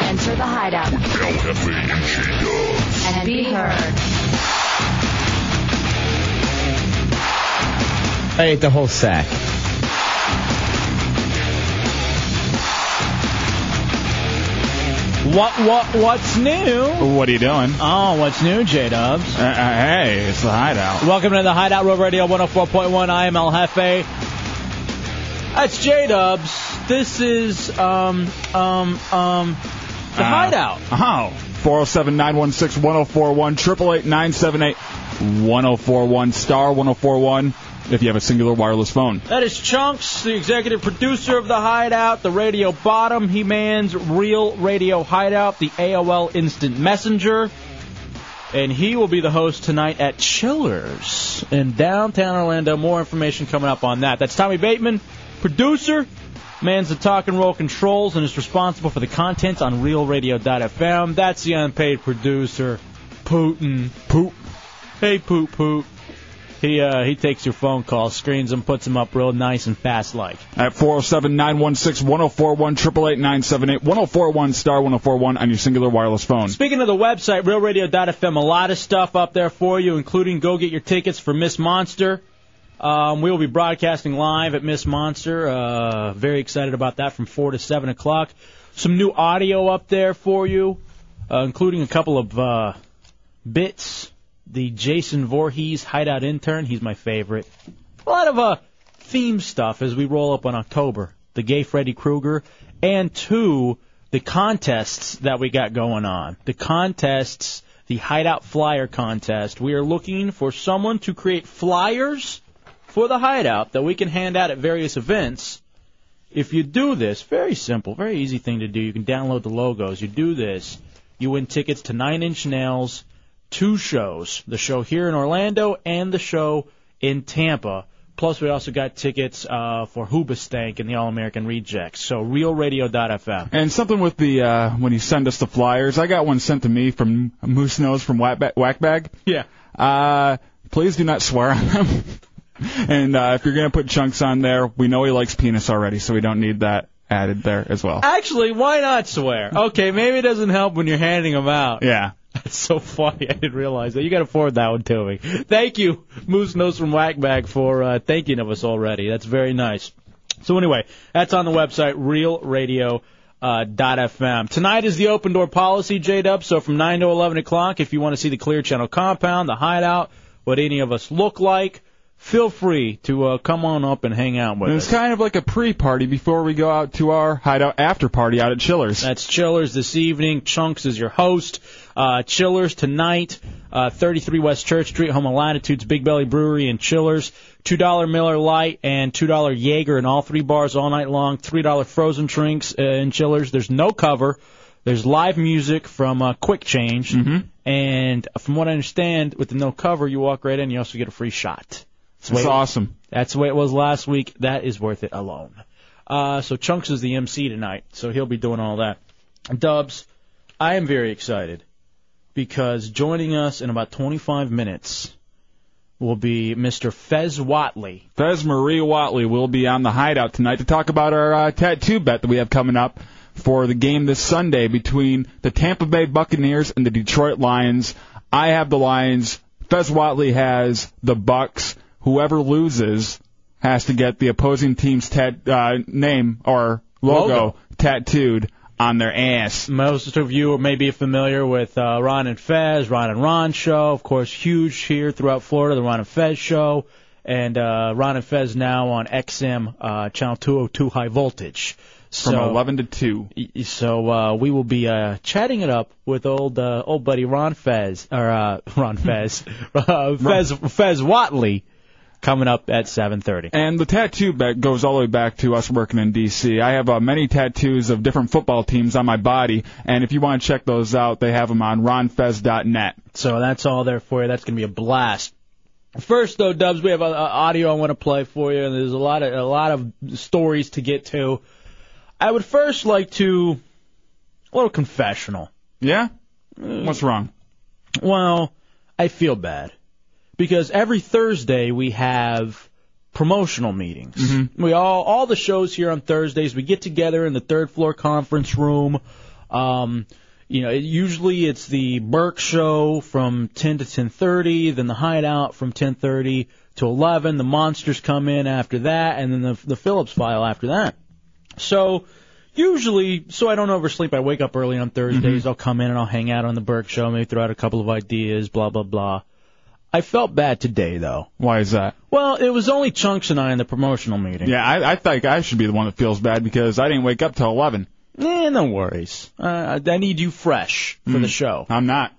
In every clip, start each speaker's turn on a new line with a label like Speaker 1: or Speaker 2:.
Speaker 1: Enter the hideout and be heard.
Speaker 2: I ate the whole sack. What what what's new? What are you doing? Oh, what's new, J Dubs? Uh, hey, it's the Hideout. Welcome to the Hideout Road Radio 104.1. I am El Jefe. That's J Dubs. This is um um um the Hideout.
Speaker 3: Uh, Oh. 407 916 1041, 888 978 1041, star 1041 if you have a singular wireless phone.
Speaker 2: That is Chunks, the executive producer of The Hideout, the Radio Bottom. He mans Real Radio Hideout, the AOL Instant Messenger. And he will be the host tonight at Chillers in downtown Orlando. More information coming up on that. That's Tommy Bateman, producer, mans the talk and roll controls, and is responsible for the content on RealRadio.fm. That's the unpaid producer, Putin. Poop. Hey, Poop Poop. He uh, he takes your phone calls, screens them, puts them up real nice and fast like.
Speaker 3: At 407 916 1041, 888 978 1041, star 1041 on your singular wireless phone.
Speaker 2: Speaking of the website, realradio.fm, a lot of stuff up there for you, including go get your tickets for Miss Monster. Um, we will be broadcasting live at Miss Monster. Uh, very excited about that from 4 to 7 o'clock. Some new audio up there for you, uh, including a couple of uh, bits. The Jason Voorhees Hideout Intern, he's my favorite. A lot of uh, theme stuff as we roll up on October. The Gay Freddy Krueger, and two, the contests that we got going on. The contests, the Hideout Flyer Contest. We are looking for someone to create flyers for the Hideout that we can hand out at various events. If you do this, very simple, very easy thing to do. You can download the logos. You do this, you win tickets to Nine Inch Nails, two shows the show here in Orlando and the show in Tampa. Plus, we also got tickets uh, for Hoobastank and the All American Rejects. So, realradio.fm.
Speaker 3: And something with the uh, when you send us the flyers, I got one sent to me from Moose Nose from Whack Ba- Whack Bag.
Speaker 2: Yeah.
Speaker 3: Uh, please do not swear on them. and uh, if you're gonna put chunks on there, we know he likes penis already, so we don't need that added there as well.
Speaker 2: Actually, why not swear? Okay, maybe it doesn't help when you're handing them out.
Speaker 3: Yeah.
Speaker 2: That's so funny. I didn't realize that. You got to forward that one to me. Thank you, Moose Nose from Whackbag, for uh, thanking of us already. That's very nice. So anyway, that's on the website realradio.fm. Uh, dot FM. Tonight is the open door policy, J Dub. So from nine to eleven o'clock, if you want to see the Clear Channel compound, the hideout, what any of us look like, feel free to uh, come on up and hang out with
Speaker 3: And
Speaker 2: us.
Speaker 3: it's kind of like a pre-party before we go out to our hideout after party out at Chillers.
Speaker 2: That's Chillers this evening. Chunks is your host. Uh, Chillers tonight, uh, 33 West Church Street, home of Latitudes, Big Belly Brewery, and Chillers. $2 Miller Lite and $2 Jaeger in all three bars all night long. $3 frozen drinks uh, in Chillers. There's no cover. There's live music from uh, Quick Change. Mm-hmm. And from what I understand, with the no cover, you walk right in, you also get a free shot. That's the way
Speaker 3: It's
Speaker 2: it-
Speaker 3: awesome.
Speaker 2: That's the way it was last week. That is worth it alone. Uh, so Chunks is the MC tonight, so he'll be doing all that. Dubs, I am very excited because joining us in about 25 minutes will be Mr. Fez Watley.
Speaker 3: Fez Marie Watley will be on the hideout tonight to talk about our uh, tattoo bet that we have coming up for the game this Sunday between the Tampa Bay Buccaneers and the Detroit Lions. I have the Lions. Fez Watley has the Bucks. Whoever loses has to get the opposing team's tat- uh, name or logo,
Speaker 2: Logo.
Speaker 3: tattooed on their ass.
Speaker 2: Most of you may be familiar with uh, Ron and Fez, Ron and Ron show, of course, huge here throughout Florida, the Ron and Fez show, and uh, Ron and Fez now on XM uh, channel 202 high voltage.
Speaker 3: From
Speaker 2: So-
Speaker 3: 11 to 2.
Speaker 2: So uh, we will be uh, chatting it up with old uh, old buddy Ron Fez or uh, Ron Fez, uh, Fez Fez Watley coming up at 7:30.
Speaker 3: And the tattoo bet goes all the way back to us working in D.C. I have uh, many tattoos of different football teams on my body, and if you want to check those out, they have them on ronfez.net.
Speaker 2: So that's all there for you. That's going to be a blast. First though, Dubs, we have uh, uh, audio I want to play for you, and there's a lot of a lot of stories to get to. I would first like to a little confessional. Uh,
Speaker 3: Yeah? What's wrong?
Speaker 2: Well, I feel bad because every Thursday we have promotional meetings. We all all the shows here on Thursdays we get together in the third floor conference room. Um, you know, it, usually it's the Burke show from 10 to 10:30, then the Hideout from 10:30 to 11. The Monsters come in after that, and then the the Phillips File after that. So usually, so I don't oversleep, I wake up early on Thursdays. I'll come in and I'll hang out on the Burke show, maybe throw out a couple of ideas, blah blah blah. I felt bad today though.
Speaker 3: Why is that?
Speaker 2: Well, it was only Chunks and I in the promotional meeting.
Speaker 3: Yeah, I, I think I should be the one that feels bad because I didn't wake up till 11.
Speaker 2: Eh, no worries. Uh, I need you fresh for the show.
Speaker 3: Hmm. I'm not.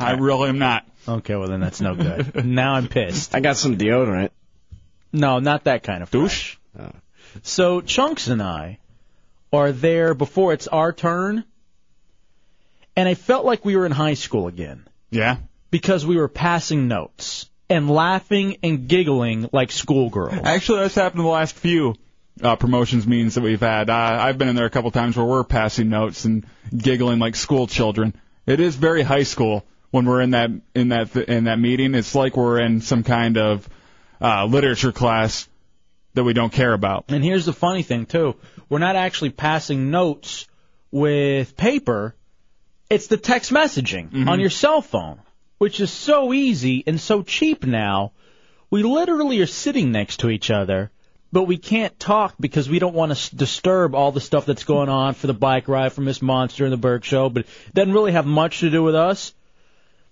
Speaker 3: I really am not.
Speaker 2: Okay, well then that's no good. now I'm pissed.
Speaker 4: I got some deodorant.
Speaker 2: No, not that kind of
Speaker 3: douche.
Speaker 2: So Chunks and I are there before it's our turn, and I felt like we were in high school again
Speaker 3: Yeah.
Speaker 2: because we were passing notes and laughing and giggling like schoolgirls.
Speaker 3: Actually, that's happened in the last few uh, promotions meetings that we've had. Uh, I've been in there a couple times where we're passing notes and giggling like school children. It is very high school when we're in that in that in that meeting. It's like we're in some kind of uh, literature class that we don't care about.
Speaker 2: And here's the funny thing too: we're not actually passing notes with paper; it's the text messaging on your cell phone, which is so easy and so cheap now. We literally are sitting next to each other, but we can't talk because we don't want to s- disturb all the stuff that's going on for the bike ride for Miss Monster and the Berg Show. But it doesn't really have much to do with us.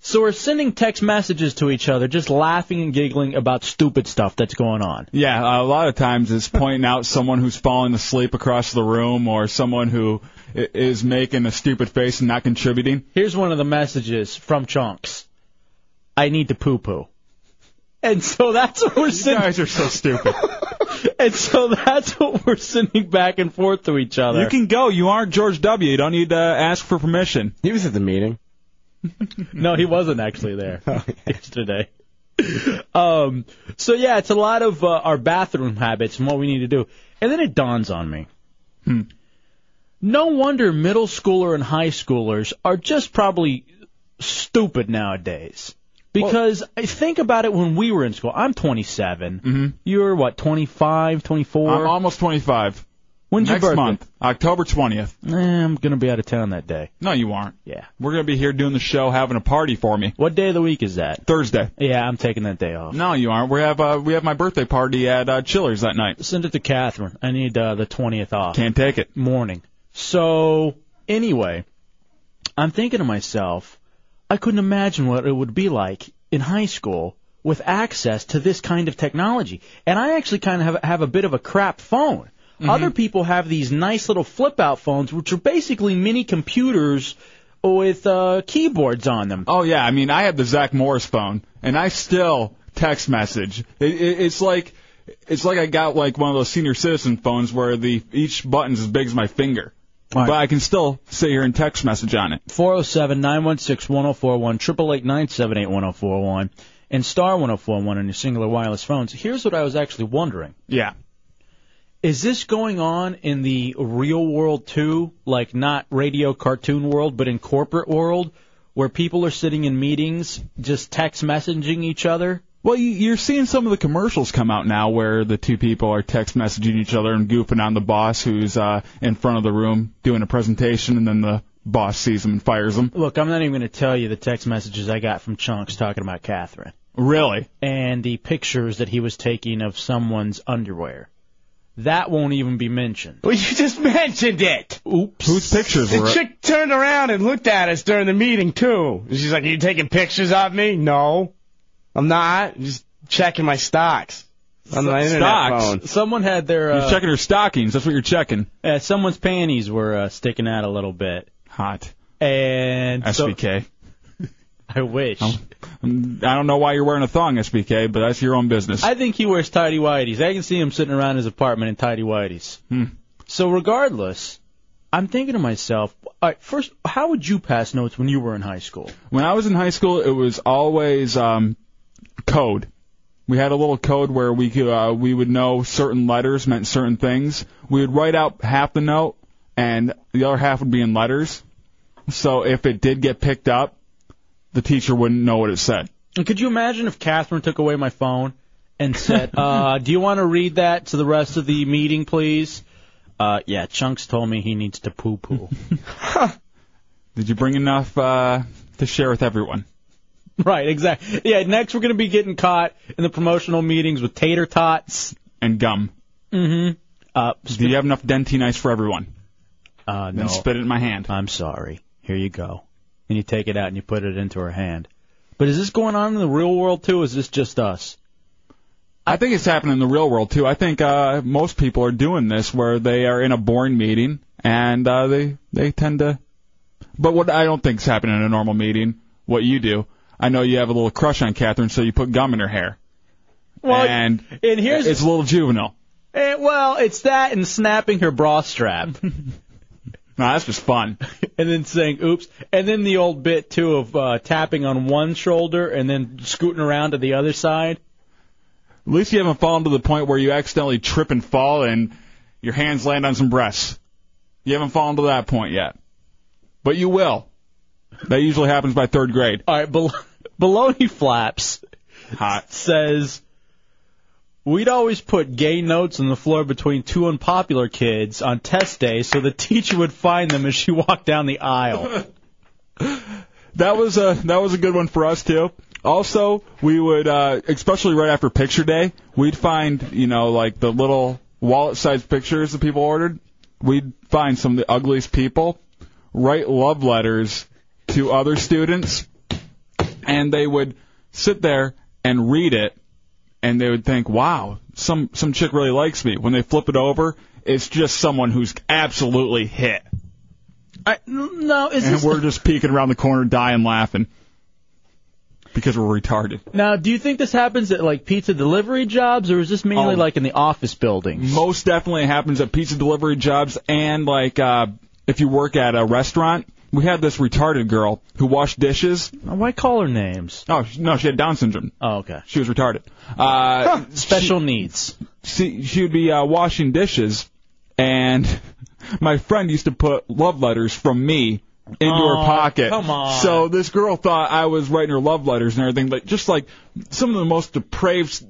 Speaker 2: So we're sending text messages to each other, just laughing and giggling about stupid stuff that's going on.
Speaker 3: Yeah, a lot of times it's pointing out someone who's falling asleep across the room or someone who i- is making a stupid face and not contributing.
Speaker 2: Here's one of the messages from Chunks. I need to poo poo. And so that's what we're
Speaker 3: You
Speaker 2: sending.
Speaker 3: guys are so stupid.
Speaker 2: And so that's what we're sending back and forth to each other.
Speaker 3: You can go. You aren't George W. You don't need to ask for permission.
Speaker 4: He was at the meeting.
Speaker 2: no, he wasn't actually there
Speaker 3: Oh,
Speaker 2: yesterday. Um, so yeah, it's a lot of uh, our bathroom habits and what we need to do. And then it dawns on me.
Speaker 3: Hmm.
Speaker 2: No wonder middle schooler and high schoolers are just probably stupid nowadays. Because I think about it when we were in school. I'm 27. You're what, 25, 24?
Speaker 3: Mm-hmm. I'm almost 25.
Speaker 2: When's
Speaker 3: Next
Speaker 2: your birthday?
Speaker 3: month, October 20th.
Speaker 2: Eh, I'm gonna be out of town that day.
Speaker 3: No, you aren't.
Speaker 2: Yeah.
Speaker 3: We're gonna be here doing the show, having a party for me
Speaker 2: What day of the week is that?
Speaker 3: Thursday.
Speaker 2: Yeah, I'm taking that day off.
Speaker 3: No, you aren't. We have uh, we have my birthday party at uh, Chillers that night.
Speaker 2: Send it to Catherine. I need uh, the 20th off.
Speaker 3: Can't take it.
Speaker 2: morning. So anyway, I'm thinking to myself, I couldn't imagine what it would be like in high school with access to this kind of technology. And I actually kind of have, have a bit of a crap phone.
Speaker 3: Mm-hmm.
Speaker 2: Other people have these nice little flip out phones, which are basically mini computers with uh, keyboards on them.
Speaker 3: Oh yeah, I mean I have the Zach Morris phone, and I still text message. It, it, it's like it's like I got like one of those senior citizen phones where the each button's as big as my finger,
Speaker 2: All right.
Speaker 3: but I can still sit here and text message on it.
Speaker 2: 407 916 1041, 888 978 1041, and star 1041 on your singular wireless phones. Here's what I was actually wondering.
Speaker 3: Yeah.
Speaker 2: Is this going on in the real world too? Like not radio cartoon world, but in corporate world where people are sitting in meetings just text messaging each other?
Speaker 3: Well, you- you're seeing some of the commercials come out now where the two people are text messaging each other and goofing on the boss who's uh, in front of the room doing a presentation, and then the boss sees them and fires them.
Speaker 2: Look, I'm not even going to tell you the text messages I got from Chunks talking about Catherine
Speaker 3: Really?
Speaker 2: and the pictures that he was taking of someone's underwear. That won't even be mentioned.
Speaker 4: Well, you just mentioned it.
Speaker 2: Oops.
Speaker 3: Whose pictures
Speaker 4: The
Speaker 3: were?
Speaker 4: chick turned around and looked at us during the meeting too. And she's like, "Are you taking pictures of me?" No, I'm not. I'm just checking my stocks on my internet
Speaker 3: Stocks?
Speaker 4: phone.
Speaker 2: Someone had their
Speaker 3: You're
Speaker 2: uh,
Speaker 3: checking her stockings. That's what you're checking.
Speaker 2: uh, someone's panties were uh, sticking out a little bit,
Speaker 3: Hot.
Speaker 2: and so-
Speaker 3: SBK.
Speaker 2: I wish.
Speaker 3: I'm, I don't know why you're wearing a thong, SBK, but that's your own business.
Speaker 2: I think he wears tidy whities. I can see him sitting around his apartment in tidy whities. So regardless, I'm thinking to myself, all right, first, how would you pass notes when you were in high school?
Speaker 3: When I was in high school, it was always um, code. We had a little code where we could uh, we would know certain letters meant certain things. We would write out half the note, and the other half would be in letters. So if it did get picked up, the teacher wouldn't know what it said.
Speaker 2: And could you imagine if Catherine took away my phone and said, uh, "Do you want to read that to the rest of the meeting, please?" Uh, yeah, Chunks told me he needs to poo poo.
Speaker 3: Did you bring enough uh, to share with everyone?
Speaker 2: right, exactly. Yeah, next we're gonna be getting caught in the promotional meetings with tater tots.
Speaker 3: And gum.
Speaker 2: Mm-hmm. Uh,
Speaker 3: Do you have enough dentine ice for everyone?
Speaker 2: Uh,
Speaker 3: Then
Speaker 2: no.
Speaker 3: spit it in my hand.
Speaker 2: I'm sorry. Here you go. And you take it out and you put it into her hand. But is this going on in the real world too? Or is this just us?
Speaker 3: I think it's happening in the real world too. I think uh, most people are doing this where they are in a boring meeting and uh, they they tend to. But what I don't think is happening in a normal meeting, what you do, I know you have a little crush on Catherine, so you put gum in her hair.
Speaker 2: Well,
Speaker 3: and
Speaker 2: and here's
Speaker 3: it's a little juvenile.
Speaker 2: eh, well, it's that and snapping her bra strap, and
Speaker 3: No, that's just fun.
Speaker 2: then saying "oops," and then the old bit too of uh, tapping on one shoulder and then scooting around to the other side.
Speaker 3: At least you haven't fallen to the point where you accidentally trip and fall and your hands land on some breasts. You haven't fallen to that point yet, but you will. That usually happens by third grade.
Speaker 2: All right, Bel- Baloney Flaps
Speaker 3: Hot.
Speaker 2: says we'd always put gay notes on the floor between two unpopular kids on test day, so the teacher would find them as she walked down the aisle.
Speaker 3: That was a that was a good one for us too. Also, we would, uh, especially right after picture day, we'd find you know like the little wallet-sized pictures that people ordered. We'd find some of the ugliest people, write love letters to other students, and they would sit there and read it, and they would think, "Wow, some some chick really likes me." When they flip it over, it's just someone who's absolutely hit,
Speaker 2: I, no, is
Speaker 3: and
Speaker 2: this
Speaker 3: we're just peeking around the corner, dying laughing because we're retarded.
Speaker 2: Now, do you think this happens at like pizza delivery jobs, or is this mainly
Speaker 3: Oh.
Speaker 2: like in the office buildings?
Speaker 3: most definitely happens at pizza delivery jobs and like uh if you work at a restaurant. We had this retarded girl who washed dishes.
Speaker 2: Now, Why call her names?
Speaker 3: Oh sh- no, she had Down syndrome.
Speaker 2: Oh, okay.
Speaker 3: She was retarded. Uh,
Speaker 2: Special needs.
Speaker 3: she, she would be uh, washing dishes, and my friend used to put love letters from me into
Speaker 2: Aw,
Speaker 3: her pocket.
Speaker 2: come on.
Speaker 3: So this girl thought I was writing her love letters and everything, but just like some of the most depraved,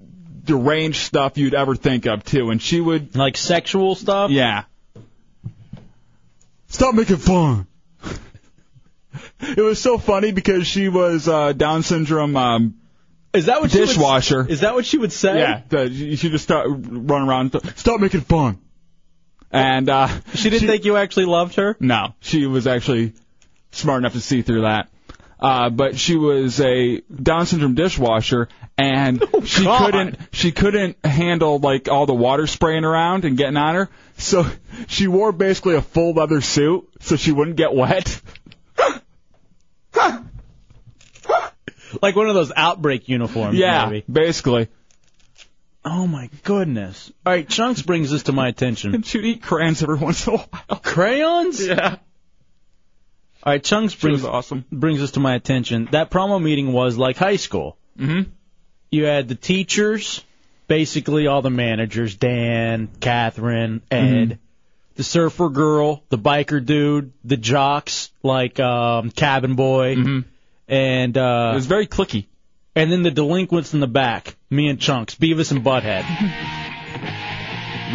Speaker 3: deranged stuff you'd ever think of too. And she would
Speaker 2: Like sexual stuff?
Speaker 3: Yeah. Stop making fun. it was so funny because she was uh, Down syndrome um,
Speaker 2: Is that what
Speaker 3: dishwasher.
Speaker 2: She would, is that what she would say?
Speaker 3: yeah, the, she she just start run around. and th- Stop making fun. And uh,
Speaker 2: She didn't think you actually loved her?
Speaker 3: no, she was actually smart enough to see through that. Uh, but she was a Down syndrome dishwasher, and she
Speaker 2: Oh, God.
Speaker 3: couldn't she couldn't handle like all the water spraying around and getting on her. So she wore basically a full leather suit so she wouldn't get wet.
Speaker 2: Like one of those outbreak uniforms,
Speaker 3: Yeah,
Speaker 2: maybe.
Speaker 3: basically.
Speaker 2: Oh my goodness. All right, Chunks brings this to my attention.
Speaker 3: And she'd eat crayons every once in a while.
Speaker 2: Crayons?
Speaker 3: Yeah,
Speaker 2: All right, Chunks
Speaker 3: she was
Speaker 2: brings
Speaker 3: awesome.
Speaker 2: brings this to my attention. That promo meeting was like high school.
Speaker 3: Mhm.
Speaker 2: You had the teachers, basically all the managers, Dan, Catherine, Ed,
Speaker 3: Mm-hmm.
Speaker 2: the surfer girl, the biker dude, the jocks like um, Cabin Boy, and
Speaker 3: Mm-hmm. It
Speaker 2: uh,
Speaker 3: was very clicky.
Speaker 2: and then the delinquents in the back, me and Chunks, Beavis and Butthead.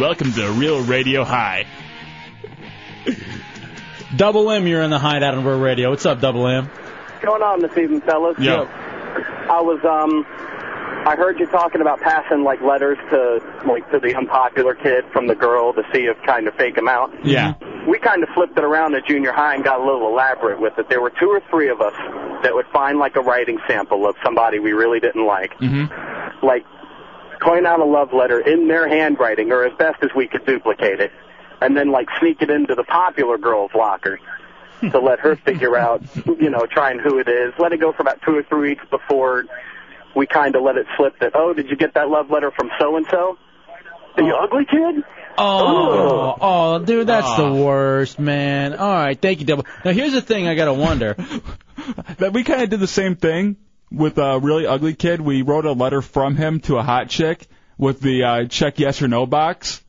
Speaker 3: Welcome to Real Radio High.
Speaker 2: Double M, you're in the hideout on Real Radio. What's up, Double M?
Speaker 5: going on this evening, fellas?
Speaker 3: Yo.
Speaker 5: I was um I heard you talking about passing like letters to like to the unpopular kid from the girl to see if kind of fake him out.
Speaker 3: Yeah.
Speaker 5: We kind of flipped it around at junior high and got a little elaborate with it. There were two or three of us that would find like a writing sample of somebody we really didn't like. Mm-hmm. Like coin out a love letter in their handwriting or as best as we could duplicate it and then like sneak it into the popular girl's locker. to let her figure out, you know, trying who it is. Let it go for about two or three weeks before we kind of let it slip that, oh, did you get that love letter from so and so? The ugly kid?
Speaker 2: Oh, oh, dude, that's the worst, man. All right, thank you, Double. Now here's the thing I gotta wonder.
Speaker 3: that we kind of did the same thing with a really ugly kid. We wrote a letter from him to a hot chick with the uh, check yes or no box,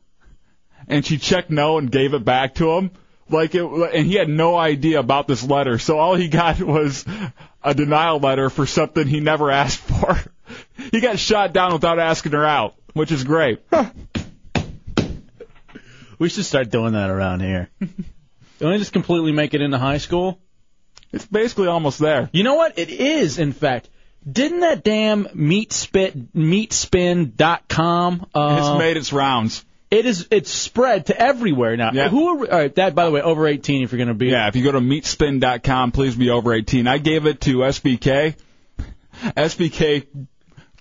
Speaker 3: and she checked no and gave it back to him. Like it, and he had no idea about this letter, so all he got was a denial letter for something he never asked for. He got shot down without asking her out, which is great.
Speaker 2: We should start doing that around here. Don't they just completely make it into high school?
Speaker 3: It's basically almost there.
Speaker 2: You know what? It is, in fact. Didn't that damn meat spit meatspin.com uh,
Speaker 3: It's made its rounds.
Speaker 2: it is it's spread to everywhere now.
Speaker 3: Yeah.
Speaker 2: Who are we, all right, that by the way, over 18 if you're going to be
Speaker 3: Yeah, if you go to meatspin.com, please be over 18. I gave it to SBK. SBK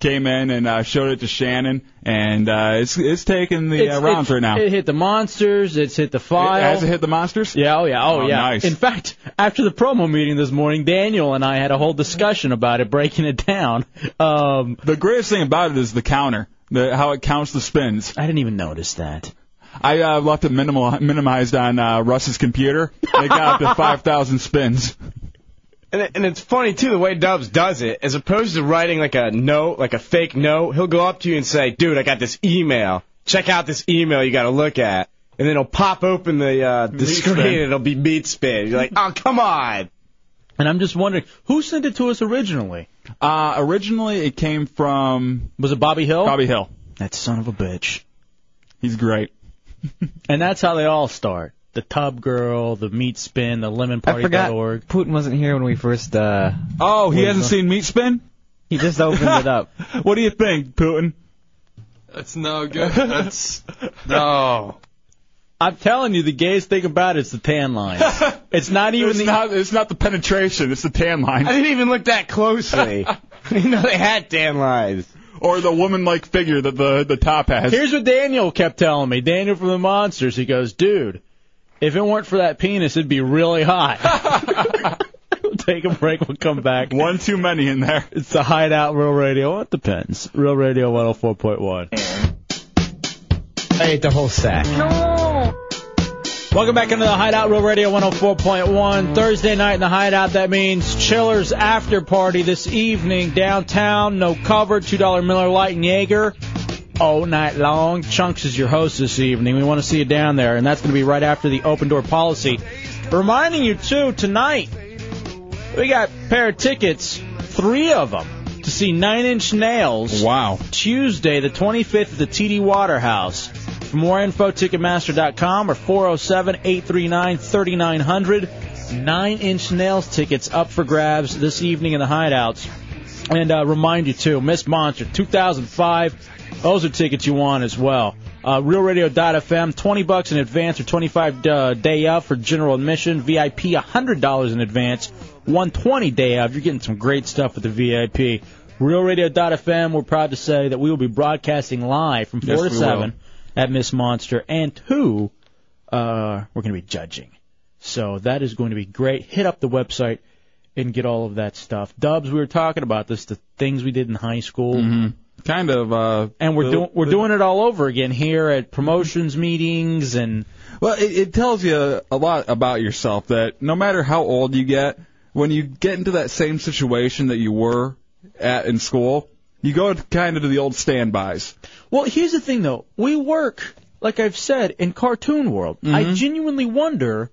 Speaker 3: came in and uh, showed it to Shannon, and uh, it's it's taking the
Speaker 2: It's-
Speaker 3: uh, rounds
Speaker 2: it's-
Speaker 3: right now.
Speaker 2: It hit the monsters, it's hit the file.
Speaker 3: Has it hit the monsters?
Speaker 2: Yeah, oh yeah, oh,
Speaker 3: Oh,
Speaker 2: yeah.
Speaker 3: nice.
Speaker 2: In fact, after the promo meeting this morning, Daniel and I had a whole discussion about it, breaking it down. Um,
Speaker 3: The greatest thing about it is the counter, the, how it counts the spins.
Speaker 2: I didn't even notice that.
Speaker 3: I uh, left it minimal, minimized on uh, Russ's computer. It got up to 5,000 spins.
Speaker 4: And, it, and it's funny too the way Dubs does it, as opposed to writing like a note, like a fake note. He'll go up to you and say, "Dude, I got this email. Check out this email. You got to look at." And then he'll pop open the uh, the screen
Speaker 3: spin.
Speaker 4: and it'll be meat spin. You're like, "Oh, come on."
Speaker 2: And I'm just wondering who sent it to us originally.
Speaker 3: Uh, originally, it came from
Speaker 2: Was it Bobby Hill?
Speaker 3: Bobby Hill.
Speaker 2: That son of a bitch.
Speaker 3: He's great.
Speaker 2: And that's how they all start. The tub girl, the meat spin, the lemon
Speaker 6: I forgot
Speaker 2: party.org.
Speaker 6: Putin wasn't here when we first. Uh,
Speaker 3: Oh, he hasn't seen Meat Spin?
Speaker 6: he just opened it up.
Speaker 3: What do you think, Putin?
Speaker 7: That's no good. That's no.
Speaker 2: I'm telling you, the gayest thing about it's the tan lines. it's not even
Speaker 3: It's
Speaker 2: the.
Speaker 3: not, it's not the penetration, it's the tan
Speaker 4: I
Speaker 3: line.
Speaker 4: didn't even look that closely. I didn't know they had Dan lines.
Speaker 3: Or the woman like figure that the, the top has.
Speaker 2: Here's what Daniel kept telling me. Daniel from the Monsters. He goes, dude, if it weren't for that penis, it'd be really hot. we'll take a break. We'll come back.
Speaker 3: One too many in there.
Speaker 2: It's the Hideout Real Radio. Well, it depends. Real Radio 104.1.
Speaker 6: I ate the whole sack.
Speaker 2: Uh, Welcome back into the Hideout Real Radio 104.1. Thursday night in the Hideout. That means Chiller's after party this evening downtown. No cover. $2 Miller Light and Jaeger. all night long. Chunks is your host this evening. We want to see you down there, and that's going to be right after the open door policy. Reminding you too tonight, we got a pair of tickets, three of them, to see Nine Inch Nails.
Speaker 3: Wow.
Speaker 2: Tuesday, the 25th at the TD Waterhouse. For more info, Ticketmaster.com or 407-839-3900. Nine-inch nails tickets up for grabs this evening in the hideouts. And uh, remind you, too, Miss Monster, 2005. Those are tickets you want as well. Uh, RealRadio.fm, 20 bucks in advance or 25 uh, day of for general admission. VIP, $100 in advance. 120 day of. You're getting some great stuff with the VIP. RealRadio.fm, we're proud to say that we will be broadcasting live from 4
Speaker 3: Yes,
Speaker 2: to
Speaker 3: we will.
Speaker 2: 7 at Miss Monster. And 2, uh, we're going to be judging. So that is going to be great. Hit up the website and get all of that stuff. Dubs, we were talking about this, the things we did in high school.
Speaker 7: Mm-hmm.
Speaker 3: Kind of, uh.
Speaker 2: And we're
Speaker 3: the-
Speaker 2: doing we're
Speaker 3: the-
Speaker 2: doing it all over again here at promotions meetings and
Speaker 3: Well, it, it tells you a lot about yourself that no matter how old you get, when you get into that same situation that you were at in school, you go kind of to the old standbys.
Speaker 2: Well, here's the thing though. We work, like I've said, in cartoon world.
Speaker 7: Mm-hmm.
Speaker 2: I genuinely wonder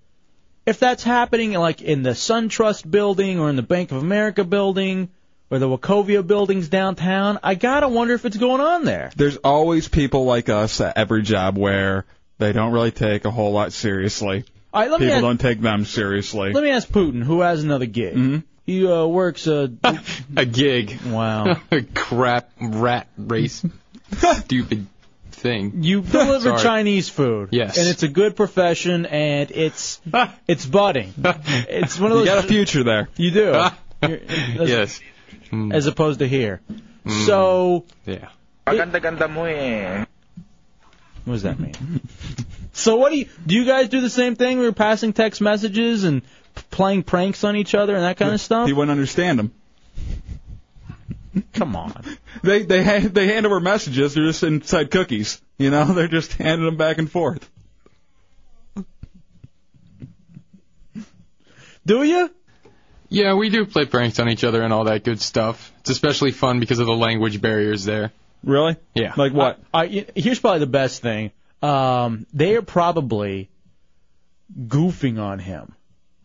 Speaker 2: if that's happening like in the SunTrust building or in the Bank of America building or the Wachovia buildings downtown. I gotta wonder if it's going on there.
Speaker 3: There's always people like us at every job where they don't really take a whole lot seriously.
Speaker 2: All right, let me
Speaker 3: People
Speaker 2: ask,
Speaker 3: don't take them seriously.
Speaker 2: let me ask Putin, who has another gig. He uh, works. Uh,
Speaker 7: Mm-hmm. A gig.
Speaker 2: wow.
Speaker 7: Crap rat race. Stupid thing.
Speaker 2: You deliver
Speaker 7: Sorry.
Speaker 2: Chinese food.
Speaker 7: Yes.
Speaker 2: And it's a good profession, and it's it's budding. It's one of
Speaker 3: You
Speaker 2: those.
Speaker 3: got a future there.
Speaker 2: You do. You're- as,
Speaker 7: Yes.
Speaker 2: As opposed to here. So
Speaker 7: Yeah.
Speaker 2: what does that mean? so what do you do? You guys do the same thing? We're passing text messages and p- playing pranks on each other and that kind of stuff?
Speaker 3: He wouldn't understand them.
Speaker 2: Come on.
Speaker 3: They they hand, they hand over messages. They're just inside cookies. You know, they're just handing them back and forth.
Speaker 2: Do you?
Speaker 7: Yeah, we do play pranks on each other and all that good stuff. It's especially fun because of the language barriers there.
Speaker 3: Really?
Speaker 7: Yeah.
Speaker 3: Like what?
Speaker 2: I, I- here's probably the best thing. Um, they are probably goofing on him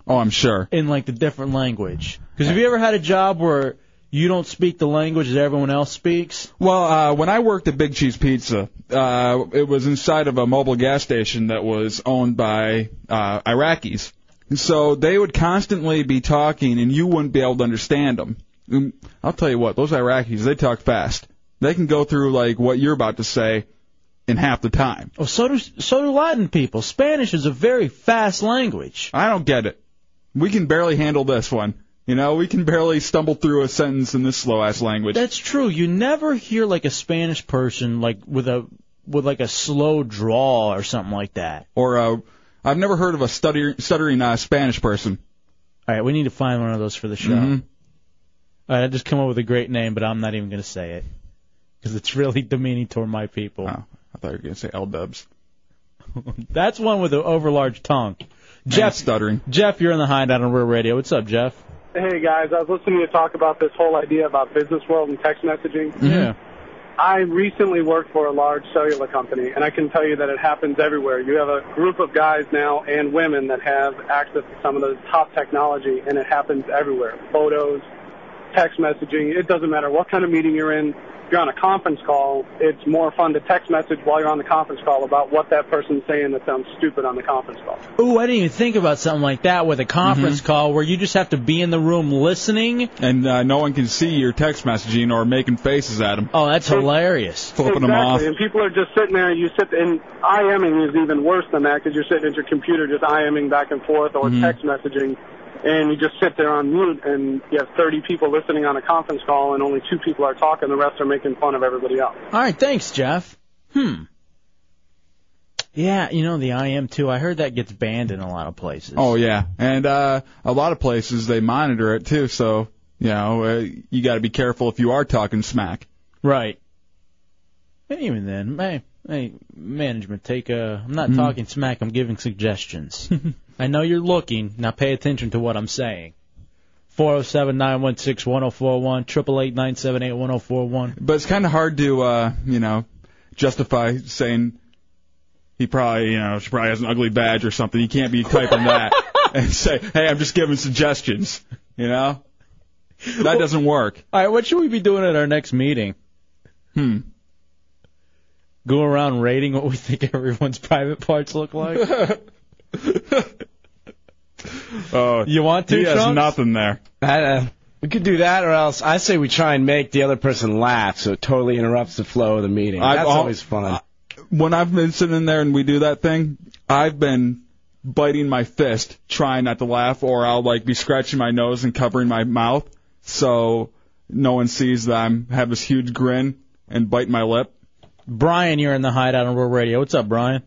Speaker 3: Oh, I'm sure.
Speaker 2: in like the different language. Because have you ever had a job where you don't speak the language that everyone else speaks?
Speaker 3: Well, uh, when I worked at Big Cheese Pizza, uh, it was inside of a mobile gas station that was owned by uh, Iraqis. So they would constantly be talking, and you wouldn't be able to understand them. Mm, I'll tell you what; those Iraqis, they talk fast. They can go through like what you're about to say in half the time.
Speaker 2: Oh, so do so do Latin people. Spanish is a very fast language.
Speaker 3: I don't get it. We can barely handle this one. You know, we can barely stumble through a sentence in this slow ass language.
Speaker 2: That's true. You never hear like a Spanish person like with a with like a slow drawl or something like that.
Speaker 3: or uh, I've never heard of a stutter- stuttering uh, Spanish person.
Speaker 2: All right, we need to find one of those for the show.
Speaker 3: Mhm.
Speaker 2: All right, I just come up with a great name, but I'm not even going to say it because it's really demeaning toward my people.
Speaker 3: Oh, I thought you were gonna say L Dubs.
Speaker 2: That's one with an overlarge tongue.
Speaker 3: Jeff
Speaker 2: Jeff,
Speaker 3: stuttering.
Speaker 2: Jeff, you're in the hideout on Real Radio. What's up, Jeff?
Speaker 8: Hey guys, I was listening to you talk about this whole idea about business world and text messaging.
Speaker 3: Mm-hmm.
Speaker 2: Yeah.
Speaker 8: I recently worked for a large cellular company, and I can tell you that it happens everywhere. You have a group of guys now and women that have access to some of the top technology, and it happens everywhere. Photos, text messaging, it doesn't matter what kind of meeting you're in. If you're on a conference call, it's more fun to text message while you're on the conference call about what that person's saying that sounds stupid on the conference call.
Speaker 2: Ooh, I didn't even think about something like that with a conference call where you just have to be in the room listening.
Speaker 3: And uh, no one can see your text messaging or making faces at him,
Speaker 2: Oh, that's hilarious.
Speaker 3: flipping them off.
Speaker 8: exactly. And people are just sitting there. and You sit and IMing is even worse than that because you're sitting at your computer just IMing back and forth or
Speaker 2: Mm-hmm.
Speaker 8: text messaging, and you just sit there on mute and you have 30 people listening on a conference call and only two people are talking. The rest are making fun of everybody else.
Speaker 2: All right, thanks, Jeff. Hmm. Yeah, you know the I am too. I heard that gets banned in a lot of places.
Speaker 3: Oh yeah, and uh, a lot of places they monitor it too. So you know, uh, you got to be careful if you are talking smack.
Speaker 2: right. And even then, hey, hey, management, take a. I'm not talking smack. I'm giving suggestions. I know you're looking. Now pay attention to what I'm saying. Four zero seven nine one six one zero four one triple eight nine seven eight one zero four one.
Speaker 3: But it's kind of hard to uh, you know justify saying he probably you know she probably has an ugly badge or something. You can't be typing that and say, hey, I'm just giving suggestions. You know, that doesn't work.
Speaker 2: All right, what should we be doing at our next meeting?
Speaker 3: Hmm.
Speaker 2: Go around rating what we think everyone's private parts look like.
Speaker 3: Oh,
Speaker 2: You want to?
Speaker 3: he has
Speaker 2: Trunks?
Speaker 3: nothing there.
Speaker 4: I, uh, we could do that, or else I say we try and make the other person laugh, so it totally interrupts the flow of the meeting.
Speaker 3: I've
Speaker 4: That's
Speaker 3: al-
Speaker 4: always fun.
Speaker 3: when I've been sitting there and we do that thing, I've been biting my fist, trying not to laugh, or I'll like be scratching my nose and covering my mouth so no one sees that I'm have this huge grin and bite my lip.
Speaker 2: Brian, you're in the hideout on Rural Radio. What's up, Brian?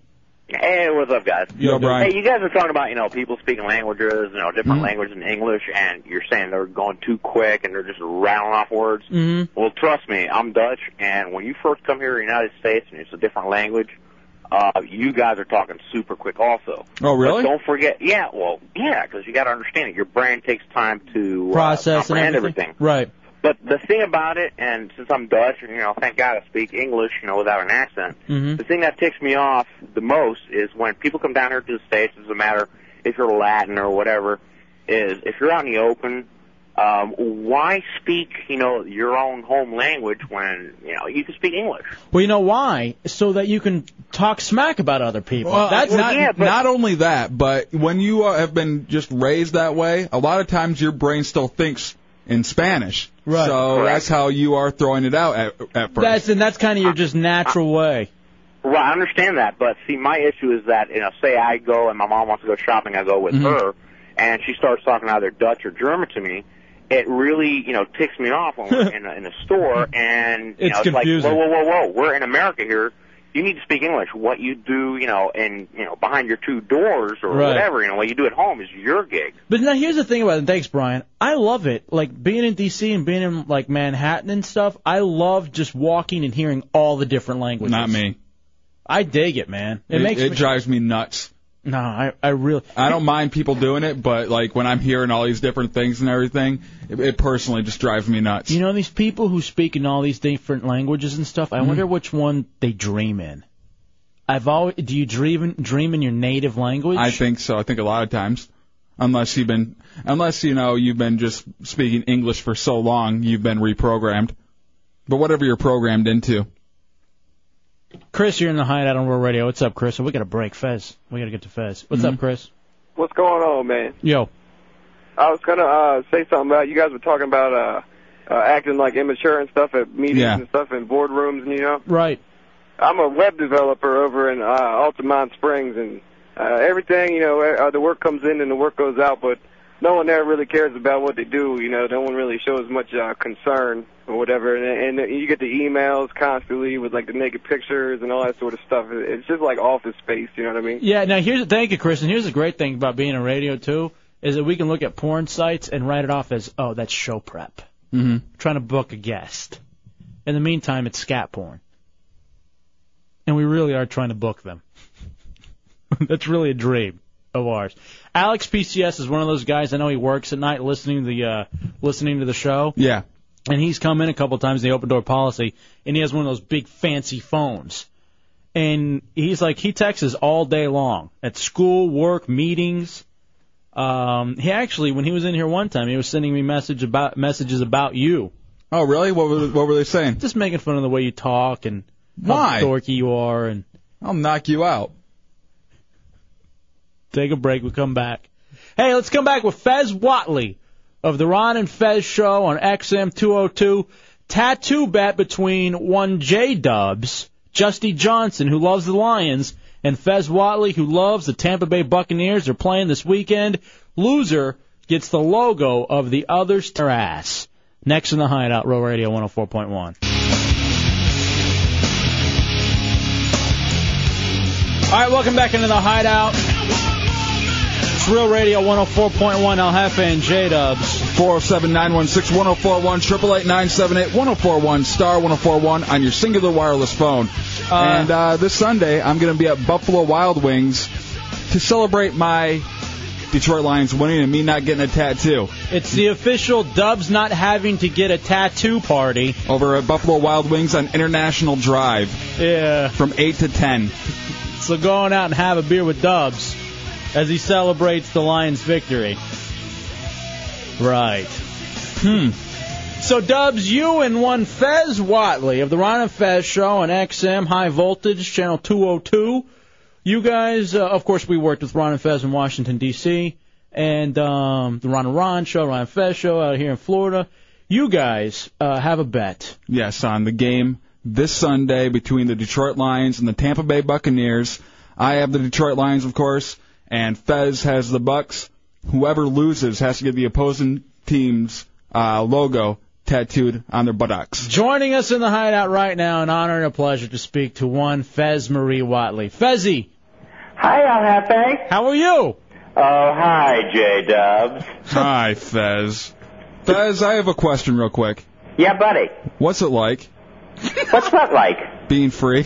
Speaker 9: Hey, what's up, guys?
Speaker 3: Yo, Brian. Mm-hmm.
Speaker 9: Hey, you guys are talking about, you know, people speaking languages, you know, different languages than English, and you're saying they're going too quick and they're just rattling off words.
Speaker 2: Mm-hmm.
Speaker 9: Well, trust me, I'm Dutch, and when you first come here to the United States and it's a different language, uh, you guys are talking super quick also.
Speaker 3: Oh,
Speaker 9: But
Speaker 3: really?
Speaker 9: don't forget, yeah, well, yeah, because you got to understand it. Your brain takes time to uh,
Speaker 2: Process and
Speaker 9: comprehend
Speaker 2: everything. Right.
Speaker 9: But the thing about it, and since I'm Dutch, and you know, thank God I speak English, you know, without an accent.
Speaker 2: Mhm.
Speaker 6: Mm-hmm.
Speaker 10: Mm-hmm.
Speaker 9: The thing that ticks me off the most is when people come down here to the states. It doesn't matter if you're Latin or whatever. Is if you're out in the open, um, why speak you know your own home language when you know you can speak English?
Speaker 2: Well, you know why? So that you can talk smack about other people. That's
Speaker 9: well,
Speaker 2: not.
Speaker 9: yeah, but-
Speaker 3: Not only that, but when you uh, have been just raised that way, a lot of times your brain still thinks in Spanish.
Speaker 2: Right.
Speaker 3: So
Speaker 9: Correct.
Speaker 3: that's how you are throwing it out at, at first.
Speaker 2: That's and that's kind of your just natural way.
Speaker 9: Well, I understand that, but see, my issue is that you know, say I go and my mom wants to go shopping, I go with
Speaker 2: Mm-hmm.
Speaker 9: her, and she starts talking either Dutch or German to me. It really, you know, ticks me off when we're in a, in a store, and you
Speaker 2: It's
Speaker 9: know, it's
Speaker 2: confusing.
Speaker 9: like, whoa, whoa, whoa, whoa, we're in America here. you need to speak English. What you do, you know, and you know, behind your two doors or
Speaker 2: Right.
Speaker 9: whatever, you know, what you do at home is your gig.
Speaker 2: But now here's the thing about it. Thanks, Brian. I love it. Like being in D.C. and being in like Manhattan and stuff. I love just walking and hearing all the different languages.
Speaker 3: Not me.
Speaker 2: I dig it, man. It, makes
Speaker 3: it
Speaker 2: me,
Speaker 3: drives me nuts.
Speaker 2: No, I I really
Speaker 3: I don't mind people doing it, but like when I'm hearing all these different things and everything, it, it personally just drives me nuts.
Speaker 2: you know these people who speak in all these different languages and stuff. I wonder which one they dream in. I've always do you dream in- dream in your native language?
Speaker 3: I think so. I think a lot of times, unless you've been, unless you know you've been just speaking English for so long, you've been reprogrammed. But whatever you're programmed into,
Speaker 2: Chris, you're in the hideout on World Radio. What's up, Chris? We got a break, Fez. We got to get to Fez. What's up, Chris?
Speaker 11: What's going on, man?
Speaker 2: Yo.
Speaker 11: I was gonna uh, say something about you guys were talking about uh, uh, acting like immature and stuff at meetings
Speaker 2: Yeah.
Speaker 11: and stuff in boardrooms, and you know.
Speaker 2: Right.
Speaker 11: I'm a web developer over in uh, Altamont Springs, and uh, everything you know, uh, the work comes in and the work goes out, but no one there really cares about what they do. You know, no one really shows much uh, concern or whatever, and, and you get the emails constantly with like the naked pictures and all that sort of stuff. It's just like office space. You know what I mean?
Speaker 2: Yeah. Now here's thank you, Chris. And here's the great thing about being on radio too is that we can look at porn sites and write it off as oh that's show prep,
Speaker 3: mm-hmm.
Speaker 2: trying to book a guest. In the meantime, it's scat porn, and we really are trying to book them. that's really a dream of ours. Alex PCS is one of those guys. I know he works at night listening to the uh, listening to the show.
Speaker 3: Yeah.
Speaker 2: And he's come in a couple times in the open door policy, and he has one of those big fancy phones. And he's like, he texts us all day long at school, work, meetings. Um, he actually, when he was in here one time, he was sending me message about messages about you.
Speaker 3: Oh, really? What were what were they saying?
Speaker 2: Just making fun of the way you talk and
Speaker 3: Why?
Speaker 2: how dorky you are, and
Speaker 3: I'll knock you out.
Speaker 2: Take a break. We come back. Hey, let's come back with Fez Watley of the Ron and Fez Show on XM 202. Tattoo bet between one J Dubs, Justy Johnson, who loves the Lions, and Fez Watley, who loves the Tampa Bay Buccaneers. They're playing this weekend. Loser gets the logo of the other's ass. Next in the hideout, Row Radio 104.1. All right, welcome back into the hideout. It's Real Radio 104.1 El Jefe and J Dubs.
Speaker 3: 407 916 1041 888 1041 star 1041 on your singular wireless phone. and uh, this Sunday, I'm going to be at Buffalo Wild Wings to celebrate my Detroit Lions winning and me not getting a tattoo.
Speaker 2: It's the official Dubs not having to get a tattoo party.
Speaker 3: Over at Buffalo Wild Wings on International Drive.
Speaker 2: Yeah.
Speaker 3: From 8 to 10.
Speaker 2: So go on out and have a beer with Dubs as he celebrates the Lions' victory. Right. Hmm. So Dubs, you and one Fez Watley of the Ron and Fez Show on XM High Voltage Channel 202. You guys, uh, of course, we worked with Ron and Fez in Washington D.C. and um, the Ron and Ron Show, Ron and Fez Show out here in Florida. You guys uh, have a bet.
Speaker 3: Yes, on the game this Sunday between the Detroit Lions and the Tampa Bay Buccaneers. I have the Detroit Lions, of course, and Fez has the Bucks. Whoever loses has to get the opposing team's uh, logo tattooed on their buttocks.
Speaker 2: Joining us in the hideout right now, an honor and a pleasure to speak to one Fez Marie Watley. Fezzy,
Speaker 10: Hi, El Jefe.
Speaker 2: how are you?
Speaker 10: Oh, hi, J Dubs.
Speaker 3: Hi, Fez. Fez, I have a question real quick.
Speaker 10: Yeah, buddy.
Speaker 3: What's it like?
Speaker 10: What's what like?
Speaker 3: Being free.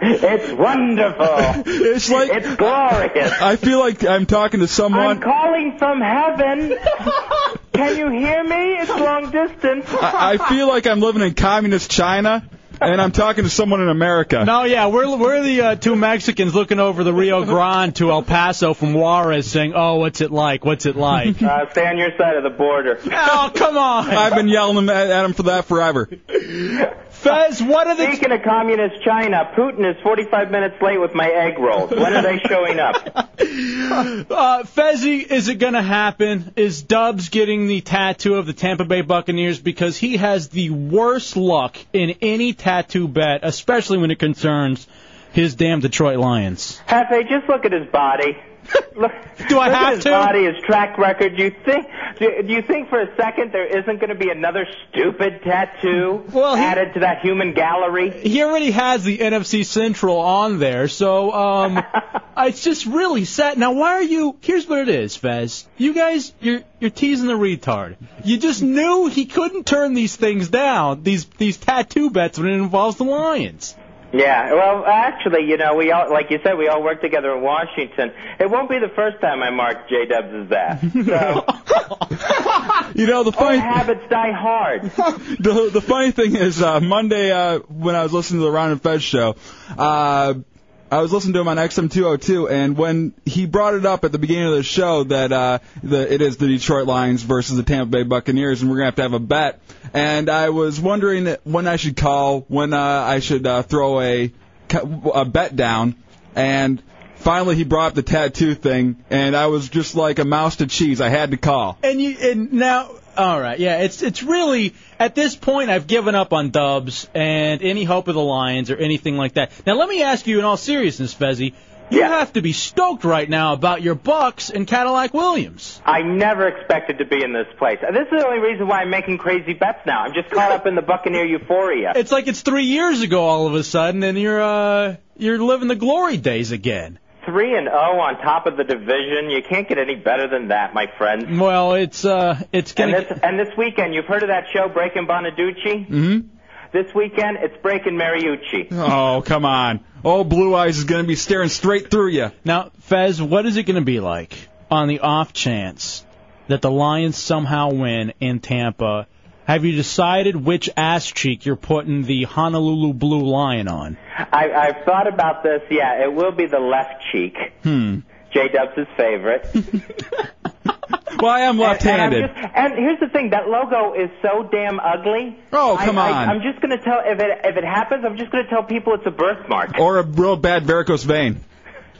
Speaker 10: it's wonderful.
Speaker 3: it's like
Speaker 10: it's glorious.
Speaker 3: I feel like I'm talking to
Speaker 10: I'm
Speaker 3: someone.
Speaker 10: calling from heaven. Can you hear me? It's long distance.
Speaker 3: I, I feel like I'm living in communist China, and I'm talking to someone in America.
Speaker 2: No, yeah, we're we're the uh, two Mexicans looking over the Rio Grande to El Paso from Juarez, saying, "Oh, what's it like? What's it like?"
Speaker 10: Uh, stay on your side of the border.
Speaker 2: Oh, come on.
Speaker 3: I've been yelling at at him for that forever.
Speaker 2: Fez, what are
Speaker 10: the... Speaking of communist China, Putin is 45 minutes late with my egg rolls. When are they showing up?
Speaker 2: uh, Fezzi, is it going to happen? Is Dubs getting the tattoo of the Tampa Bay Buccaneers because he has the worst luck in any tattoo bet, especially when it concerns his damn Detroit Lions.
Speaker 10: Hefe, just look at his body. Look,
Speaker 2: Do I
Speaker 10: look
Speaker 2: have
Speaker 10: at his
Speaker 2: to?
Speaker 10: body, his track record. Do you think? Do, do you think for a second there isn't going to be another stupid tattoo added to that human gallery?
Speaker 2: He already has the NFC Central on there, so um, it's just really sad. Now, why are you? Here's what it is, Fez. You guys, you're you're teasing the retard. You just knew he couldn't turn these things down, these these tattoo bets when it involves the Lions.
Speaker 10: Yeah, well, actually, you know, we all, like you said, we all work together in Washington. It won't be the first time I mark J Dubs as that. So,
Speaker 3: You know the funny
Speaker 10: habits die hard.
Speaker 3: the the funny thing is uh, Monday uh, when I was listening to the Ron and Fez show, uh, I was listening to him on XM202, and when he brought it up at the beginning of the show that uh, the it is the Detroit Lions versus the Tampa Bay Buccaneers, and we're gonna have to have a bet, and I was wondering when I should call, when uh, I should uh, throw a a bet down, and. Finally, he brought up the tattoo thing, and I was just like a mouse to cheese. I had to call.
Speaker 2: And you and now all right, yeah, it's it's really at this point I've given up on Dubs and any hope of the Lions or anything like that. Now let me ask you in all seriousness, Fezzi, you have to be stoked right now about your Bucks and Cadillac Williams.
Speaker 10: I never expected to be in this place. This is the only reason why I'm making crazy bets now. I'm just caught up in the Buccaneer euphoria.
Speaker 2: It's like it's three years ago all of a sudden and you're uh you're living the glory days again.
Speaker 10: Three and oh on top of the division. You can't get any better than that, my friend.
Speaker 2: Well, it's uh it's
Speaker 10: And
Speaker 2: gonna
Speaker 10: this and this weekend, you've heard of that show Breaking Bonaducci?
Speaker 3: Mm-hmm.
Speaker 10: This weekend, it's Breaking Mariucci.
Speaker 3: Oh, come on. Oh, Blue Eyes is going to be staring straight through you.
Speaker 2: Now, Fez, what is it going to be like on the off chance that the Lions somehow win in Tampa? Have you decided which ass cheek you're putting the Honolulu Blue Lion on?
Speaker 10: I, I've thought about this. Yeah, it will be the left cheek.
Speaker 2: Hmm.
Speaker 10: J Dubs' favorite.
Speaker 3: well, I am left-handed.
Speaker 10: And, I'm just, and here's the thing: that logo is so damn ugly.
Speaker 3: Oh, come
Speaker 10: I,
Speaker 3: on.
Speaker 10: I, I'm just gonna tell if it if it happens, I'm just gonna tell people it's a birthmark.
Speaker 3: Or a real bad varicose vein.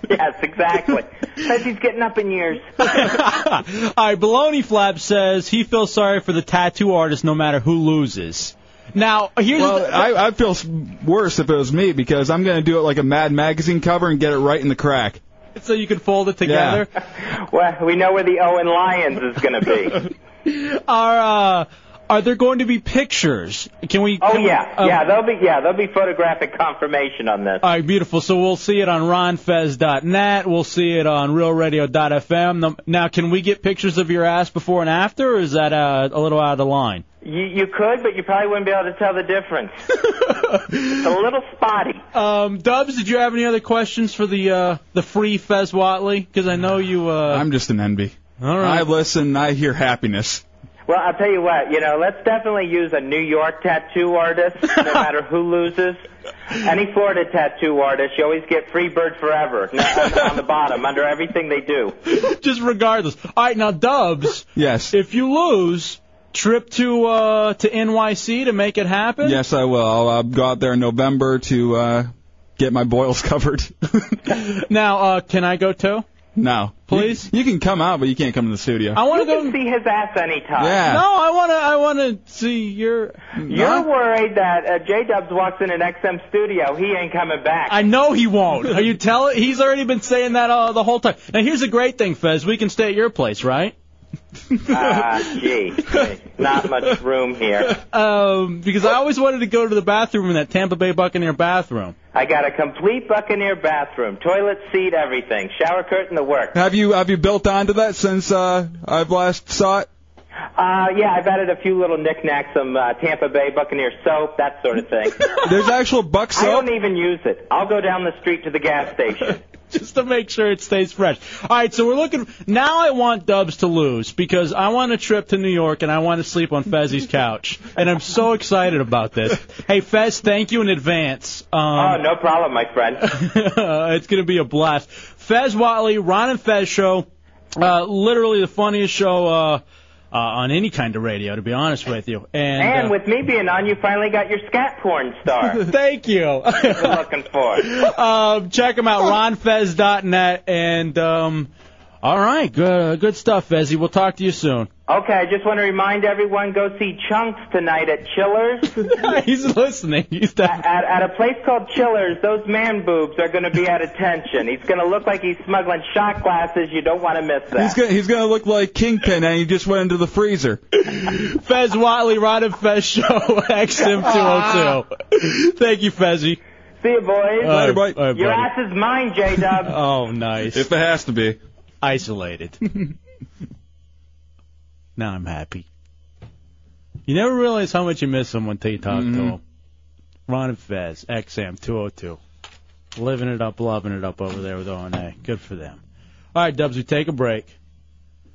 Speaker 10: yes, exactly. Says he's getting up in years.
Speaker 2: All right, Baloney Flap says he feels sorry for the tattoo artist no matter who loses. Now, here's
Speaker 3: well, I, I feel s- worse if it was me because I'm going to do it like a Mad Magazine cover and get it right in the crack.
Speaker 2: so you can fold it together.
Speaker 10: well, we know where the Owen Lions is gonna be.
Speaker 2: Are uh, are there going to be pictures? Can we?
Speaker 10: Oh
Speaker 2: can we-
Speaker 10: yeah,
Speaker 2: uh,
Speaker 10: yeah. There'll be yeah, there'll be photographic confirmation on this.
Speaker 2: All right, beautiful. So we'll see it on ronfez.net. We'll see it on realradio.fm. Num- Now, can we get pictures of your ass before and after, or is that uh, a little out of the line?
Speaker 10: You you could, but you probably wouldn't be able to tell the difference. it's a little spotty.
Speaker 2: Um, Dubs, did you have any other questions for the uh, the free Fez Watley? Because I know you. Uh...
Speaker 3: I'm just an envy.
Speaker 2: All right.
Speaker 3: I listen, I hear happiness.
Speaker 10: Well, I'll tell you what, you know, let's definitely use a New York tattoo artist, no matter who loses. Any Florida tattoo artist, you always get free bird forever no, on, on the bottom, under everything they do.
Speaker 2: just regardless. All right, now Dubs.
Speaker 3: yes.
Speaker 2: If you lose, trip to uh, to NYC to make it happen.
Speaker 3: Yes, I will. I'll, uh go out there in November to uh, get my boils covered.
Speaker 2: Now, uh, can I go too?
Speaker 3: no.
Speaker 2: Please?
Speaker 3: You, you can come out, but you can't come to the studio.
Speaker 2: I want to
Speaker 10: You
Speaker 2: go
Speaker 10: can see his ass anytime.
Speaker 3: Yeah.
Speaker 2: No, I want to. I want to see your.
Speaker 10: You're worried that uh, J Dubs walks in an XM studio, he ain't coming back.
Speaker 2: I know he won't. Are you telling? He's already been saying that uh, the whole time. Now here's the great thing, Fez. We can stay at your place, right?
Speaker 10: Ah, gee, not much room here.
Speaker 2: Um, because I always wanted to go to the bathroom in that Tampa Bay Buccaneer bathroom.
Speaker 10: I got a complete Buccaneer bathroom, toilet seat, everything, shower curtain, the work.
Speaker 3: Have you have you built onto that since uh, I've last saw it?
Speaker 10: Uh, yeah, I've added a few little knickknacks, some uh, Tampa Bay Buccaneer soap, that sort of thing.
Speaker 3: There's actual buck
Speaker 10: I
Speaker 3: soap.
Speaker 10: don't even use it. I'll go down the street to the gas station.
Speaker 2: Just to make sure it stays fresh. All right, so we're looking. Now I want Dubs to lose because I want a trip to New York and I want to sleep on Fezzi's couch. And I'm so excited about this. Hey, Fez, thank you in advance. Um,
Speaker 10: oh, no problem, my friend.
Speaker 3: uh,
Speaker 2: it's going to be a blast. Fez Watley, Ron and Fez show, uh, literally the funniest show uh, uh, on any kind of radio, to be honest with you. And,
Speaker 10: And
Speaker 2: uh,
Speaker 10: with me being on, you finally got your scat porn star.
Speaker 2: thank you.
Speaker 10: You're looking for.
Speaker 2: um, check them out, ronfez.net, and um, All right, good, good stuff, Ezzy. We'll talk to you soon.
Speaker 10: Okay, I just want to remind everyone go see Chunks tonight at Chillers.
Speaker 2: He's listening. He's
Speaker 10: at, at a place called Chillers. Those man boobs are going to be at attention. He's going to look like he's smuggling shot glasses. You don't want to miss that.
Speaker 3: He's gonna he's gonna look like Kingpin, and he just went into the freezer.
Speaker 2: Fez Watley, Rod and Fez Show, XM202. Thank you, Fezzy.
Speaker 10: See you, boys.
Speaker 2: All right, Later, bud. all right,
Speaker 10: Your
Speaker 2: buddy.
Speaker 10: ass is mine, J Dub.
Speaker 2: Oh, nice. If
Speaker 3: it has to be.
Speaker 2: Isolated. now I'm happy. You never realize how much you miss someone till you talk to
Speaker 3: Mm-hmm.
Speaker 2: them. Ron and Fez, XM 202. Living it up, loving it up over there with O&A. Good for them. All right, Dubs, we take a break.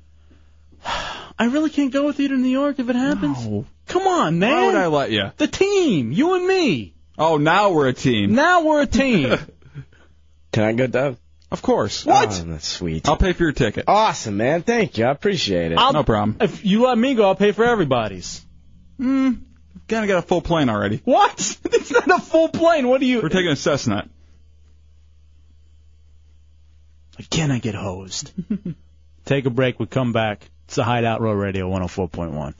Speaker 2: I really can't go with you to New York if it happens. Come on, man.
Speaker 3: Why would I let you?
Speaker 2: The team, you and me.
Speaker 3: Oh, now we're a team.
Speaker 2: Now we're a team.
Speaker 4: Can I go down?
Speaker 3: Of course.
Speaker 4: What? that's sweet. I'll
Speaker 3: pay for your ticket.
Speaker 4: Awesome, man. Thank you. I appreciate it.
Speaker 2: I'll- If you let me go, I'll pay for everybody's.
Speaker 3: Hmm. Kind of got a full plane already.
Speaker 2: What? It's not a full plane. What do you?
Speaker 3: We're taking a Cessna.
Speaker 2: Again, I get hosed. Take a break. We come back. It's the Hideout Row Radio 104.1.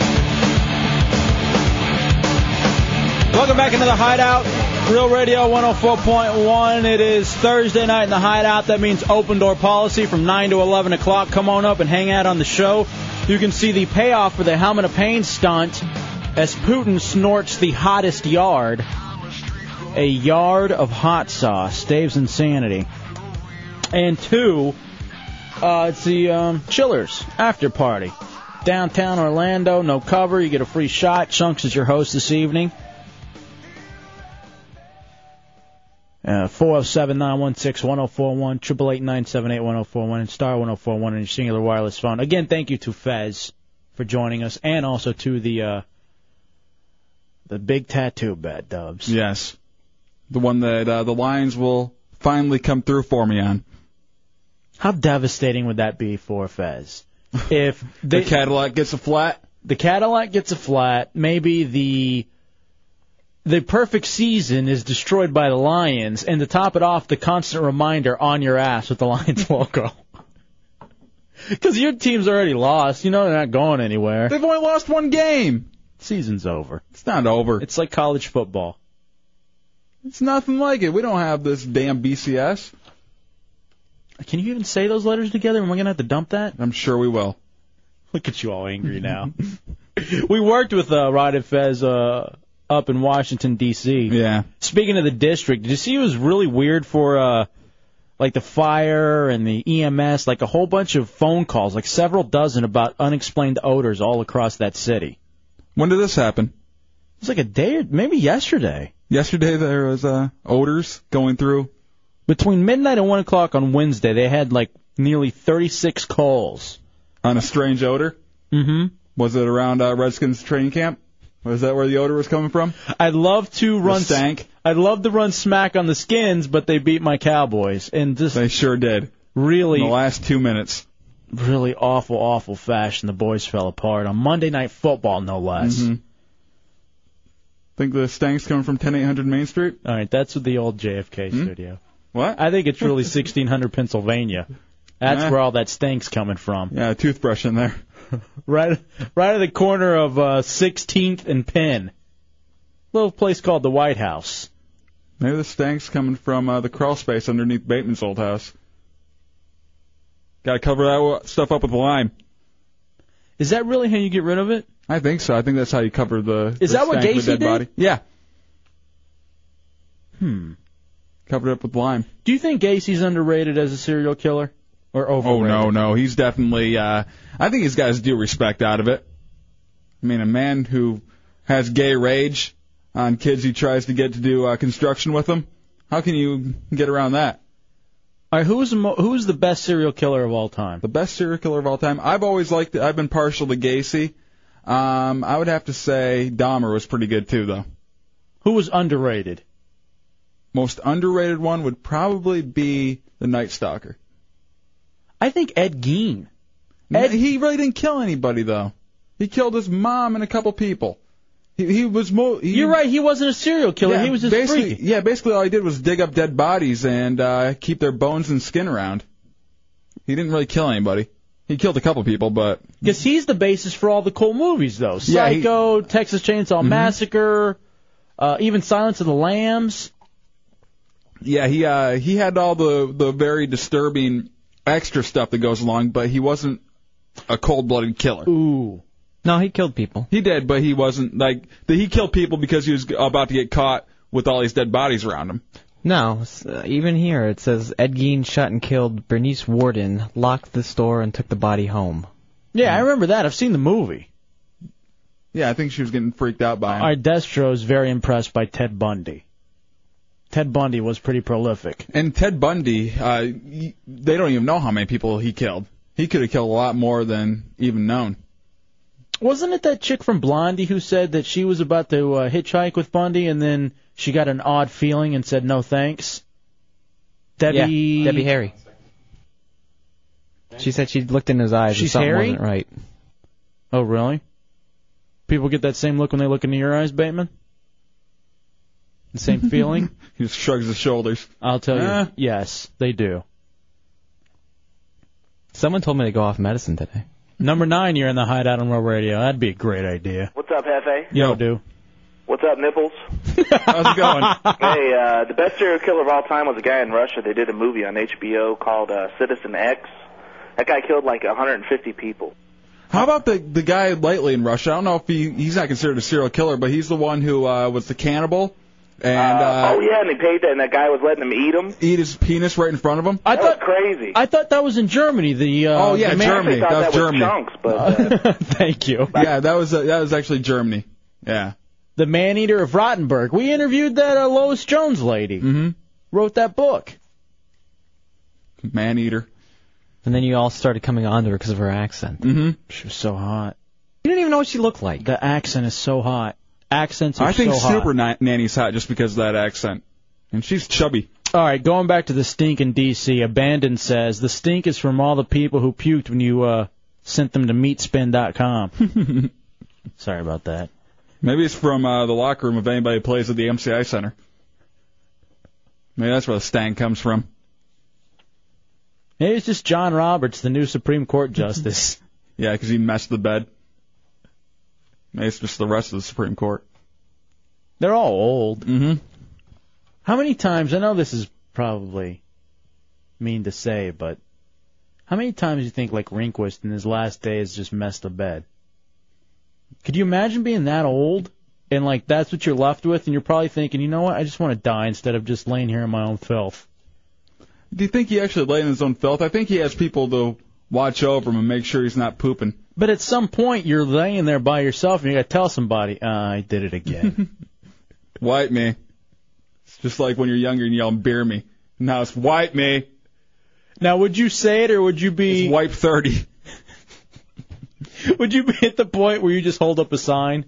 Speaker 2: Welcome back into the Hideout. Real Radio 104.1. It is Thursday night in the Hideout. That means open door policy from 9 to 11 o'clock. Come on up and hang out on the show. You can see the payoff for the Helmet of Pain stunt as Putin snorts the hottest yard. A yard of hot sauce. Dave's insanity. And two, uh, it's the um, Chillers after party. Downtown Orlando, no cover. You get a free shot. Chunks is your host this evening. Uh, 407-916-1041, 888-978-1041, and star 1041 on your singular wireless phone. Again, thank you to Fez for joining us, and also to the uh, the big tattoo bet, Dubs.
Speaker 3: Yes. The one that uh, the Lions will finally come through for me on.
Speaker 2: How devastating would that be for Fez? If they,
Speaker 3: the Cadillac gets a flat,
Speaker 2: the Cadillac gets a flat. Maybe the the perfect season is destroyed by the Lions, and to top it off, the constant reminder on your ass with the Lions logo. Because your team's already lost. You know they're not going anywhere.
Speaker 3: They've only lost one game.
Speaker 2: Season's over.
Speaker 3: It's not over.
Speaker 2: It's like college football.
Speaker 3: It's nothing like it. We don't have this damn BCS.
Speaker 2: Can you even say those letters together? And we're gonna have to dump that.
Speaker 3: I'm sure we will.
Speaker 2: Look at you all angry now. we worked with uh, Rod and Fez uh, up in Washington D.C.
Speaker 3: Yeah.
Speaker 2: Speaking of the district, did you see it was really weird for uh, like the fire and the EMS, like a whole bunch of phone calls, like several dozen about unexplained odors all across that city.
Speaker 3: When did this happen?
Speaker 2: It was like a day, or maybe yesterday.
Speaker 3: Yesterday there was uh, odors going through.
Speaker 2: Between midnight and one o'clock on Wednesday, they had like nearly 36 calls.
Speaker 3: On a strange odor?
Speaker 2: Mm-hmm.
Speaker 3: Was it around uh, Redskins training camp? Was that where the odor was coming from?
Speaker 2: I'd love to run.
Speaker 3: stank?
Speaker 2: I'd love to run smack on the skins, but they beat my Cowboys, and just
Speaker 3: they sure did.
Speaker 2: Really,
Speaker 3: In the last two minutes.
Speaker 2: really awful, awful fashion. The boys fell apart on Monday Night Football, no less.
Speaker 3: Mhm. Think the stank's coming from 10800 Main Street? Hmm?
Speaker 2: All right, that's the old JFK studio.
Speaker 3: What?
Speaker 2: I think it's really 1600 Pennsylvania. That's
Speaker 3: Nah.
Speaker 2: where all that stink's coming from.
Speaker 3: Yeah, a toothbrush in there.
Speaker 2: Right, right at the corner of uh, 16th and Penn. Little place called the White House.
Speaker 3: Maybe the stank's coming from uh, the crawl space underneath Bateman's old house. Gotta cover that wa- stuff up with lime.
Speaker 2: Is that really how you get rid of it?
Speaker 3: I think so. I think that's how you cover the.
Speaker 2: Is
Speaker 3: the
Speaker 2: that what
Speaker 3: stank of a
Speaker 2: Gacy
Speaker 3: dead
Speaker 2: did?
Speaker 3: Body. Yeah,
Speaker 2: Hmm.
Speaker 3: covered it up with lime.
Speaker 2: Do you think Gacy's underrated as a serial killer or
Speaker 3: Oh
Speaker 2: overrated?
Speaker 3: no, no, he's definitely. Uh, I think he's got his due respect out of it. I mean, a man who has gay rage on kids he tries to get to do uh, construction with them. How can you get around that?
Speaker 2: All right, who's the mo- who's the best serial killer of all time?
Speaker 3: The best serial killer of all time. I've always liked. I've been partial to Gacy. Um, I would have to say Dahmer was pretty good too, though.
Speaker 2: Who was underrated?
Speaker 3: Most underrated one would probably be the Night Stalker.
Speaker 2: I think Ed Gein.
Speaker 3: Ed, he really didn't kill anybody though. He killed his mom and a couple people. He, he was mo. He,
Speaker 2: You're right. He wasn't a serial killer.
Speaker 3: Yeah,
Speaker 2: he was just
Speaker 3: basically,
Speaker 2: freaky.
Speaker 3: Yeah, basically all he did was dig up dead bodies and uh, keep their bones and skin around. He didn't really kill anybody. He killed a couple people, but
Speaker 2: Because he's the basis for all the cool movies, though.
Speaker 3: Yeah, he-
Speaker 2: Psycho, Texas Chainsaw Massacre, uh, even Silence of the Lambs.
Speaker 3: yeah, he uh, he had all the the very disturbing extra stuff that goes along, but he wasn't a cold-blooded killer.
Speaker 2: Ooh.
Speaker 3: No, he killed people. He did, but he wasn't like did he kill people because he was about to get caught with all these dead bodies around him.
Speaker 6: No, s- uh, even here it says Ed Gein shot and killed Bernice Warden, locked the store, and took the body home.
Speaker 2: Yeah, I remember that. I've seen the movie.
Speaker 3: Yeah, I think she was getting freaked out by him.
Speaker 2: Our Destro is very impressed by Ted Bundy. Ted Bundy was pretty prolific.
Speaker 3: And Ted Bundy, uh, y- they don't even know how many people he killed. He could have killed a lot more than even known.
Speaker 2: Wasn't it that chick from Blondie who said that she was about to uh, hitchhike with Bundy and then she got an odd feeling and said no thanks? Debbie.
Speaker 6: Yeah, Debbie Harry. She said she looked in his eyes and
Speaker 2: She's
Speaker 6: something
Speaker 2: hairy?
Speaker 6: wasn't right.
Speaker 2: Oh, really? People get that same look when they look into your eyes, Bateman? The same feeling?
Speaker 3: he just shrugs his shoulders.
Speaker 2: I'll tell you.
Speaker 3: Eh.
Speaker 2: Yes, they do.
Speaker 6: Someone told me to go off medicine today.
Speaker 2: Number nine, you're in the hideout on Real Radio. That'd be a great idea.
Speaker 12: What's up, Hefe?
Speaker 2: Yo, do.
Speaker 12: What's up, Nipples?
Speaker 3: How's it going?
Speaker 12: hey, uh, the best serial killer of all time was a guy in Russia. They did a movie on HBO called uh, Citizen X. That guy killed like 150 people.
Speaker 3: How about the the guy lately in Russia? I don't know if he he's not considered a serial killer, but he's the one who uh, was the cannibal and uh,
Speaker 12: oh yeah, and they paid that, and that guy was letting them eat him.
Speaker 3: eat his penis right in front of him.
Speaker 2: I
Speaker 12: That was crazy.
Speaker 2: I thought that was in Germany. The uh,
Speaker 3: oh yeah,
Speaker 2: the man-
Speaker 3: Germany.
Speaker 12: thought
Speaker 3: That was
Speaker 12: that was
Speaker 3: Germany.
Speaker 12: chunks, but
Speaker 2: Thank you.
Speaker 3: Yeah, that was uh, that was actually Germany. Yeah.
Speaker 2: The man eater of Rottenburg. We interviewed that uh, Lois Jones lady. Mm-hmm. Wrote that book.
Speaker 3: Man eater.
Speaker 6: And then you all started coming on to her because of her accent.
Speaker 3: Mm-hmm.
Speaker 2: She was so hot.
Speaker 6: You didn't even know what she looked like.
Speaker 2: The accent is so hot. Accents are
Speaker 3: I think
Speaker 2: so hot.
Speaker 3: Super Na- Nanny's hot just because of that accent, and she's chubby.
Speaker 2: All right, going back to the stink in D.C., Abandon says the stink is from all the people who puked when you uh, sent them to meatspin.com. Sorry about that.
Speaker 3: Maybe it's from uh, the locker room if anybody plays at the MCI Center. Maybe that's where the stank comes from.
Speaker 2: Maybe it's just John Roberts, the new Supreme Court Justice.
Speaker 3: Yeah, 'cause he messed the bed. Maybe it's just the rest of the Supreme Court.
Speaker 2: They're all old.
Speaker 3: Mm-hmm.
Speaker 2: How many times? I know this is probably mean to say, but how many times do you think like Rehnquist in his last days just messed the bed? Could you imagine being that old and like that's what you're left with, and you're probably thinking, you know what? I just want to die instead of just laying here in my own filth.
Speaker 3: Do you think he actually lay in his own filth? I think he has people to watch over him and make sure he's not pooping.
Speaker 2: But at some point, you're laying there by yourself, and you got to tell somebody, uh, "I did it again."
Speaker 3: Wipe me. It's just like when you're younger and you yell beer me. Now it's wipe me.
Speaker 2: now, would you say it, or would you be
Speaker 3: wipe thirty?
Speaker 2: would you be at the point where you just hold up a sign,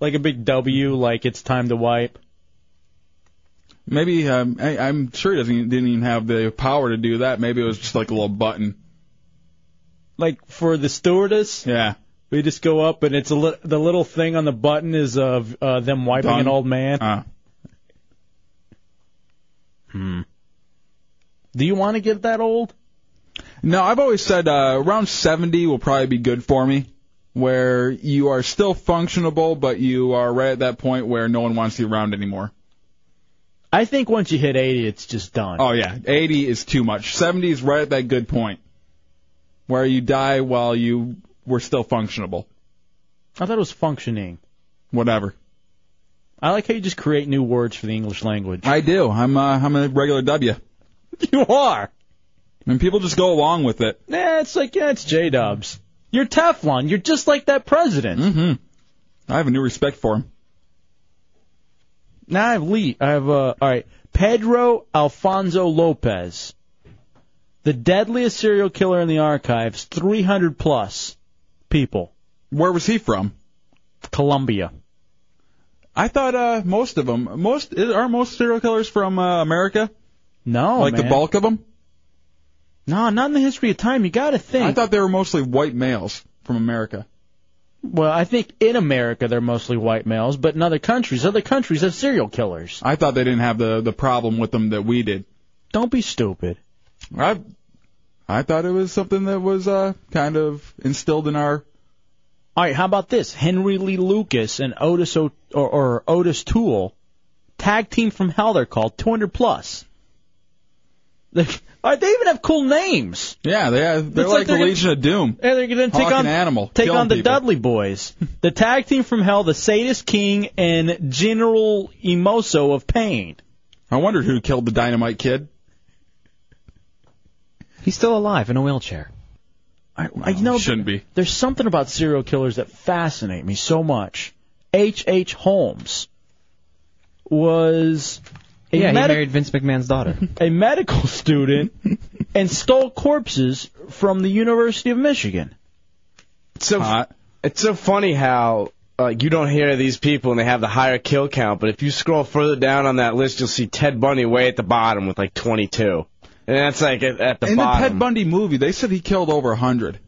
Speaker 2: like a big W, like it's time to wipe?
Speaker 3: Maybe um, I, I'm sure he doesn't didn't even have the power to do that. Maybe it was just like a little button.
Speaker 2: Like for the stewardess?
Speaker 3: Yeah.
Speaker 2: We just go up, and it's a li- the little thing on the button is of uh, them wiping
Speaker 3: Done.
Speaker 2: an old man.
Speaker 3: Uh.
Speaker 2: Hmm. Do you want to get that old?
Speaker 3: No, I've always said uh, around 70 will probably be good for me, where you are still functionable, but you are right at that point where no one wants you around anymore.
Speaker 2: I think once you hit 80, it's just done.
Speaker 3: Oh yeah, 80 is too much. 70 is right at that good point, where you die while you were still functionable.
Speaker 2: I thought it was functioning.
Speaker 3: Whatever.
Speaker 2: I like how you just create new words for the English language.
Speaker 3: I do. I'm uh, I'm a regular W.
Speaker 2: You are.
Speaker 3: And people just go along with it.
Speaker 2: Nah, it's like yeah, it's J Dubs. You're Teflon. You're just like that president.
Speaker 3: Mm-hmm. I have a new respect for him.
Speaker 2: Now I have Lee. I have uh, all right. Pedro Alfonso Lopez, the deadliest serial killer in the archives, 300 plus people.
Speaker 3: Where was he from?
Speaker 2: Colombia.
Speaker 3: I thought uh, most of them, most are most serial killers from uh, America.
Speaker 2: No,
Speaker 3: like the
Speaker 2: man.
Speaker 3: bulk of them.
Speaker 2: No, not in the history of time. You got to think.
Speaker 3: I thought they were mostly white males from America.
Speaker 2: Well, I think in America they're mostly white males, but in other countries, other countries have serial killers.
Speaker 3: I thought they didn't have the the problem with them that we did.
Speaker 2: Don't be stupid.
Speaker 3: I I thought it was something that was uh, kind of instilled in our.
Speaker 2: All right, how about this? Henry Lee Lucas and Otis o- or, or Otis Toole, tag team from hell. They're called 200 plus. They, all right, they even have cool names.
Speaker 3: Yeah, they have, They're like,
Speaker 2: Looks like
Speaker 3: the
Speaker 2: they're gonna-
Speaker 3: Legion of Doom.
Speaker 2: And they're going to take
Speaker 3: Hawking
Speaker 2: on
Speaker 3: animal,
Speaker 2: take
Speaker 3: killing
Speaker 2: on the
Speaker 3: people.
Speaker 2: Dudley Boys, the tag team from hell, the Sadist King and General Emoso of Pain.
Speaker 3: I wondered who killed the Dynamite Kid.
Speaker 10: He's still alive in a wheelchair.
Speaker 2: I, I know shouldn't be. There's something about serial killers that fascinate me so much. H. H. Holmes was a
Speaker 10: yeah,
Speaker 2: medic-
Speaker 10: he married Vince McMahon's daughter.
Speaker 2: a medical student and stole corpses from the University of Michigan.
Speaker 4: It's so it's so funny how uh, you don't hear these people and they have the higher kill count, but if you scroll further down on that list, you'll see Ted Bundy way at the bottom with like 22, and that's like at, at the
Speaker 3: in
Speaker 4: bottom.
Speaker 3: the Ted Bundy movie, they said he killed over a hundred.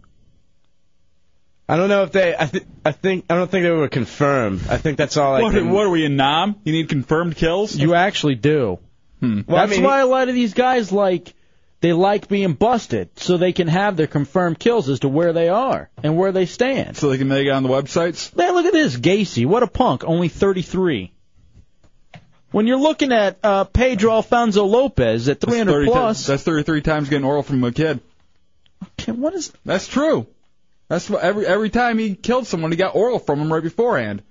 Speaker 4: I don't know if they. I, th- I think I don't think they were confirmed. I think that's all. I
Speaker 3: What,
Speaker 4: can-
Speaker 3: what are we in Nam? You need confirmed kills?
Speaker 2: You actually do.
Speaker 3: Hmm.
Speaker 2: That's why a lot of these guys like they like being busted so they can have their confirmed kills as to where they are and where they stand.
Speaker 3: So they can make it on the websites.
Speaker 2: Man, look at this Gacy. What a punk. Only 33. When you're looking at uh, Pedro Alfonso Lopez at 300
Speaker 3: 30
Speaker 2: plus,
Speaker 3: that's 33 times getting oral from a kid.
Speaker 2: Okay, what is?
Speaker 3: That's true. That's what every every time he killed someone, he got oral from him right beforehand.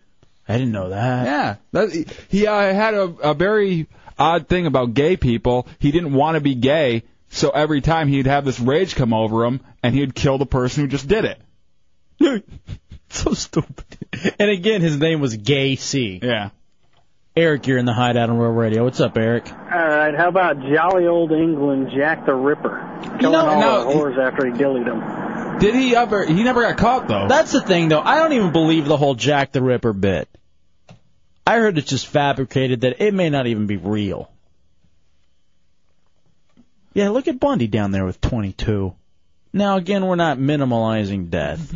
Speaker 2: I didn't know that.
Speaker 3: Yeah, that, he uh, had a, a very odd thing about gay people. He didn't want to be gay, so every time he'd have this rage come over him, and he'd kill the person who just did it.
Speaker 2: so stupid. and again, his name was Gacy.
Speaker 3: Yeah.
Speaker 2: Eric, you're in the hideout on Real Radio. What's up, Eric?
Speaker 5: All right, how about jolly old England Jack the Ripper? Killing all
Speaker 3: no,
Speaker 5: the whores after he dillied them.
Speaker 3: Did he ever? He never got caught though.
Speaker 2: That's the thing, though. I don't even believe the whole Jack the Ripper bit. I heard it's just fabricated. That it may not even be real. Yeah, look at Bundy down there with 22. Now, again, we're not minimalizing death,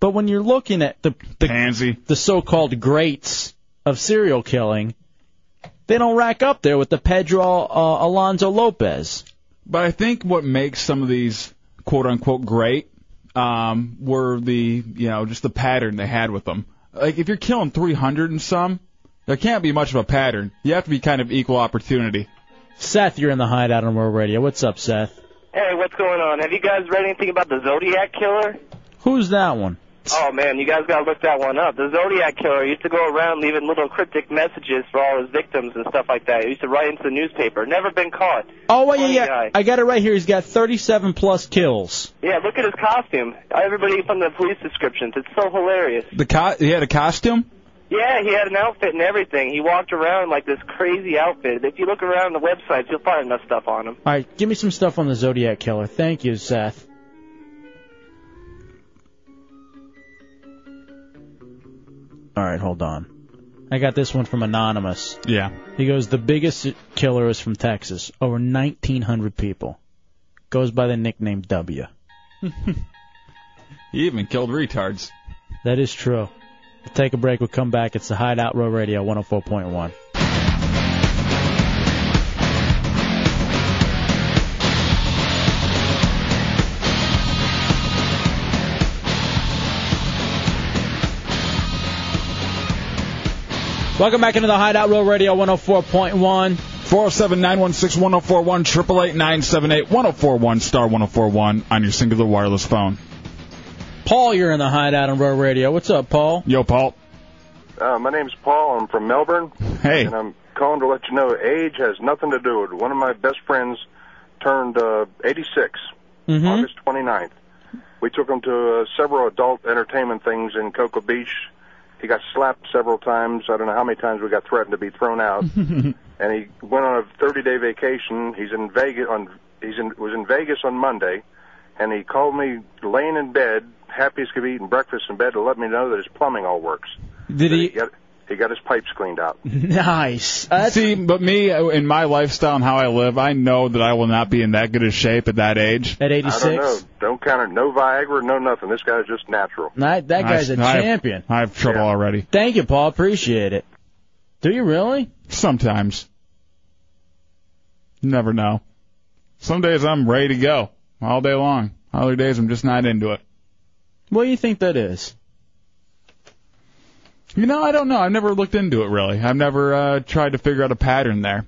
Speaker 2: but when you're looking at the the, the so-called greats of serial killing, they don't rack up there with the Pedro uh, Alonso Lopez.
Speaker 3: But I think what makes some of these quote unquote great um, were the you know just the pattern they had with them. Like if you're killing 300 and some, there can't be much of a pattern. You have to be kind of equal opportunity.
Speaker 2: Seth, you're in the hideout on World Radio. What's up, Seth?
Speaker 13: Hey, what's going on? Have you guys read anything about the Zodiac Killer?
Speaker 2: Who's that one?
Speaker 13: Oh man, you guys gotta look that one up. The Zodiac Killer used to go around leaving little cryptic messages for all his victims and stuff like that. He used to write into the newspaper. Never been caught.
Speaker 2: Oh, wait, yeah,
Speaker 13: Funny
Speaker 2: yeah.
Speaker 13: guy.
Speaker 2: I got it right here. He's got 37 plus kills.
Speaker 13: Yeah, look at his costume. Everybody from the police descriptions. It's so hilarious.
Speaker 3: The co- he had a costume.
Speaker 13: Yeah, he had an outfit and everything. He walked around like this crazy outfit. If you look around the websites, you'll find enough stuff on him.
Speaker 2: All right, give me some stuff on the Zodiac Killer. Thank you, Seth. All right, hold on. I got this one from Anonymous.
Speaker 3: Yeah.
Speaker 2: He goes, The biggest killer is from Texas, over 1,900 people. Goes by the nickname W.
Speaker 3: He even killed retards.
Speaker 2: That is true. We'll take a break. We'll come back. It's the Hideout Row Radio 104.1. Welcome back into the Hideout Row Radio 104.1.
Speaker 3: 407 916 1041 978 1041 star 1041 on your singular wireless phone.
Speaker 2: Paul, you're in the Hideout on Row Radio. What's up, Paul?
Speaker 3: Yo, Paul.
Speaker 14: Uh, my name's Paul. I'm from Melbourne.
Speaker 3: Hey.
Speaker 14: And I'm calling to let you know age has nothing to do with it. One of my best friends turned uh, 86,
Speaker 2: Mm-hmm.
Speaker 14: August 29th. We took him to uh, several adult entertainment things in Cocoa Beach. He got slapped several times. I don't know how many times we got threatened to be thrown out. and he went on a 30-day vacation. He's in Vegas on he's in was in Vegas on Monday, and he called me laying in bed, happy as could be, eating breakfast in bed to let me know that his plumbing all works.
Speaker 2: Did
Speaker 14: he? got, he got his pipes cleaned out.
Speaker 2: Nice.
Speaker 3: See, but me uh, in my lifestyle and how I live, I know that I will not be in that good a shape at that age.
Speaker 2: At
Speaker 14: I don't know. Don't count it. No Viagra, no nothing. This guy's just natural.
Speaker 2: That, that guy's a
Speaker 3: a
Speaker 2: champion.
Speaker 3: I have trouble already.
Speaker 2: Thank you, Paul. Appreciate it. Do you really?
Speaker 3: Sometimes. You Never know. Some days I'm ready to go. all day long. Other days I'm just not into it.
Speaker 2: What do you think that is?
Speaker 3: You know, I don't know. I've never looked into it really. I've never uh, tried to figure out a pattern there.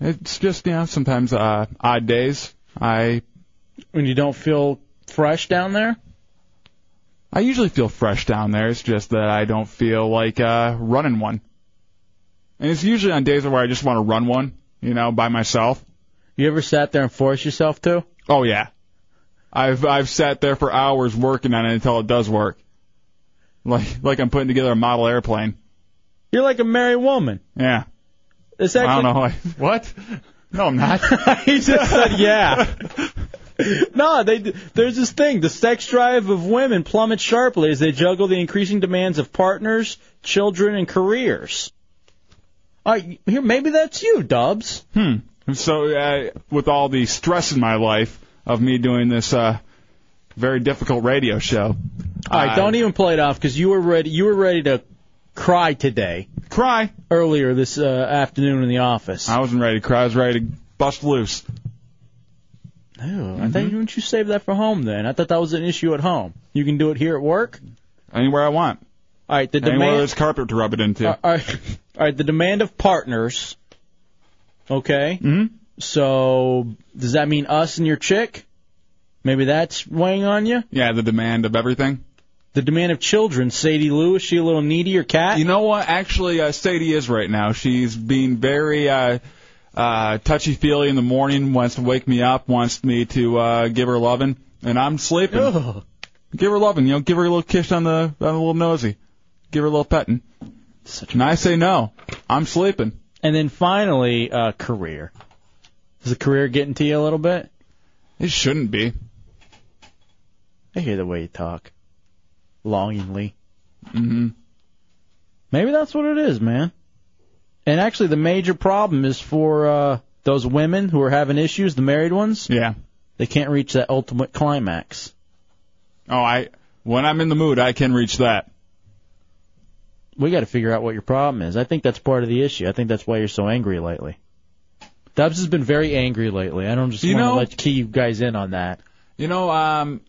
Speaker 3: It's just you know sometimes uh, odd days. I
Speaker 2: when you don't feel fresh down there.
Speaker 3: I usually feel fresh down there. It's just that I don't feel like uh, running one. And it's usually on days where I just want to run one, you know, by myself.
Speaker 2: You ever sat there and forced yourself to?
Speaker 3: Oh yeah. I've I've sat there for hours working on it until it does work. Like like I'm putting together a model airplane.
Speaker 2: You're like a married woman.
Speaker 3: Yeah.
Speaker 2: It's actually,
Speaker 3: I don't know. I, what? No, I'm not.
Speaker 2: he just said yeah. no, they there's this thing. The sex drive of women plummets sharply as they juggle the increasing demands of partners, children, and careers. All right, here maybe that's you, Dubs.
Speaker 3: Hmm. And So uh, with all the stress in my life of me doing this uh, very difficult radio show,
Speaker 2: All right,
Speaker 3: I-
Speaker 2: don't even play it off because you were ready. You were ready to cry today.
Speaker 3: Cry
Speaker 2: e- earlier this uh, afternoon in the office.
Speaker 3: I wasn't ready to cry. I was ready to bust loose.
Speaker 2: Ew, Oh,
Speaker 3: Mm-hmm.
Speaker 2: I thought didn't you save that for home then? I thought that was an issue at home. You can do it here at work.
Speaker 3: Anywhere I want.
Speaker 2: All right, the
Speaker 3: Anywhere
Speaker 2: demand.
Speaker 3: there's carpet to rub it into.
Speaker 2: all right, all right, the demand of partners. Okay.
Speaker 3: Mm-hmm.
Speaker 2: So does that mean us and your chick? Maybe that's weighing on you.
Speaker 3: Yeah, the demand of everything.
Speaker 2: The demand of children. Sadie Lou is she a little needy or cat?
Speaker 3: You know what? Actually, uh, Sadie is right now. She's being very uh, uh, touchy feely in the morning. Wants to wake me up. Wants me to uh, give her loving, and I'm sleeping. Give her loving. You know, give her a little kiss on the on the little nosy. Give her a little petting.
Speaker 2: Such
Speaker 3: and I say no. I'm sleeping.
Speaker 2: And then finally, uh, career. Is the career getting to you a little bit?
Speaker 3: It shouldn't be.
Speaker 2: I hear the way you talk. Longingly.
Speaker 3: Mm-hmm.
Speaker 2: Maybe that's what it is, man. And actually, the major problem is for uh, those women who are having issues, the married ones.
Speaker 3: Yeah.
Speaker 2: They can't reach that ultimate climax.
Speaker 3: Oh, I when I'm in the mood, I can reach that.
Speaker 2: We got to figure out what your problem is. I think that's part of the issue. I think that's why you're so angry lately. Dubs has been very angry lately. I don't just
Speaker 3: You
Speaker 2: want
Speaker 3: know-
Speaker 2: to let key you guys in on that.
Speaker 3: You know, um,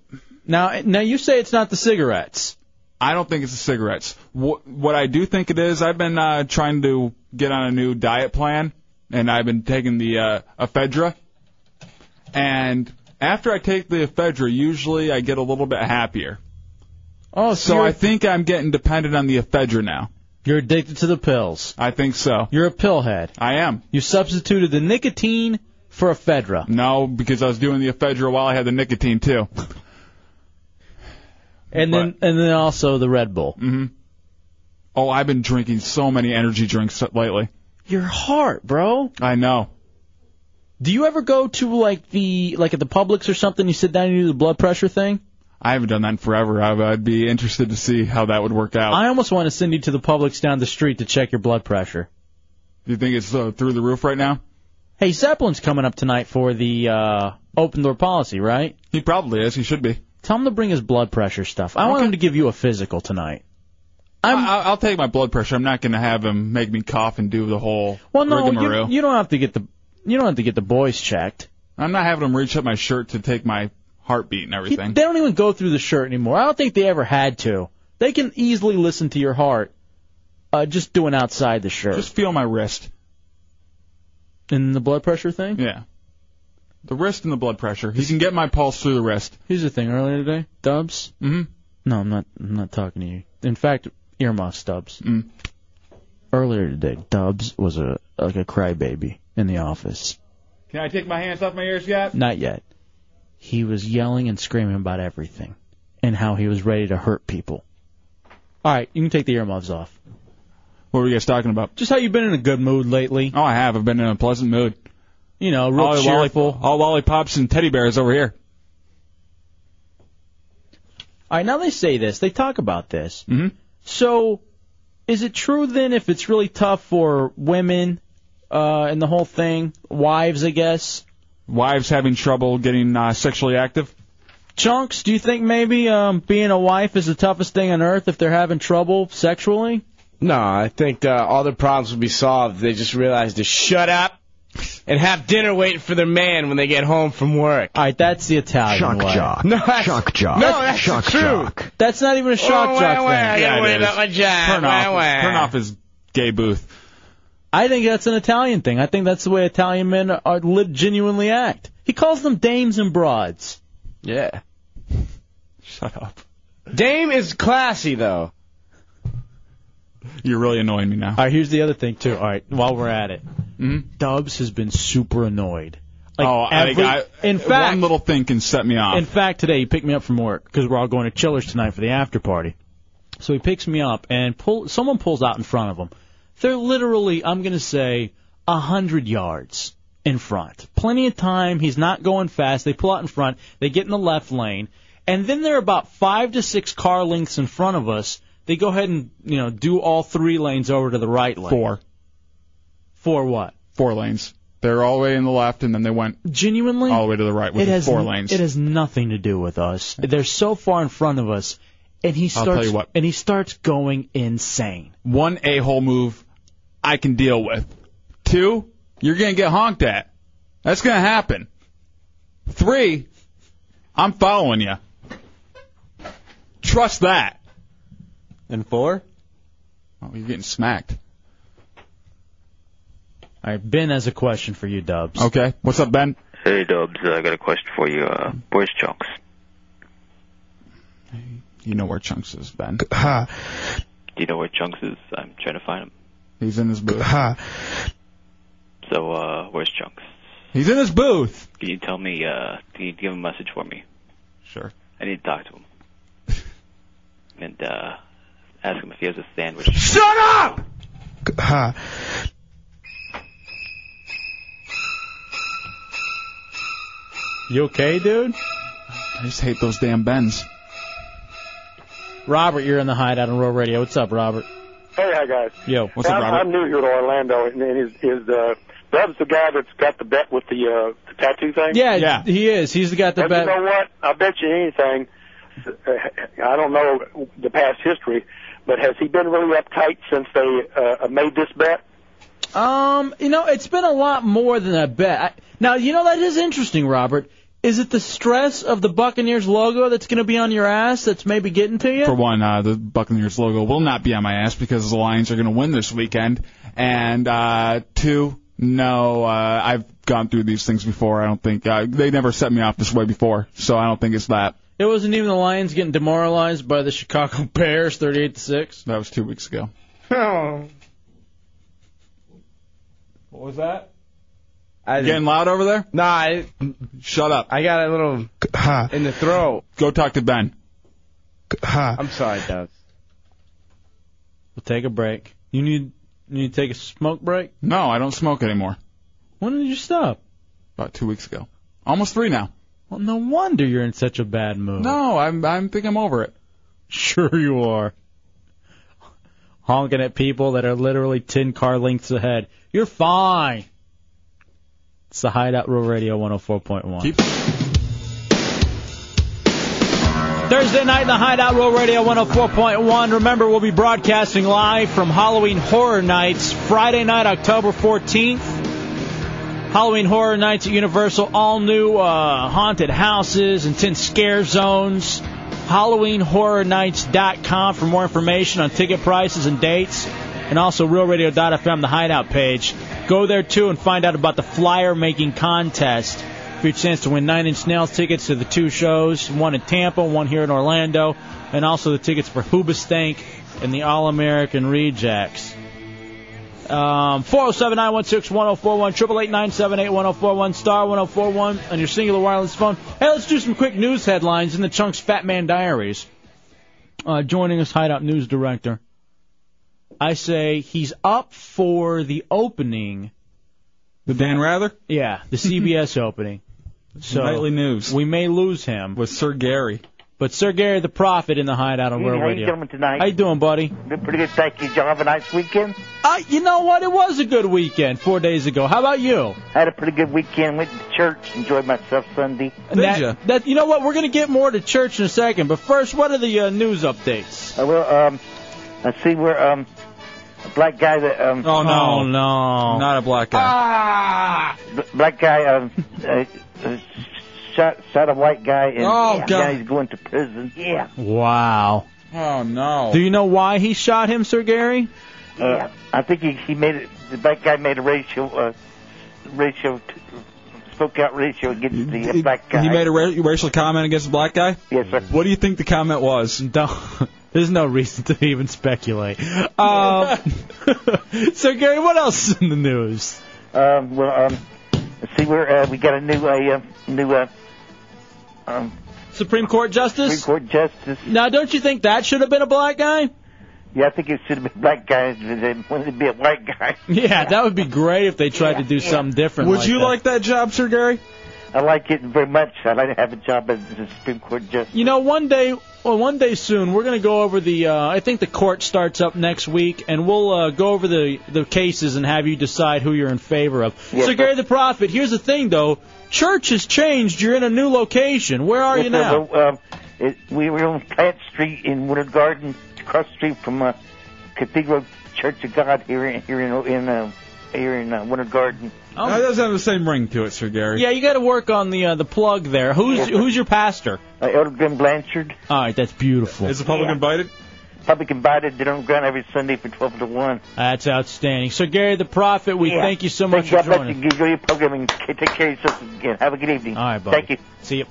Speaker 2: now now you say it's not the cigarettes.
Speaker 3: I don't think it's the cigarettes. What, what I do think it is, I've been uh, trying to get on a new diet plan, and I've been taking the uh, ephedra. And after I take the ephedra, usually I get a little bit happier.
Speaker 2: Oh,
Speaker 3: so, I think I'm getting dependent on the ephedra now.
Speaker 2: You're addicted to the pills.
Speaker 3: I think so.
Speaker 2: You're a pill head.
Speaker 3: I am.
Speaker 2: You substituted the nicotine for ephedra.
Speaker 3: No, because I was doing the ephedra while I had the nicotine too.
Speaker 2: And then and then also the Red Bull.
Speaker 3: hmm Oh, I've been drinking so many energy drinks lately.
Speaker 2: Your heart, bro.
Speaker 3: I know.
Speaker 2: Do you ever go to like the like at the Publix or something? You sit down and do the blood pressure thing.
Speaker 3: I haven't done that in forever. I- I'd be interested to see how that would work out.
Speaker 2: I almost want to send you to the Publix down the street to check your blood pressure.
Speaker 3: Do you think it's uh, through the roof right now?
Speaker 2: Hey, Zeppelin's coming up tonight for the uh, open door policy, right?
Speaker 3: He probably is. He should be.
Speaker 2: Tell him to bring his blood pressure stuff. I want him to give you a physical tonight.
Speaker 3: I'm, I, i will take my blood pressure. I'm not going to have him make me cough and do the whole
Speaker 2: Well, no, you,
Speaker 3: rigmarole.
Speaker 2: you don't have to get the you don't have to get the boys checked.
Speaker 3: I'm not having him reach up my shirt to take my heartbeat and
Speaker 2: He-
Speaker 3: everything.
Speaker 2: they don't even go through the shirt anymore. I don't think they ever had to. They can easily listen to your heart, uh, just doing outside the shirt.
Speaker 3: Just feel my wrist.
Speaker 2: And the blood pressure thing?
Speaker 3: Yeah. The wrist and the blood pressure. He can get my pulse through the wrist.
Speaker 2: Here's the thing. Earlier today, Dubs.
Speaker 3: Mm-hmm.
Speaker 2: No, I'm not. I'm not talking to you. In fact, earmuffs, Dubs.
Speaker 3: Mm.
Speaker 2: Earlier today, Dubs was a like a crybaby in the office.
Speaker 3: Can I take my hands off my ears yet?
Speaker 2: Not yet. He was yelling and screaming about everything, and how he was ready to hurt people. All right, you can take the earmuffs off.
Speaker 3: What were you guys talking about?
Speaker 2: Just how you've been in a good mood lately.
Speaker 3: Oh, I have. I've been in a pleasant mood.
Speaker 2: You know, real
Speaker 3: all
Speaker 2: cheerful.
Speaker 3: Lollip- all lollipops and teddy bears over here.
Speaker 2: All right, now they say this. They talk about this. Mm-hmm. So, is it true then if it's really tough for women uh, and the whole thing, wives, I guess?
Speaker 3: Wives having trouble getting uh, sexually active?
Speaker 2: Chunks, do you think maybe um, being a wife is the toughest thing on earth if they're having trouble sexually?
Speaker 4: No, I think uh, all the problems would be solved if they just realized to shut up and have dinner waiting for their man when they get home from work.
Speaker 2: All right, that's the Italian
Speaker 4: shock
Speaker 2: way.
Speaker 4: jock. No, that's, shock jock. No, that's
Speaker 2: Shock
Speaker 4: the truth.
Speaker 2: jock. That's not even a shock
Speaker 4: Oh, wah,
Speaker 2: jock
Speaker 4: wah,
Speaker 2: thing.
Speaker 4: I gotta
Speaker 2: Yeah, it
Speaker 4: worry
Speaker 2: is.
Speaker 4: about my job.
Speaker 2: Turn off-
Speaker 4: Wah, wah.
Speaker 2: turn off
Speaker 3: his gay booth.
Speaker 2: I think that's an Italian thing. I think that's the way Italian men are lit, genuinely act. He calls them dames and broads.
Speaker 4: Yeah.
Speaker 3: Shut up.
Speaker 4: Dame is classy though.
Speaker 3: You're really annoying me now. Mm-hmm.
Speaker 2: All right, here's the other thing too. All right, while we're at it, Dubs has been super annoyed. Like
Speaker 3: oh,
Speaker 2: every-
Speaker 3: I, I,
Speaker 2: in fact,
Speaker 3: one little thing can set me off.
Speaker 2: In fact, today he picked me up from work because we're all going to Chillers tonight for the after party. So he picks me up and pull. Someone pulls out in front of him. They're literally, I'm going to say, a hundred yards in front. Plenty of time. He's not going fast. They pull out in front. They get in the left lane, and then they're about five to six car lengths in front of us. They go ahead and you know do all three lanes over to the right lane.
Speaker 3: Four.
Speaker 2: Four what?
Speaker 3: Four lanes. They're all the way in the left, and then they went
Speaker 2: genuinely
Speaker 3: all the way to the right with
Speaker 2: it has
Speaker 3: four
Speaker 2: n-
Speaker 3: lanes.
Speaker 2: It has nothing to do with us. They're so far in front of us, and he
Speaker 3: I'll
Speaker 2: starts
Speaker 3: tell you what.
Speaker 2: and he starts going insane.
Speaker 3: One a hole move I can deal with. Two, you're gonna get honked at. That's gonna happen. Three, I'm following you. Trust that.
Speaker 6: And four?
Speaker 3: Oh, you're getting smacked.
Speaker 2: All right, Ben has a question for you, Dubs.
Speaker 3: Okay. What's up, Ben?
Speaker 15: Hey Dubs, I got a question for you. Uh, where's Chunks?
Speaker 3: You know where Chunks is, Ben.
Speaker 15: Do you know where Chunks is? I'm trying to find him.
Speaker 3: He's in his booth.
Speaker 15: So uh, where's Chunks?
Speaker 3: He's in his booth.
Speaker 15: Can you tell me? Uh, can you give him a message for me?
Speaker 3: Sure.
Speaker 15: I need to talk to him. and uh, ask him if he has a sandwich.
Speaker 3: Shut up!
Speaker 2: You okay, dude?
Speaker 3: I just hate those damn Bens.
Speaker 2: Robert, you're in the hideout on Roll Radio. What's up, Robert?
Speaker 16: Hey, hi guys.
Speaker 2: Yo,
Speaker 16: I'm, I'm new here to Orlando, and, and his, his uh, Bev's the guy that's got the bet with the, uh, the tattoo thing.
Speaker 2: yeah, he is. He's got the
Speaker 16: and
Speaker 2: best.
Speaker 16: You know what? I bet you anything. uh, I don't know the past history, but has he been really uptight since they uh, made this bet?
Speaker 2: Um, you know, it's been a lot more than a bet. I, now, you know that is interesting, Robert. Is it the stress of the Buccaneers logo that's going to be on your ass that's maybe getting to you?
Speaker 3: For one, uh, the Buccaneers logo will not be on my ass because the Lions are going to win this weekend. And uh, two, no, uh, I've gone through these things before. I don't think uh, they never set me off this way before, so I don't think it's that.
Speaker 2: It wasn't even the Lions getting demoralized by the Chicago Bears, thirty-eight to six.
Speaker 3: That was two weeks ago.
Speaker 4: Oh.
Speaker 3: What was that?
Speaker 4: I
Speaker 3: Getting loud over there?
Speaker 4: Nah. I,
Speaker 3: Shut up.
Speaker 4: I got a little in the throat.
Speaker 3: Go talk to Ben.
Speaker 4: I'm sorry, Doug.
Speaker 2: We'll take a break. You need you need to take a smoke break.
Speaker 3: No, I don't smoke anymore.
Speaker 2: When did you stop?
Speaker 3: About two weeks ago. Almost three now.
Speaker 2: Well, no wonder you're in such a bad mood.
Speaker 3: No, I'm I'm think I'm over it.
Speaker 2: Sure you are. Honking at people that are literally ten car lengths ahead. You're fine. It's the Hideout Row Radio 104.1. Thursday night in the Hideout Row Radio 104.1. Remember, we'll be broadcasting live from Halloween Horror Nights Friday night, October 14th. Halloween Horror Nights at Universal, all new uh, haunted houses, intense scare zones. HalloweenHorrorNights.com for more information on ticket prices and dates, and also RealRadio.fm, the hideout page. Go there too and find out about the flyer making contest for your chance to win Nine Inch Nails tickets to the two shows, one in Tampa, one here in Orlando, and also the tickets for Hoobastank and the All American Rejects. Um, 407 916 1041, 888 978 1041, star 1041 on your singular wireless phone. Hey, let's do some quick news headlines in the Chunks Fat Man Diaries. Uh, joining us, Hideout News Director. I say he's up for the opening.
Speaker 3: The Dan Rather?
Speaker 2: Yeah, the CBS opening. So
Speaker 3: Nightly news.
Speaker 2: We may lose him.
Speaker 3: With Sir Gary.
Speaker 2: But Sir Gary the Prophet in the Hideout on
Speaker 17: Hey,
Speaker 2: World
Speaker 17: how you
Speaker 2: Radio.
Speaker 17: doing tonight?
Speaker 2: How you doing, buddy?
Speaker 17: Pretty good, thank you. Did y'all have a nice weekend?
Speaker 2: Uh, you know what? It was a good weekend four days ago. How about you?
Speaker 17: Had a pretty good weekend. Went to church, enjoyed myself Sunday.
Speaker 2: And that, that- you know what? We're going to get more to church in a second, but first, what are the uh, news updates?
Speaker 17: Uh, well, um, let's see where um, a black guy that um.
Speaker 3: Oh no,
Speaker 17: b-
Speaker 3: no, not a black guy.
Speaker 2: Ah!
Speaker 17: black guy um uh, uh, shot shot a white guy and
Speaker 3: Oh,
Speaker 17: yeah,
Speaker 3: God.
Speaker 17: now he's going to prison. Yeah.
Speaker 2: Wow.
Speaker 3: Oh no.
Speaker 2: Do you know why he shot him, Sir Gary?
Speaker 17: Uh, I think he he made it. The black guy made a ratio uh ratio t- spoke out ratio against the uh, black guy.
Speaker 3: He made a ra- racial comment against a black guy.
Speaker 17: Yes, sir.
Speaker 3: What do you think the comment was?
Speaker 2: There's no reason to even speculate.
Speaker 3: Oh.
Speaker 2: Um, so Gary, what else is in the news?
Speaker 17: Um, well, um, let's see, we're, uh, we got a new, uh, uh, new, uh, um,
Speaker 2: Supreme Court Justice?
Speaker 17: Supreme Court Justice.
Speaker 2: Now, don't you think that should have been a black guy?
Speaker 17: Yeah, I think it should have been a black guy. They wanted to be a white guy.
Speaker 2: Yeah, that would be great if they tried to do something different.
Speaker 17: Would you like
Speaker 3: that job, Sir Gary?
Speaker 17: I like it very much. I'd like to have a job as a Supreme Court Justice.
Speaker 2: You know, one day, well, one day soon, we're going to go over the. Uh, I think the court starts up next week, and we'll uh, go over the the cases and have you decide who you're in favor of.
Speaker 17: Yes,
Speaker 2: so,
Speaker 17: sir.
Speaker 2: Gary the Prophet. Here's the thing, though. Church has changed. You're in a new location. Where are
Speaker 17: Yes,
Speaker 2: you
Speaker 17: sir.
Speaker 2: now?
Speaker 17: Well, um, it, we were on Plant Street in Winter Garden, across the street from, uh, Cathedral Church of God here in, here in, in, uh, here in uh, Winter Garden.
Speaker 3: That doesn't have the same ring to it, Sir Gary.
Speaker 2: Yeah, you got to work on the uh, the plug there. Who's
Speaker 17: Yes, sir.
Speaker 2: who's your pastor?
Speaker 17: Uh, Elder Grim Blanchard.
Speaker 2: All right, that's beautiful.
Speaker 3: Is the public invited?
Speaker 17: Public invited. They don't ground every Sunday from 12 to 1.
Speaker 2: That's outstanding. So, Gary the Prophet, we
Speaker 17: Yeah.
Speaker 2: thank you so much
Speaker 17: God
Speaker 2: for
Speaker 17: bless
Speaker 2: joining.
Speaker 17: you. Enjoy your program and take care of yourself again. Have a good evening.
Speaker 2: All right, buddy.
Speaker 17: Thank you.
Speaker 2: See you.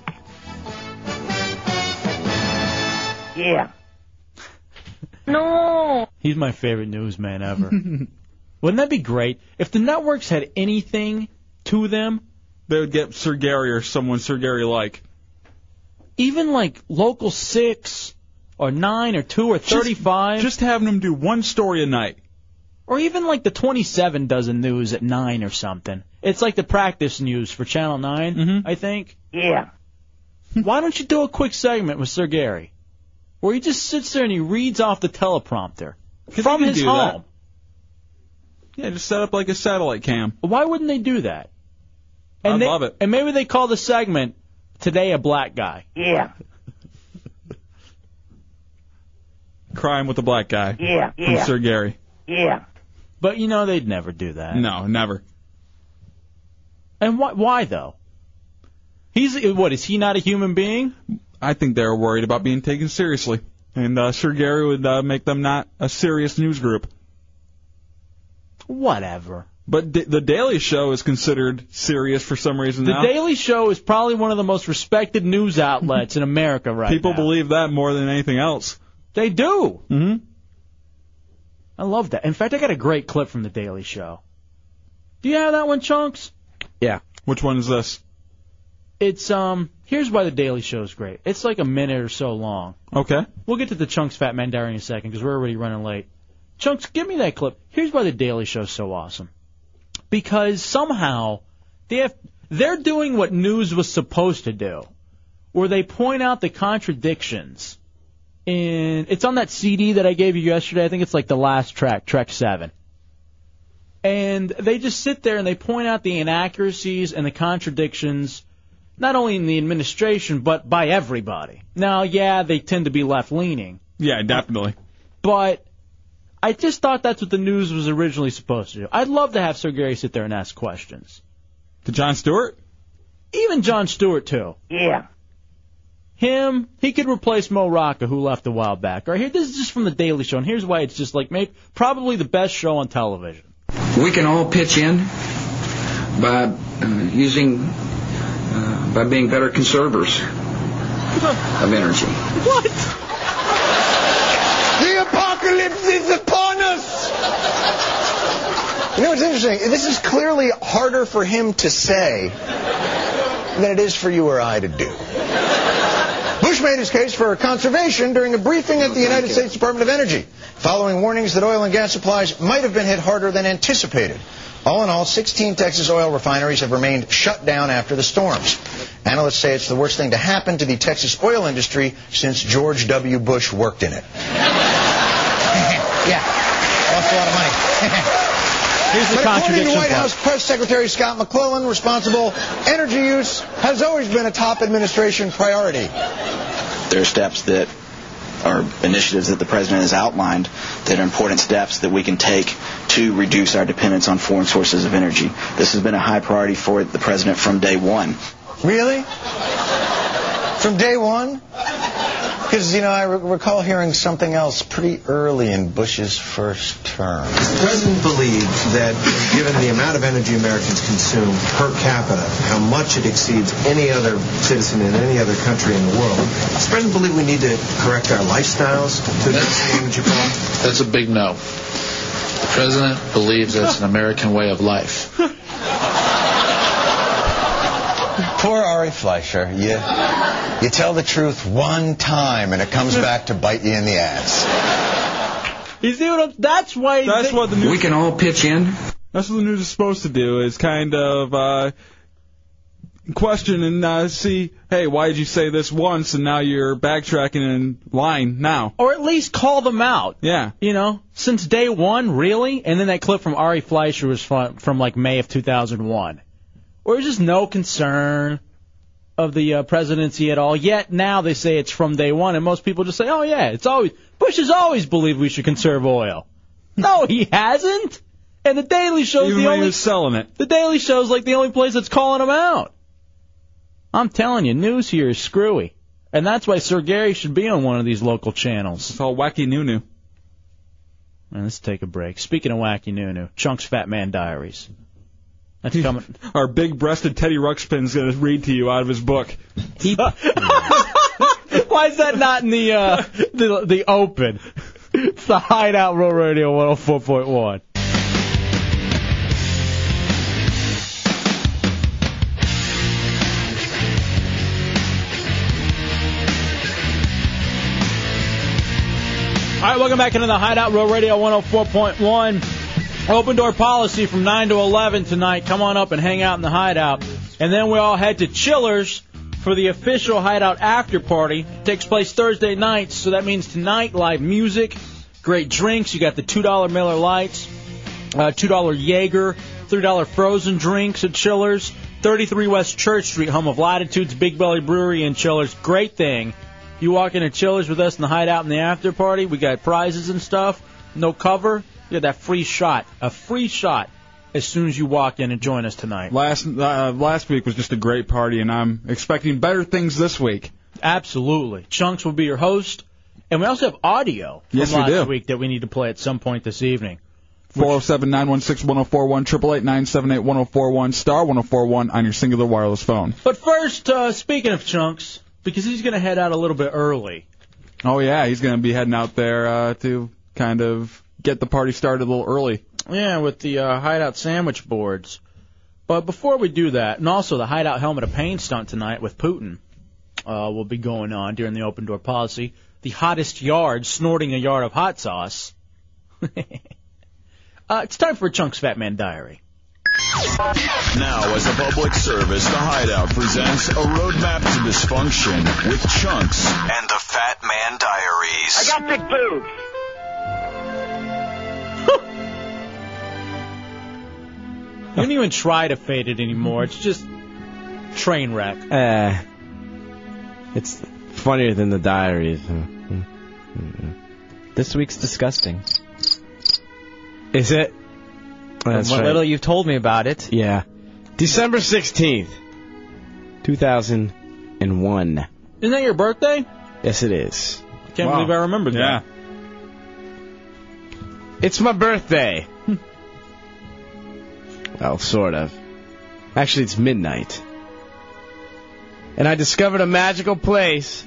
Speaker 17: Yeah.
Speaker 18: No.
Speaker 2: He's my favorite newsman ever. Wouldn't that be great if the networks had anything to them?
Speaker 3: They would get Sir Gary or someone Sir Gary like.
Speaker 2: Even like local six or nine or two or thirty-five. Just,
Speaker 3: having them do one story a night.
Speaker 2: Or even like the twenty-seven does a news at nine or something. It's like the practice news for Channel 9
Speaker 3: Mm-hmm.
Speaker 2: I think.
Speaker 17: Yeah.
Speaker 2: Why don't you do a quick segment with Sir Gary, where he just sits there and he reads off the teleprompter from
Speaker 3: could
Speaker 2: his
Speaker 3: do that.
Speaker 2: home?
Speaker 3: Yeah, just set up like a satellite cam.
Speaker 2: Why wouldn't they do that? And
Speaker 3: I
Speaker 2: they,
Speaker 3: love it.
Speaker 2: And maybe they call the segment "Today a Black Guy."
Speaker 17: Yeah.
Speaker 3: Crime with a black guy.
Speaker 17: Yeah,
Speaker 3: From
Speaker 2: yeah.
Speaker 3: Sir Gary.
Speaker 17: Yeah.
Speaker 2: But you know they'd never do that.
Speaker 3: No, never.
Speaker 2: And why? Why though? He's what? Is he not a human being?
Speaker 3: I think they're worried about being taken seriously, and uh, Sir Gary would uh, make them not a serious news group.
Speaker 2: Whatever.
Speaker 3: But D- the Daily Show is considered serious for some reason
Speaker 2: The
Speaker 3: now.
Speaker 2: Daily Show is probably one of the most respected news outlets in America right
Speaker 3: People
Speaker 2: now.
Speaker 3: believe that more than anything else.
Speaker 2: They do.
Speaker 3: hmm
Speaker 2: I love that. In fact, I got a great clip from The Daily Show. Do you have that one, Chunks?
Speaker 3: Yeah. Which one is this?
Speaker 2: It's um. Here's why The Daily Show is great. It's like a minute or so long.
Speaker 3: Okay.
Speaker 2: We'll get to the Chunks Fat Man Diary in a second because we're already running late. Chunks, give me that clip. Here's why the Daily Show's so awesome. Because somehow they have they're doing what news was supposed to do, where they point out the contradictions. In it's on that CD that I gave you yesterday. I think it's like the last track, track seven. And they just sit there and they point out the inaccuracies and the contradictions not only in the administration, but by everybody. Now, yeah, they tend to be left leaning,
Speaker 3: Yeah, definitely.
Speaker 2: but I just thought that's what the news was originally supposed to do. I'd love to have Sir Gary sit there and ask questions.
Speaker 3: To John Stewart?
Speaker 2: Even John Stewart, too.
Speaker 17: Yeah.
Speaker 2: Him, he could replace Mo Rocca, who left a while back. All right, here, this is just from The Daily Show, and here's why it's just like maybe, probably the best show on television.
Speaker 19: We can all pitch in by uh, using, uh, by being better conservers of energy.
Speaker 2: What?
Speaker 20: The apocalypse is upon us! You know what's interesting? This is clearly harder for him to say than it is for you or I to do. Bush made his case for conservation during a briefing at the United States Department of Energy, following warnings that oil and gas supplies might have been hit harder than anticipated. All in all, 16 Texas oil refineries have remained shut down after the storms. Analysts say it's the worst thing to happen to the Texas oil industry since George W. Bush worked in it. yeah, lost a lot of money.
Speaker 2: Here's the
Speaker 20: but according to
Speaker 2: contradiction
Speaker 20: White
Speaker 2: part.
Speaker 20: House Press Secretary Scott McClellan, responsible energy use has always been a top administration priority.
Speaker 21: There are steps that
Speaker 22: or initiatives that the president has outlined that are important steps that we can take to reduce our dependence on foreign sources of energy. This has been a high priority for the president from day one.
Speaker 20: Really? From day one? Because, you know, I re- recall hearing something else pretty early in Bush's first term.
Speaker 18: The president believed that given the amount of energy Americans consume per capita, how much it exceeds any other citizen in any other country in the world, does the president believe we need to correct our lifestyles to address the energy problem?
Speaker 21: That's a big no. The president believes that's an American way of life.
Speaker 20: Poor Ari Fleischer. You, you tell the truth one time and it comes back to bite you in the ass.
Speaker 2: You see what I'm, that's why.
Speaker 3: That's what the news. We
Speaker 19: can all pitch in.
Speaker 3: That's what the news is supposed to do is kind of uh, question and uh, see, hey, why did you say this once and now you're backtracking and lying now?
Speaker 2: Or at least call them out.
Speaker 3: Yeah.
Speaker 2: You know, since day one, really? And then that clip from Ari Fleischer was from, from like May of 2001. Or just no concern of the uh, presidency at all. Yet now they say it's from day one, and most people just say, oh, yeah, it's always. Bush has always believed we should conserve oil. No, he hasn't. And the Daily Show's
Speaker 3: Even
Speaker 2: the
Speaker 3: when
Speaker 2: only.
Speaker 3: he was selling it.
Speaker 2: The Daily Show's like the only place that's calling him out. I'm telling you, news here is screwy. And that's why Sir Gary should be on one of these local channels. It's
Speaker 3: all wacky new new.
Speaker 2: Let's take a break. Speaking of wacky new new, Chunk's Fat Man Diaries. That's coming.
Speaker 3: Our big-breasted Teddy Ruxpin's going to read to you out of his book.
Speaker 2: He... Why is that not in the uh, the, the open? It's the Hideout Roll Radio 104.1. All right, welcome back into the Hideout Row Radio 104.1. Open door policy from 9 to 11 tonight. Come on up and hang out in the Hideout. And then we all head to Chillers for the official Hideout after party. takes place Thursday nights, so that means tonight live music, great drinks. You got the $2 Miller Lights, uh, $2 Jaeger, $3 frozen drinks at Chillers. 33 West Church Street, home of Latitudes, Big Belly Brewery, and Chillers. Great thing. You walk into Chillers with us in the hideout in the after party. We got prizes and stuff. No cover. You got that free shot. A free shot as soon as you walk in and join us tonight.
Speaker 3: Last uh, last week was just a great party, and I'm expecting better things this week.
Speaker 2: Absolutely. Chunks will be your host. And we also have audio from
Speaker 3: Yes, we
Speaker 2: last
Speaker 3: do.
Speaker 2: week that we need to play at some point this evening.
Speaker 3: 407 916 1041, 888 978 1041, star 1041 on your singular wireless phone.
Speaker 2: But first, uh, speaking of Chunks, because he's going to head out a little bit early.
Speaker 3: Oh, yeah, he's going to be heading out there uh, to kind of get the party started a little early.
Speaker 2: Yeah, with the uh, hideout sandwich boards. But before we do that, and also the hideout helmet of pain stunt tonight with Putin uh, will be going on during the open door policy. The hottest yard snorting a yard of hot sauce. uh, it's time for Chunks Fat Man Diary.
Speaker 23: Now, as a public service, The Hideout presents a roadmap to dysfunction with Chunks and the Fat Man Diaries. I got big boobs.
Speaker 2: You don't even try to fade it anymore. It's just train wreck.
Speaker 4: Eh. It's funnier than the diaries.
Speaker 6: This week's disgusting.
Speaker 4: Is it?
Speaker 6: From
Speaker 4: That's
Speaker 6: what
Speaker 4: right.
Speaker 6: little you've told me about it.
Speaker 4: Yeah. December 16th, 2001.
Speaker 2: Isn't that your birthday?
Speaker 4: Yes, it is.
Speaker 2: Can't Wow. believe I remembered that.
Speaker 4: It's my birthday. well, sort of. Actually, it's midnight. And I discovered a magical place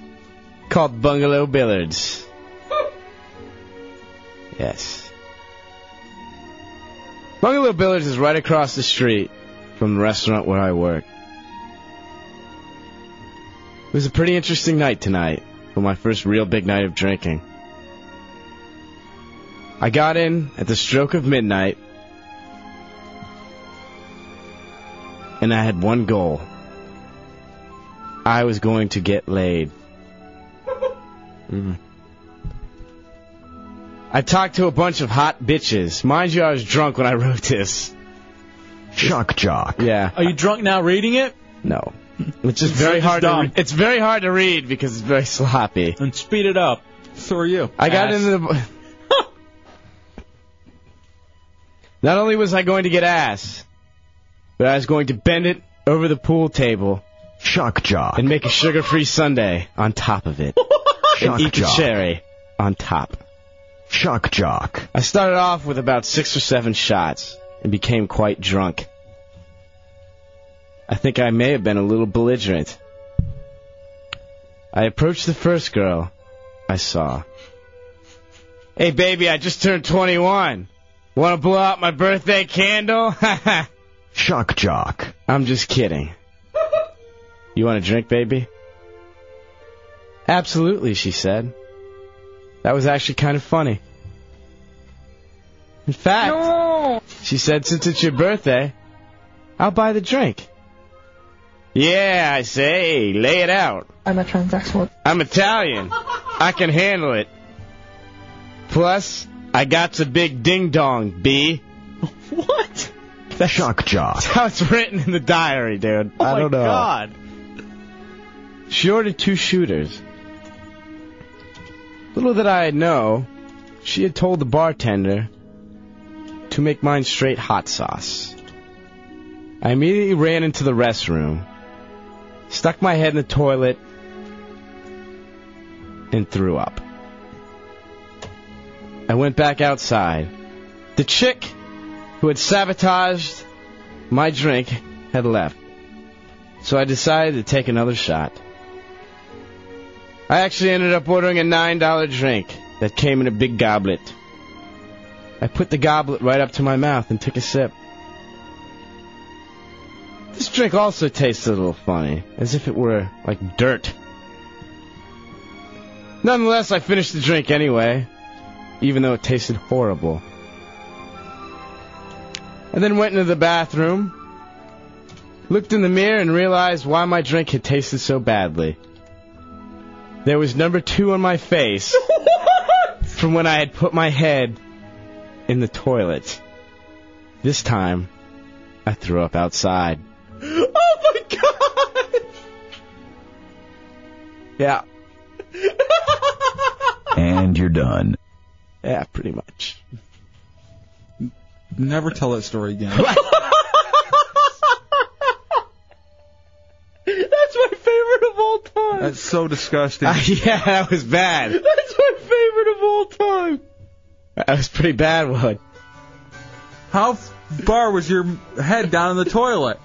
Speaker 4: called Bungalow Billards. yes. Bungalow Billards is right across the street from the restaurant where I work. It was a pretty interesting night tonight, for my first real big night of drinking. I got in at the stroke of midnight, and I had one goal. I was going to get laid. Mm. I talked to a bunch of hot bitches. Mind you, I was drunk when I wrote this. Shock jock. Yeah.
Speaker 2: Are you drunk now reading it?
Speaker 4: No. It's just very hard. To re- it's very hard to read because it's very sloppy.
Speaker 2: And speed it up.
Speaker 3: So are you.
Speaker 4: I got into the. Not only was I going to get ass, but I was going to bend it over the pool table. Shock jock. And make a sugar free sundae on top of it.
Speaker 1: Shock
Speaker 4: and eat
Speaker 1: jock.
Speaker 4: the cherry on top. Shock jock. I started off with about six or seven shots and became quite drunk. I think I may have been a little belligerent. I approached the first girl I saw. Hey, baby, I just turned 21. Want to blow out my birthday candle? Shock jock. I'm just kidding. You want a drink, baby? Absolutely, she said. That was actually kind of funny. In fact, she said, since it's your birthday, I'll buy the drink. Yeah, I say, lay it out.
Speaker 5: I'm a transsexual.
Speaker 4: I'm Italian. I can handle it. Plus, I got the big ding dong, B. What? That's shock jock. That's how it's written in the diary, dude.
Speaker 1: Oh
Speaker 4: I
Speaker 1: my
Speaker 4: don't know.
Speaker 1: God.
Speaker 4: She ordered two shooters. Little did I know, she had told the bartender to make mine straight hot sauce. I immediately ran into the restroom, stuck my head in the toilet, and threw up. I went back outside. The chick who had sabotaged my drink had left, so I decided to take another shot. I actually ended up ordering a $9 drink that came in a big goblet. I put the goblet right up to my mouth and took a sip. This drink also tasted a little funny, as if it were like dirt. Nonetheless, I finished the drink anyway, even though it tasted horrible. I then went into the bathroom, looked in the mirror, and realized why my drink had tasted so badly. There was number two on my face from when I had put my head in the toilet. This time, I threw up outside.
Speaker 1: Oh my god!
Speaker 4: Yeah.
Speaker 7: And you're done.
Speaker 4: Yeah, pretty much.
Speaker 3: Never tell that story again.
Speaker 1: That's my favorite of all time.
Speaker 3: That's so disgusting.
Speaker 4: yeah, that was bad.
Speaker 1: That's my favorite of all time.
Speaker 4: That was pretty bad one.
Speaker 3: How far was your head down in the toilet?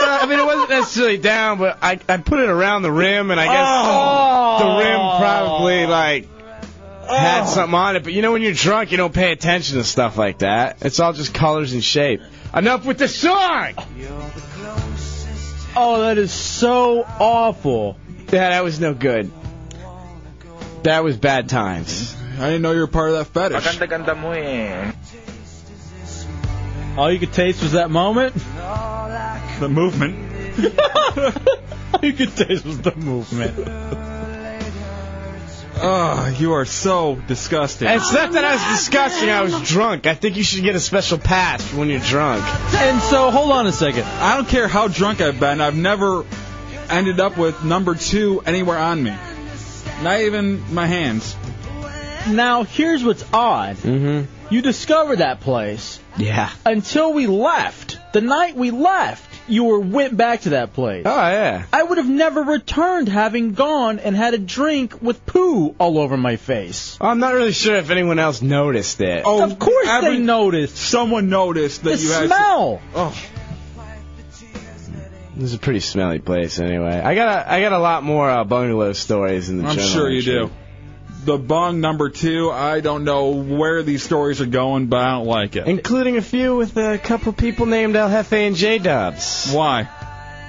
Speaker 4: I mean, it wasn't necessarily down, but I, I put it around the rim, and I guess
Speaker 1: Oh.
Speaker 4: the rim probably like had something on it. But you know, when you're drunk, you don't pay attention to stuff like that. It's all just colors and shape. Enough with the song.
Speaker 2: Oh, that is so awful.
Speaker 4: Yeah, that was no good. That was bad times.
Speaker 3: I didn't know you were part of that fetish.
Speaker 2: All you could taste was that moment.
Speaker 3: The movement.
Speaker 2: All you could taste was the movement.
Speaker 3: Oh, you are so disgusting.
Speaker 4: It's not that I was disgusting. I was drunk. I think you should get a special pass for when you're drunk.
Speaker 3: And
Speaker 2: so, hold on a second.
Speaker 3: I don't care how drunk I've been. I've never ended up with number two anywhere on me. Not even my hands.
Speaker 2: Now, here's what's odd. Mm-hmm. You discovered that place.
Speaker 4: Yeah.
Speaker 2: Until we left. The night we left, you were went back to that place. Oh,
Speaker 4: yeah.
Speaker 2: I would have never returned having gone and had a drink with poo all over my face.
Speaker 4: I'm not really sure if anyone else noticed it.
Speaker 3: Oh,
Speaker 2: of course
Speaker 3: every-
Speaker 2: they noticed.
Speaker 3: Someone noticed that
Speaker 2: The
Speaker 3: you had
Speaker 2: smell.
Speaker 3: Oh,
Speaker 4: This is a pretty smelly place, anyway. I got a, I got a lot more uh, bungalow stories in the.
Speaker 3: I'm
Speaker 4: journal
Speaker 3: sure you
Speaker 4: entry.
Speaker 3: do. The bong number two. I don't know where these stories are going, but I don't like it.
Speaker 4: including a few with a couple people named El Jefe and J Dubs.
Speaker 3: Why?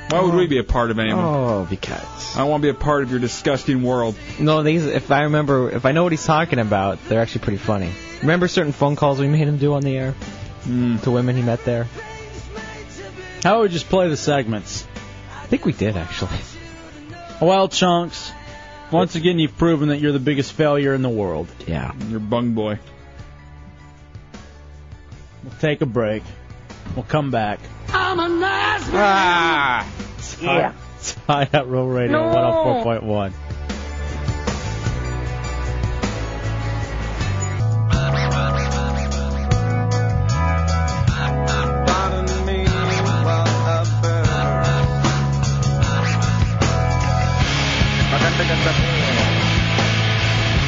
Speaker 3: Why would we be a part of any of them?
Speaker 4: Oh, because
Speaker 3: I want to be a part of your disgusting world.
Speaker 6: No, these. If I remember, if I know what he's talking about, they're actually pretty funny. Remember certain phone calls we made him do on the air
Speaker 3: Hmm.
Speaker 6: to women he met there.
Speaker 2: How about we just play the segments?
Speaker 6: I think we did actually.
Speaker 2: Well, Chunks, once again, you've proven that you're the biggest failure in the world.
Speaker 6: Yeah.
Speaker 3: You're bung boy.
Speaker 2: We'll take a break. We'll come back.
Speaker 1: I'm a nice
Speaker 4: Ah.
Speaker 2: oh Hi at Roll Radio
Speaker 1: No.
Speaker 2: 104.1.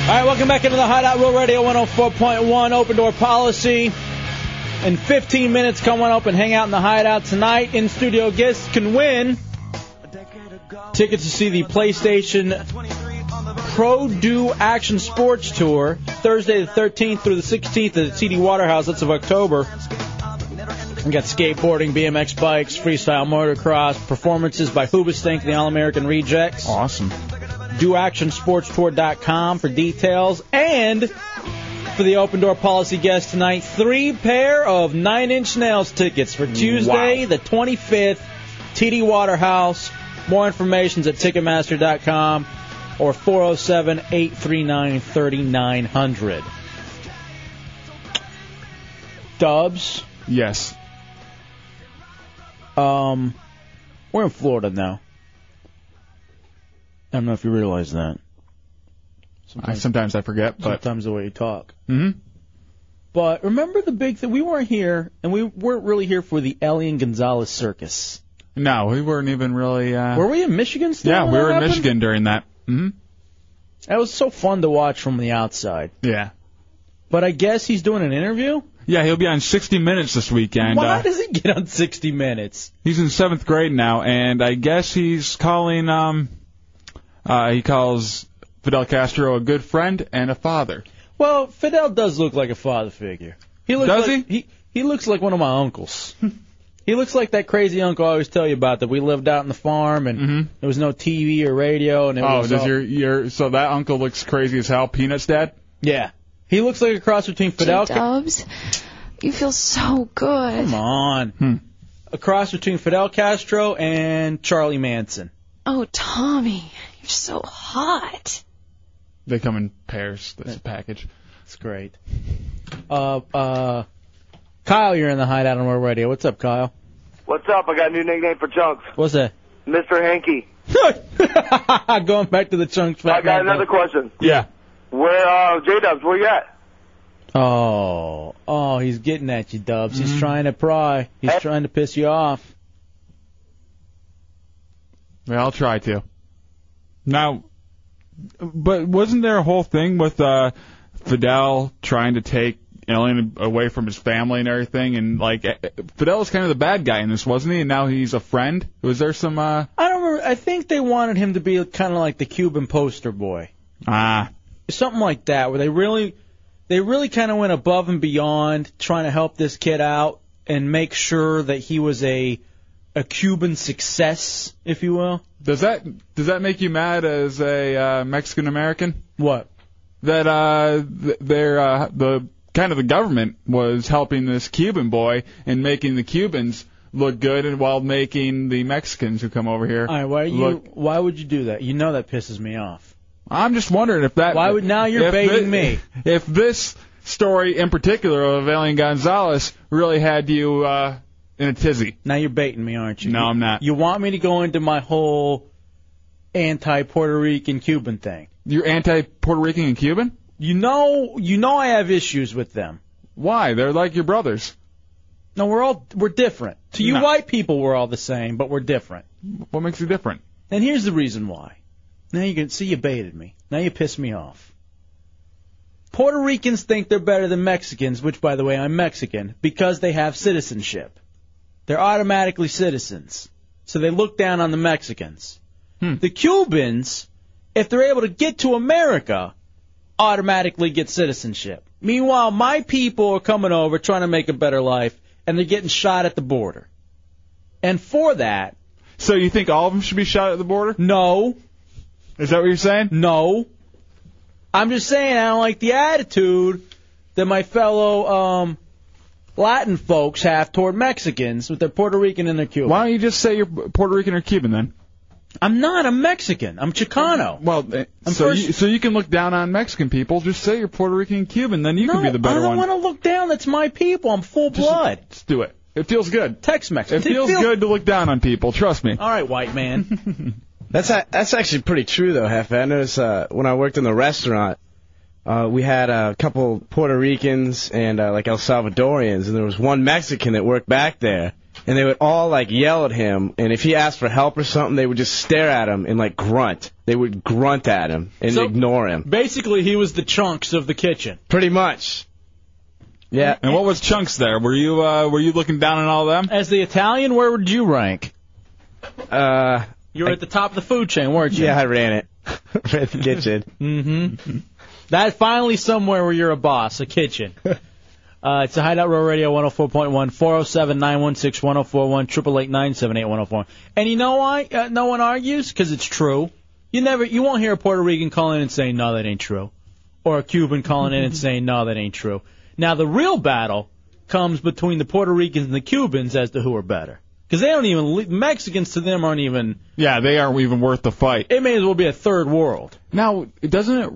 Speaker 2: All right, welcome back into the Hideout Real Radio 104.1 Open Door Policy. In 15 minutes, come on up and hang out in the Hideout tonight. In studio guests can win tickets to see the PlayStation Pro Do Action Sports Tour Thursday the 13th through the 16th at TD Waterhouse. That's of October. We got skateboarding, BMX bikes, freestyle motocross, performances by Hoobastank, the All American Rejects. Awesome. DoActionSportsTour.com for details. And for the open door policy guest tonight, three pair of Nine Inch Nails tickets for Tuesday, the 25th, TD Waterhouse. More information's at Ticketmaster.com or 407 839 3900. Dubs.
Speaker 3: Yes.
Speaker 2: Um, we're in Florida now. I don't know if you realize that.
Speaker 3: I, sometimes I forget, but
Speaker 2: sometimes the way you talk.
Speaker 3: Mhm.
Speaker 2: But remember the big thing? We weren't here, and we weren't really here for the Elian Gonzalez circus.
Speaker 3: No, we weren't even really. Uh,
Speaker 2: Were we in Michigan still?
Speaker 3: yeah,
Speaker 2: when
Speaker 3: we
Speaker 2: that
Speaker 3: were in
Speaker 2: happened?
Speaker 3: Michigan during that. hmm
Speaker 2: That was so fun to watch from the outside.
Speaker 3: Yeah.
Speaker 2: But I guess he's doing an interview?
Speaker 3: Yeah, he'll be on 60 Minutes this weekend.
Speaker 2: Why
Speaker 3: uh,
Speaker 2: does he get on 60 Minutes?
Speaker 3: He's in seventh grade now, and I guess he's calling. Um, uh, he calls Fidel Castro a good friend and a father.
Speaker 2: Well, Fidel does look like a father figure. He looks
Speaker 3: Does
Speaker 2: like, he? he? looks like one of my uncles. he looks like that crazy uncle I always tell you about that we lived out on the farm and there was no TV or radio and it
Speaker 3: Mm-hmm. oh,
Speaker 2: was
Speaker 3: does
Speaker 2: all-
Speaker 3: your your so that uncle looks crazy as hell? Peanuts dad.
Speaker 2: Yeah, he looks like a cross between Fidel. Ca-
Speaker 5: Dubs, you feel so good.
Speaker 2: Come on,
Speaker 3: Hmm.
Speaker 2: a cross between Fidel Castro and Charlie Manson.
Speaker 5: Oh, Tommy, you're so hot.
Speaker 3: They come in pairs. That's a package.
Speaker 2: It's great. Uh, uh, Kyle, you're in the hideout on World Radio. What's up, Kyle?
Speaker 7: What's up? I got a new nickname for Chunks,
Speaker 2: What's that?
Speaker 7: Mr. Hanky.
Speaker 2: Going back to the chunks.
Speaker 7: I got another question.
Speaker 3: Yeah.
Speaker 7: Where, uh, J Dubs, where you at?
Speaker 2: Oh, oh, he's getting at you, Dubs.
Speaker 3: Mm-hmm.
Speaker 2: He's trying to pry. He's trying to piss you off.
Speaker 3: Yeah, I'll try to. Now, but wasn't there a whole thing with uh, Fidel trying to take Alien away from his family and everything? And like, eh, eh, Fidel was kind of the bad guy in this, wasn't he? And now he's a friend. Was there some? uh
Speaker 2: I don't remember. I think they wanted him to be kind of like the Cuban poster boy.
Speaker 3: Ah.
Speaker 2: Something like that, where they really, they really kind of went above and beyond trying to help this kid out and make sure that he was a, a Cuban success, if you will.
Speaker 3: Does that does that make you mad as a uh, Mexican American?
Speaker 2: What?
Speaker 3: That uh, th- their uh, the kind of the government was helping this Cuban boy and making the Cubans look good, and while making the Mexicans who come over here
Speaker 2: All right, why you,
Speaker 3: look
Speaker 2: why would you do that? You know that pisses me off.
Speaker 3: I'm just wondering if that.
Speaker 2: Why would- now you're
Speaker 3: if
Speaker 2: baiting
Speaker 3: thi-
Speaker 2: me.
Speaker 3: If this story in particular of Alien Gonzalez really had you uh, in a tizzy.
Speaker 2: Now you're baiting me, aren't you?
Speaker 3: No, I'm not.
Speaker 2: You want me to go into my whole anti-Puerto Rican Cuban thing?
Speaker 3: You're anti-Puerto Rican and Cuban?
Speaker 2: You know, you know I have issues with them.
Speaker 3: Why? They're like your brothers.
Speaker 2: No, we're all we're different. To you white people, we're all the same, but we're different.
Speaker 3: What makes you different?
Speaker 2: And here's the reason why. Now you can see you baited me. Now you piss me off. Puerto Ricans think they're better than Mexicans, which by the way, I'm Mexican, because they have citizenship. They're automatically citizens. So they look down on the Mexicans.
Speaker 3: Hmm.
Speaker 2: The Cubans, if they're able to get to America, automatically get citizenship. Meanwhile, my people are coming over trying to make a better life, and they're getting shot at the border. And for that.
Speaker 3: So you think all of them should be shot at the border?
Speaker 2: No.
Speaker 3: Is that what you're saying?
Speaker 2: No. I'm just saying I don't like the attitude that my fellow um, Latin folks have toward Mexicans with their Puerto Rican and their Cuban.
Speaker 3: Why don't you just say you're Puerto Rican or Cuban then?
Speaker 2: I'm not. I'm Mexican. I'm Chicano.
Speaker 3: Well, eh,
Speaker 2: I'm
Speaker 3: so
Speaker 2: first-
Speaker 3: you, so you can look down on Mexican people. Just say you're Puerto Rican and Cuban, then you
Speaker 2: no,
Speaker 3: can be the better
Speaker 2: I don't
Speaker 3: one.
Speaker 2: want to look down. That's my people. I'm full blood.
Speaker 3: Just do it. It feels good.
Speaker 2: Tex-Mex.
Speaker 3: It
Speaker 2: It
Speaker 3: feels
Speaker 2: feels-
Speaker 3: good to look down on people. Trust me.
Speaker 2: All right, white man.
Speaker 4: That's a- that's actually pretty true though, Hefe. I noticed uh, when I worked in the restaurant, uh, we had a couple Puerto Ricans and uh, like El Salvadorians, and there was one Mexican that worked back there. and they would all like yell at him. And if he asked for help or something, they would just stare at him and like grunt. They would grunt at him and
Speaker 2: So-
Speaker 4: ignore him.
Speaker 2: Basically, he was the chunks of the kitchen.
Speaker 4: Pretty much. Yeah.
Speaker 3: And what was Chunks there? Were you uh, were you looking down on all them?
Speaker 2: As the Italian, where would you rank?
Speaker 4: Uh,
Speaker 2: you were at the top of the food chain, weren't you?
Speaker 4: Yeah, I ran it. ran the kitchen.
Speaker 2: Mm-hmm. That finally somewhere where you're a boss, a kitchen. Uh, it's a Hideout Row Radio 104.1, 407 916 1041, 888 978 1041. And you know why uh, no one argues? Because it's true. You never, you won't hear a Puerto Rican calling in and saying, no, that ain't true. Or a Cuban calling in and saying, no, that ain't true. Now, the real battle comes between the Puerto Ricans and the Cubans as to who are better. Because they don't even, Mexicans to them aren't even,
Speaker 3: Yeah, they aren't even worth the fight.
Speaker 2: it may as well be a third world.
Speaker 3: Now, doesn't it,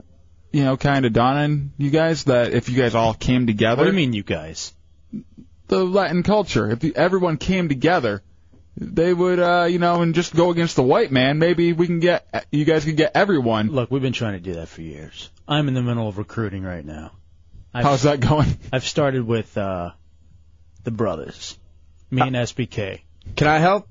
Speaker 3: you know, kind of dawn on you guys that if you guys all came together?
Speaker 2: What do you mean, you guys?
Speaker 3: The Latin culture. If the, everyone came together, they would, uh, you know, and just go against the white man. Maybe we can get, uh, you guys could get everyone.
Speaker 2: Look, we've been trying to do that for years. I'm in the middle of recruiting right now.
Speaker 3: How's that going?
Speaker 2: I've started with uh, the brothers, me and SBK.
Speaker 4: Can I help?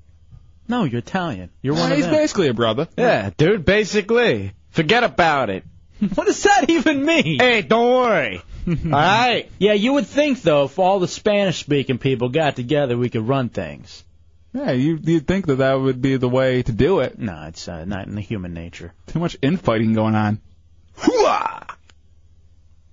Speaker 2: No, you're Italian. You're one of
Speaker 4: He's
Speaker 2: them.
Speaker 3: basically a brother.
Speaker 4: Yeah, dude, basically. Forget about it.
Speaker 2: what does that even mean?
Speaker 4: Hey, don't worry. all right.
Speaker 2: Yeah, you would think though, if all the Spanish-speaking people got together, we could run things.
Speaker 3: Yeah, you, you'd think that that would be the way to do it.
Speaker 2: No, it's uh, not in the human nature.
Speaker 3: Too much infighting going on.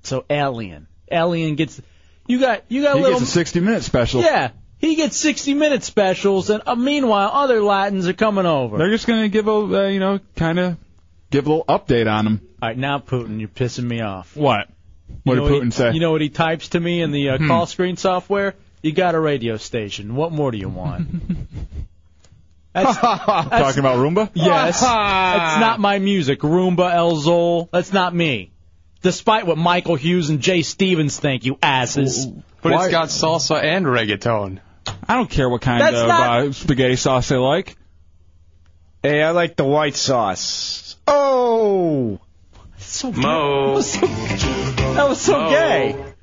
Speaker 2: So alien, alien gets. You got you got
Speaker 3: He
Speaker 2: little.
Speaker 3: gets a 60 minute special.
Speaker 2: yeah, he gets 60-minute specials, and uh, meanwhile, other Latins are coming over.
Speaker 3: They're just going to give a, uh, you know, kind of give a little update on him.
Speaker 2: All right, now Putin, you're pissing me off.
Speaker 3: What? What
Speaker 2: You
Speaker 3: did
Speaker 2: know
Speaker 3: Putin
Speaker 2: he,
Speaker 3: say?
Speaker 2: You know what he types to me in the uh,
Speaker 3: Hmm.
Speaker 2: call screen software? You got a radio station. What more do you want? That's,
Speaker 3: Talking about Roomba?
Speaker 2: Yes. That's not my music. Roomba, El Zol. That's not me. Despite what Michael Hughes and Jay Stevens think, you asses.
Speaker 8: But it's got salsa and reggaeton.
Speaker 3: I don't care what kind
Speaker 2: That's
Speaker 3: of
Speaker 2: not-
Speaker 3: uh, spaghetti sauce they like.
Speaker 4: Hey, I like the white sauce. Oh.
Speaker 2: So
Speaker 8: Mo.
Speaker 2: That was so gay.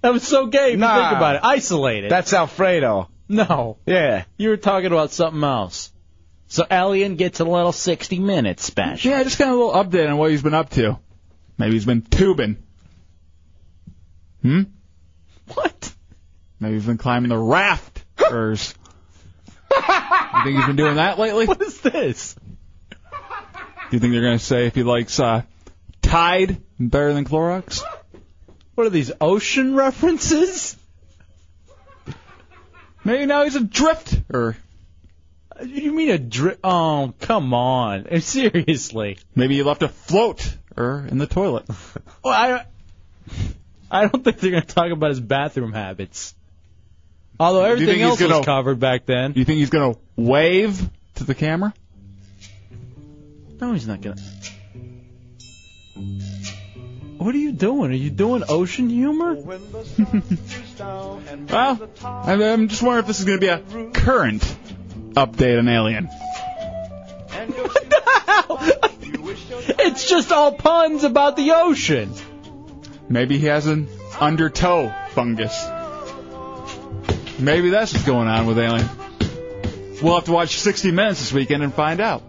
Speaker 2: That was so gay if you
Speaker 4: Nah.
Speaker 2: think about it. Isolated.
Speaker 4: That's Alfredo.
Speaker 2: No.
Speaker 4: Yeah.
Speaker 2: You were talking about something else. So Alien gets a little 60 minutes special.
Speaker 3: Yeah, just kind of a little update on what he's been up to. Maybe he's been tubing. Hmm?
Speaker 2: What?
Speaker 3: Maybe he's been climbing the raft. Or s- you think he's been doing that lately? What
Speaker 2: is this?
Speaker 3: Do you think they're going to say if he likes uh, Tide better than Clorox?
Speaker 2: What are these ocean references?
Speaker 3: Maybe now he's a drift. Or
Speaker 2: You mean a drip? Oh, come on. Seriously.
Speaker 3: maybe he left a float or in the toilet.
Speaker 2: Well, I, I don't think they're going to talk about his bathroom habits. Although
Speaker 3: Do you think
Speaker 2: everything
Speaker 3: he's
Speaker 2: else
Speaker 3: gonna-
Speaker 2: was covered back then.
Speaker 3: You think he's going to wave to the camera?
Speaker 2: No, he's not going to. What are you doing? Are you doing ocean humor?
Speaker 3: Well, I'm, I'm just wondering if this is going to be a current update on Alien.
Speaker 2: it's just all puns about the ocean.
Speaker 3: Maybe he has an undertow fungus. Maybe that's what's going on with Alien. We'll have to watch 60 Minutes this weekend and find out.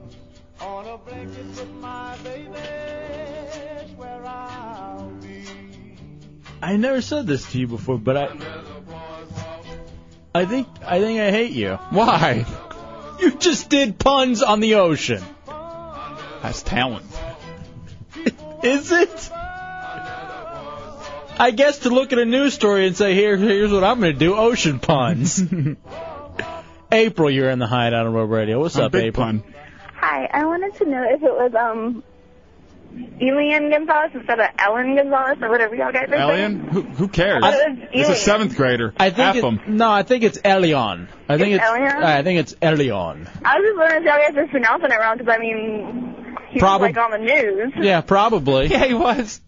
Speaker 2: I never said this to you before, but I. I think I think I hate you.
Speaker 3: Why?
Speaker 2: You just did puns on the ocean.
Speaker 3: That's talent.
Speaker 2: Is it? I guess to look at a news story and say, here, here's what I'm going to do: ocean puns. April, you're in the hideout on Road Radio. What's
Speaker 3: I'm
Speaker 2: up,
Speaker 3: big
Speaker 2: April?
Speaker 3: pun.
Speaker 9: Hi, I wanted to know if it was um Elian Gonzalez instead of Ellen Gonzalez or whatever y'all guys are
Speaker 3: Alien? Who, who cares?
Speaker 9: I thought it was
Speaker 3: It's a
Speaker 9: Alien.
Speaker 3: seventh grader.
Speaker 2: I think
Speaker 3: F him.
Speaker 2: it, no, I think it's Elion. I think
Speaker 9: It's
Speaker 2: it's,
Speaker 9: Elion?
Speaker 2: I think it's Elion.
Speaker 9: saying. I was just wondering if y'all guys were pronouncing it wrong because I mean he
Speaker 2: Probab-
Speaker 9: was like on the news.
Speaker 2: Yeah, probably.
Speaker 9: Yeah, he
Speaker 3: was.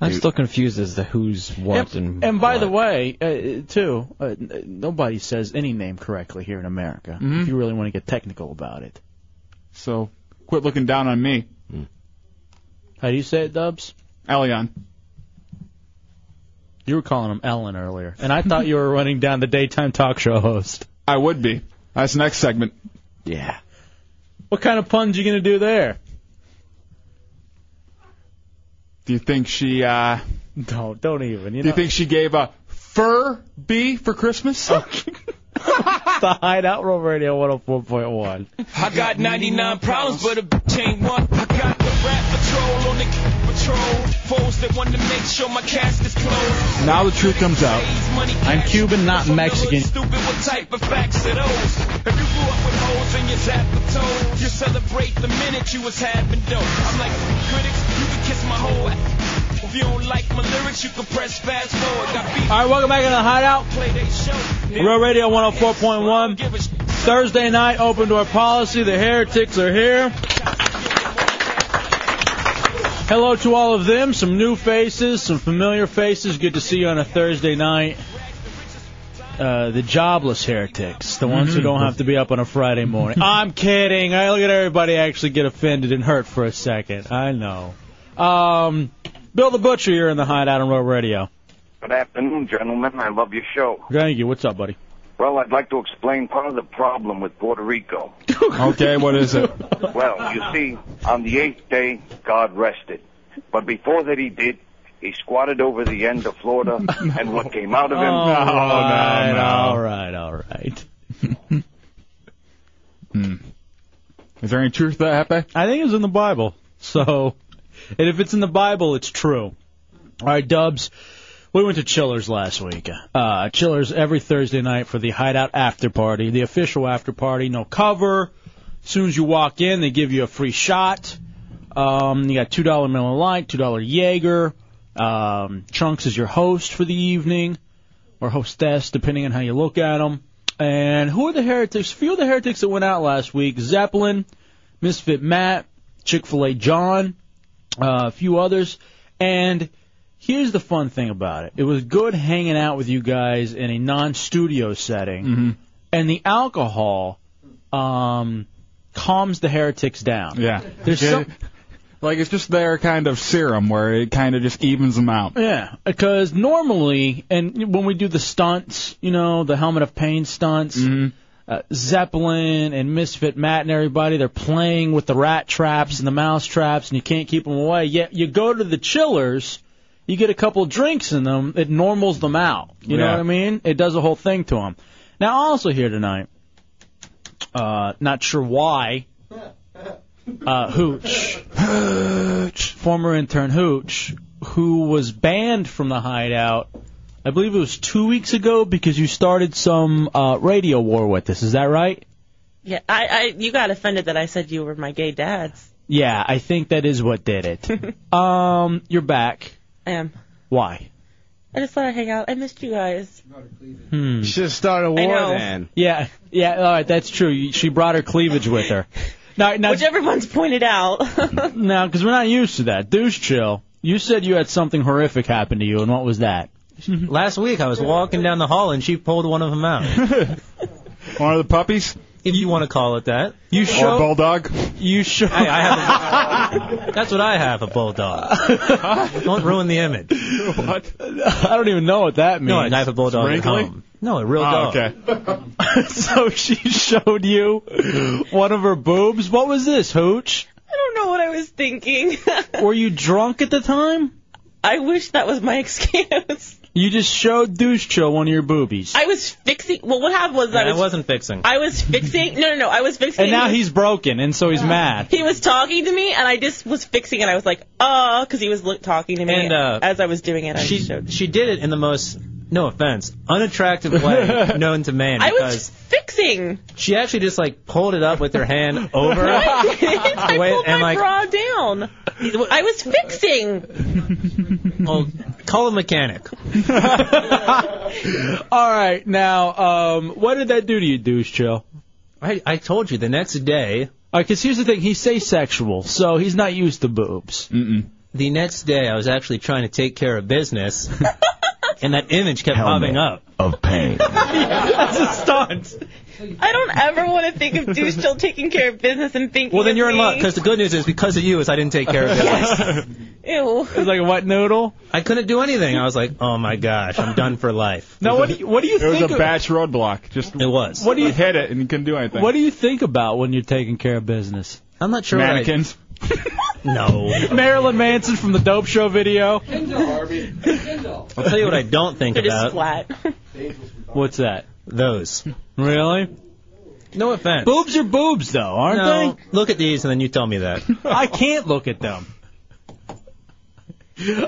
Speaker 6: I'm still confused as to who's what and,
Speaker 2: And by the way, uh, too, uh, n- nobody says any name correctly here in America. If you really want to get technical about it,
Speaker 3: Mm-hmm. So quit looking down on me.
Speaker 2: Hmm. how do you say it, Dubs?
Speaker 3: Alien.
Speaker 2: You were calling him Ellen earlier, and I thought you were running down the daytime talk show host.
Speaker 3: I would be. That's the next segment.
Speaker 2: Yeah. What kind of puns you gonna do there?
Speaker 3: Do you think she? uh
Speaker 2: No, don't even. You
Speaker 3: Do you
Speaker 2: know-
Speaker 3: think she gave a fur bee for Christmas?
Speaker 2: Oh. the Hideout Roll Radio 104.1.
Speaker 11: I got 99 problems, but a bitch ain't one. I got the rap patrol on the c- patrol. Foes that want to make sure my cast is closed.
Speaker 3: Now the truth comes out.
Speaker 2: I'm Cuban, not Mexican.
Speaker 11: Stupid, what type of facts are those? If you grew up with holes in your zap and toe, you celebrate the minute you was having dope. I'm like, critics, you can kiss my whole ass. If you don't like my lyrics, you can press fast forward. Got beat,
Speaker 2: All right, welcome back to the Hideout.
Speaker 11: play they show.
Speaker 2: Real Radio 104.1. Thursday night, open door policy. The heretics are here. Hello to all of them. Some new faces, some familiar faces. Good to see you on a Thursday night. Uh, the jobless heretics, the ones who
Speaker 1: Mhm.
Speaker 2: don't have to be up on a Friday morning. I'm kidding. I look at everybody actually get offended and hurt for a second. I know. Um, Bill the Butcher, you're in the hideout on Road Radio.
Speaker 10: Good afternoon, gentlemen. I love your show.
Speaker 2: Thank you. What's up, buddy?
Speaker 10: Well, I'd like to explain part of the problem with Puerto Rico.
Speaker 3: okay, what is it?
Speaker 10: Well, you see, on the eighth day, God rested. But before that, he did. He squatted over the end of Florida, and what came out of him.
Speaker 2: all right, all right, all right.
Speaker 3: Is there any truth to that, Hepe?
Speaker 2: I think it's in the Bible. So, and if it's in the Bible, it's true. All right, Dubs. We went to Chillers last week. Uh, Chillers every Thursday night for the Hideout after party, the official after party. No cover. As soon as you walk in, they give you a free shot. Um, you got two dollar Miller Lite, two dollar Jaeger. Um, Trunks is your host for the evening, or hostess, depending on how you look at 'em. And who are the heretics? Few of the heretics that went out last week: Zeppelin, Misfit Matt, Chick Fil A John, uh, a few others. And here's the fun thing about it: it was good hanging out with you guys in a non-studio setting, and the alcohol um, calms the heretics down.
Speaker 3: Yeah.
Speaker 2: There's
Speaker 3: Yeah.
Speaker 2: some-
Speaker 3: Like it's just their kind of serum where it kind of just evens them out.
Speaker 2: Yeah, because normally, and when we do the stunts, you know, the Helmet of Pain stunts, uh, Zeppelin and Misfit Matt and everybody, they're playing with the rat traps and the mouse traps, and you can't keep them away. Yet you go to the chillers, you get a couple drinks in them, it normals them out. You know
Speaker 1: Yeah.
Speaker 2: what I mean? It does a whole thing to them. Now, also here tonight, uh, not sure why, uh, Hooch, Hooch, former intern Hooch, who was banned from the hideout. I believe it was two weeks ago because you started some uh, radio war with us. Is that right?
Speaker 12: Yeah, I, I, you got offended that I said you were my gay dads.
Speaker 2: Yeah, I think that is what did it. um, you're back.
Speaker 12: I am.
Speaker 2: Why?
Speaker 12: I just thought I'd hang out. I missed you guys.
Speaker 2: Hmm.
Speaker 4: Should have started a
Speaker 12: I
Speaker 4: war
Speaker 12: know.
Speaker 4: then.
Speaker 2: Yeah, yeah. All right, that's true. You- She brought her cleavage with her. Now, now,
Speaker 12: Which everyone's pointed out.
Speaker 2: now, because we're not used to that. Douche chill. You said you had something horrific happen to you, and what was that?
Speaker 6: Last week I was walking down the hall and she pulled one of them out.
Speaker 3: one of the puppies?
Speaker 6: If you want to call it that.
Speaker 2: You
Speaker 3: show- Or bulldog?
Speaker 2: You show.
Speaker 6: Hey, I have a, that's what I have, a bulldog. Don't ruin the image.
Speaker 3: What?
Speaker 2: I don't even know what that means.
Speaker 6: No, I have a bulldog at
Speaker 2: Wrinkly?
Speaker 6: home. No, a real
Speaker 2: Oh,
Speaker 3: Ah,
Speaker 6: dog.
Speaker 2: okay. so she showed you one of her boobs. What was this, Hooch?
Speaker 12: I don't know what I was thinking.
Speaker 2: Were you drunk at the time?
Speaker 12: I wish that was my excuse.
Speaker 2: You just showed Douche Chill one of your boobies.
Speaker 12: I was fixing. Well, what happened was I was.
Speaker 2: fixing.
Speaker 12: I was fixing. No, no, no. I was fixing.
Speaker 2: And now he's broken, and so he's mad.
Speaker 12: He was talking to me, and I just was fixing, and I was like, uh, because he was look, talking to me
Speaker 6: And, uh,
Speaker 12: as I was doing it. I
Speaker 6: She she did it in the most no offense unattractive way known to man
Speaker 12: I
Speaker 6: because
Speaker 12: was fixing.
Speaker 6: she actually just like pulled it up with her hand over
Speaker 12: No, I didn't. I
Speaker 6: the way
Speaker 12: pulled
Speaker 6: and
Speaker 12: my
Speaker 6: like
Speaker 12: bra down. I was fixing.
Speaker 6: well, call a mechanic.
Speaker 2: All right, now, um, what did that do to you, douche chill?
Speaker 6: I, I told you the next day.
Speaker 2: Because here's the thing, he's asexual, so he's not used to boobs.
Speaker 3: Mm-mm.
Speaker 6: The next day, I was actually trying to take care of business, and that image kept popping up
Speaker 3: of pain.
Speaker 12: That's
Speaker 6: a stunt.
Speaker 12: I don't ever want to think of Deuce still taking care of business and thinking.
Speaker 6: Well, then you're in
Speaker 12: of
Speaker 6: luck
Speaker 12: me.
Speaker 6: because the good news is because of you is I didn't take care of business.
Speaker 12: Ew.
Speaker 2: It was like a wet noodle.
Speaker 24: I couldn't do anything. I was like, oh my gosh, I'm done for life.
Speaker 2: Now, what do you, what do you
Speaker 3: It
Speaker 2: think?
Speaker 3: was a
Speaker 2: of-
Speaker 3: batch roadblock. Just
Speaker 24: it was.
Speaker 2: What do you
Speaker 3: hit it and you couldn't do anything?
Speaker 2: What do you think about when you're taking care of business?
Speaker 24: I'm not sure what I-
Speaker 3: Mannequins.
Speaker 24: No.
Speaker 2: Marilyn Manson from the Dope Show video.
Speaker 24: I'll tell you what I don't think
Speaker 12: They're just
Speaker 24: about.
Speaker 12: flat.
Speaker 2: What's that?
Speaker 24: Those.
Speaker 2: Really?
Speaker 24: No offense.
Speaker 2: Boobs are boobs, though, aren't
Speaker 24: no, they? Look at these and then you tell me that.
Speaker 2: they? I can't look at them.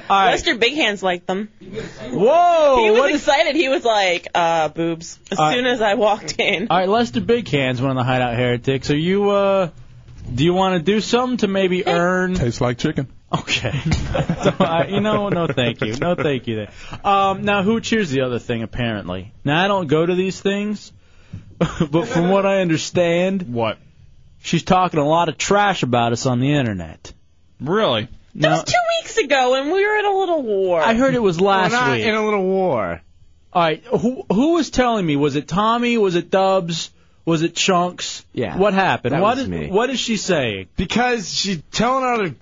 Speaker 12: Lester Big Hands liked them.
Speaker 2: Whoa!
Speaker 12: he was
Speaker 2: what is-
Speaker 12: excited. He was like, uh, boobs. As
Speaker 2: All right.
Speaker 12: soon as I walked in.
Speaker 2: All right, Lester Big Hands, one of the Hideout Heretics. Are you, uh, do you want to do something to maybe earn?
Speaker 13: Tastes like chicken.
Speaker 2: Okay. so, I you know, no thank you. No thank you there. Um, now, who cheers the other thing, apparently? Now, I don't go to these things, but from what I understand.
Speaker 3: What?
Speaker 2: She's talking a lot of trash about us on the internet.
Speaker 3: Really?
Speaker 12: That was two weeks ago, and we were in a little war.
Speaker 2: I heard it was last week.
Speaker 4: a little war.
Speaker 2: All right, who who was telling me? Was it Tommy? Was it Dubs? Was it Chunks?
Speaker 4: Yeah,
Speaker 2: What happened?
Speaker 4: that
Speaker 2: What
Speaker 4: was
Speaker 2: is-
Speaker 4: me.
Speaker 2: what is she saying?
Speaker 4: Because she's telling her to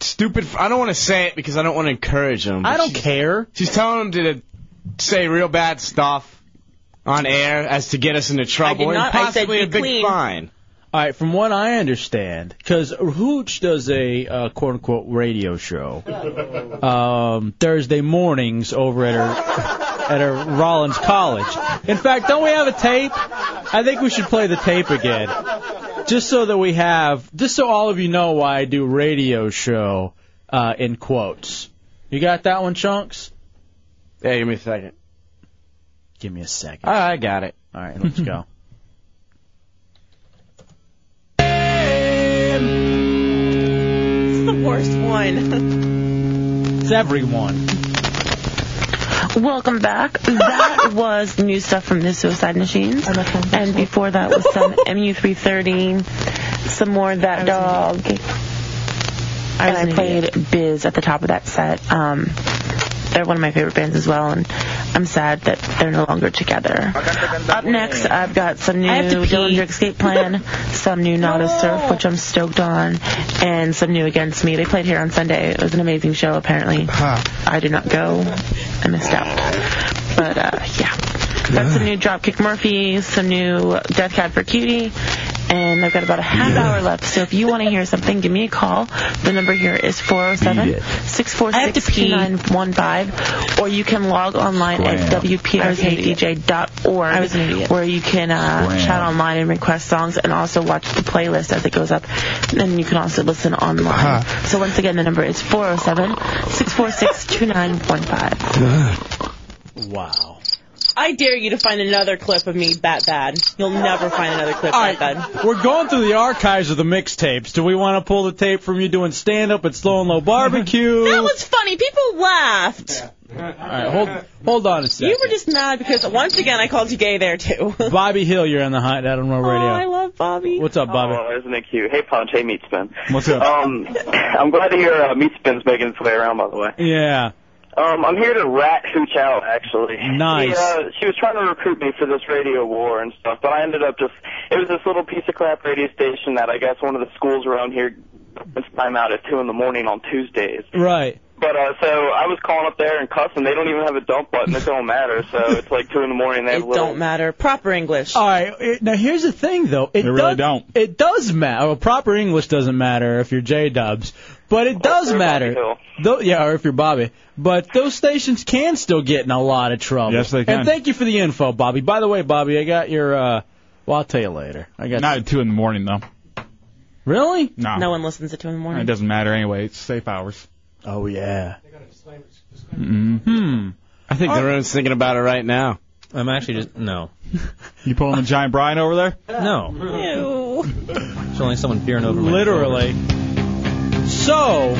Speaker 4: stupid. F- I don't want to say it because I don't want to encourage him.
Speaker 2: I don't care.
Speaker 4: She's telling him to say real bad stuff on air as to get us into
Speaker 12: not.
Speaker 4: trouble and
Speaker 12: I said
Speaker 4: possibly
Speaker 12: be
Speaker 4: a big
Speaker 12: clean.
Speaker 4: fine.
Speaker 2: All right, from what I understand, because Hooch does a uh, quote unquote radio show um, Thursday mornings over at her at her Rollins College. In fact, don't we have a tape? I think we should play the tape again, just so that we have, just so all of you know why I do radio show uh, in quotes. You got that one, Chunks?
Speaker 4: Hey, give me a second.
Speaker 2: Give me a second.
Speaker 4: I got it.
Speaker 2: All right, let's go.
Speaker 12: It's the worst one.
Speaker 2: It's everyone.
Speaker 25: Welcome back. That was new stuff from the Suicide Machines. And before that was some MU330, some more That Dog. and I played Biz at the top of that set. Um, they're one of my favorite bands as well, and I'm sad that they're no longer together. Up next, I've got some new
Speaker 5: I have to pee.
Speaker 25: Dillinger Escape Plan, some new Not a Surf, which I'm stoked on, and some new Against Me. They played here on Sunday. It was an amazing show, apparently. I did not go. I missed out. But, uh, yeah. Got some new Dropkick Murphys, some new Death Cab for Cutie, and I've got about a half hour left. So if you want to hear something, give me a call. The number here is 407 646 2915, or you can log online at
Speaker 5: I was an
Speaker 25: wprkdj.org,
Speaker 5: idiot.
Speaker 25: where you can uh,
Speaker 5: Graham.
Speaker 25: chat online and request songs and also watch the playlist as it goes up. And you can also listen online. So once again, the number is 407 646 2915.
Speaker 2: Wow.
Speaker 12: I dare you to find another clip of me that bad. You'll never find another clip that bad.
Speaker 2: We're going through the archives of the mixtapes. Do we want to pull the tape from you doing stand up at Slow and Low Barbecue?
Speaker 12: That was funny. People laughed.
Speaker 2: All right, hold hold on a second.
Speaker 12: You were just mad because once again I called you gay there too. Oh,
Speaker 2: Bobby Hill, you're on the hot Adam Row Radio.
Speaker 12: I love Bobby.
Speaker 2: Oh, What's up, Bobby?
Speaker 15: Oh, isn't it cute? Hey, Punch. Hey, Meat Spin.
Speaker 2: What's
Speaker 12: Oh.
Speaker 2: up?
Speaker 15: Um, I'm glad to hear uh, Meat Spin's making its way around, by the way.
Speaker 2: yeah.
Speaker 15: Um, I'm here to rat Hooch out, actually.
Speaker 2: Nice.
Speaker 15: She, uh, she was trying to recruit me for this radio war and stuff, but I ended up just, it was this little piece of crap radio station that I guess one of the schools around here puts time out at 2 in the morning on Tuesdays.
Speaker 2: Right.
Speaker 15: But, uh, so I was calling up there and cussing. They don't even have a dump button. It don't matter. So it's like 2 in the morning. They have it
Speaker 12: Don't matter. Proper English.
Speaker 2: All right. it- Now here's the thing, though. It
Speaker 15: really
Speaker 2: does, don't. It does matter. Well, proper English doesn't matter if you're J Dubs, but it does matter. Though, yeah, or if you're Bobby. But those stations can still get in a lot of trouble.
Speaker 3: Yes, they can.
Speaker 2: And thank you for the info, Bobby. By the way, Bobby, I got your. uh Well, I'll tell you later. I got
Speaker 3: Not at two in the morning though.
Speaker 2: Really?
Speaker 3: No.
Speaker 12: No one listens at two in the morning.
Speaker 3: It doesn't matter anyway. It's safe hours.
Speaker 2: Oh yeah.
Speaker 3: Hmm.
Speaker 4: Mm-hmm. I think the room's thinking about it right now.
Speaker 24: I'm actually just no.
Speaker 3: You pulling the giant Brian over there?
Speaker 24: No.
Speaker 12: Ew.
Speaker 24: There's only someone peering over my
Speaker 2: Literally. So,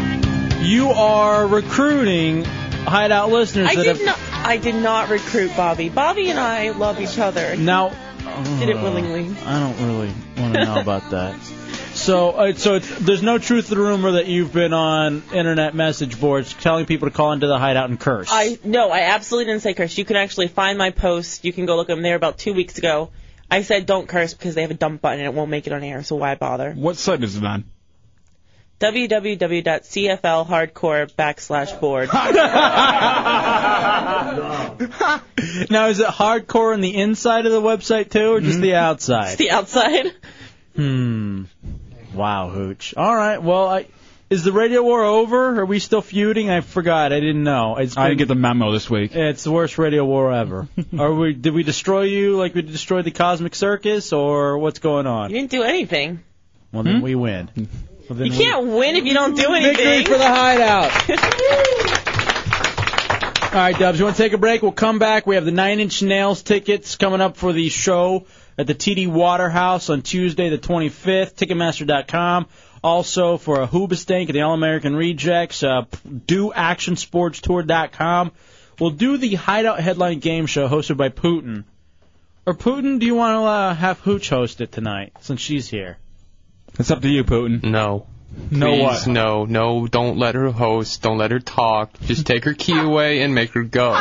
Speaker 2: you are recruiting Hideout listeners
Speaker 12: I
Speaker 2: that
Speaker 12: did
Speaker 2: have
Speaker 12: not. I did not recruit Bobby. Bobby and I love each other. He
Speaker 2: now. uh.
Speaker 12: did it willingly.
Speaker 2: I don't really want to know about that. So, uh, so it's, there's no truth to the rumor that you've been on internet message boards telling people to call into the Hideout and curse.
Speaker 12: I no, I absolutely didn't say curse. You can actually find my posts. You can go look them there about two weeks ago. I said don't curse because they have a dump button and it won't make it on air, so why bother?
Speaker 3: What site is it on?
Speaker 12: www.cflhardcore backslash board.
Speaker 2: Now, is it hardcore on the inside of the website too, or
Speaker 24: Mm-hmm.
Speaker 2: just the outside?
Speaker 12: the outside.
Speaker 2: Hmm. Wow, Hooch. All right. Well, I, is the radio war over? Are we still feuding? I forgot. I didn't know. It's
Speaker 3: I didn't
Speaker 2: been-
Speaker 3: get the memo this week.
Speaker 2: It's the worst radio war ever. Are we? Did we destroy you like we destroyed the Cosmic Circus, or what's going
Speaker 12: You
Speaker 2: on?
Speaker 12: didn't do anything.
Speaker 2: Well, then we win. Well, then
Speaker 12: You
Speaker 2: we-
Speaker 12: can't win if you don't do anything.
Speaker 2: Victory for the hideout. All right, Dubs, you want to take a break? We'll come back. We have the Nine Inch Nails tickets coming up for the show at the TD Waterhouse on Tuesday, the 25th, Ticketmaster.com. Also for a Hoobastank at the All American Rejects, uh, doactionsportstour.com. We'll do the Hideout Headline Game Show hosted by Putin. Or Putin, do you want to uh, have Hooch host it tonight since she's here?
Speaker 3: It's up to you, Putin.
Speaker 8: No.
Speaker 2: No
Speaker 8: Please,
Speaker 2: what?
Speaker 8: No, no, don't let her host, don't let her talk. Just take her key away and make her go.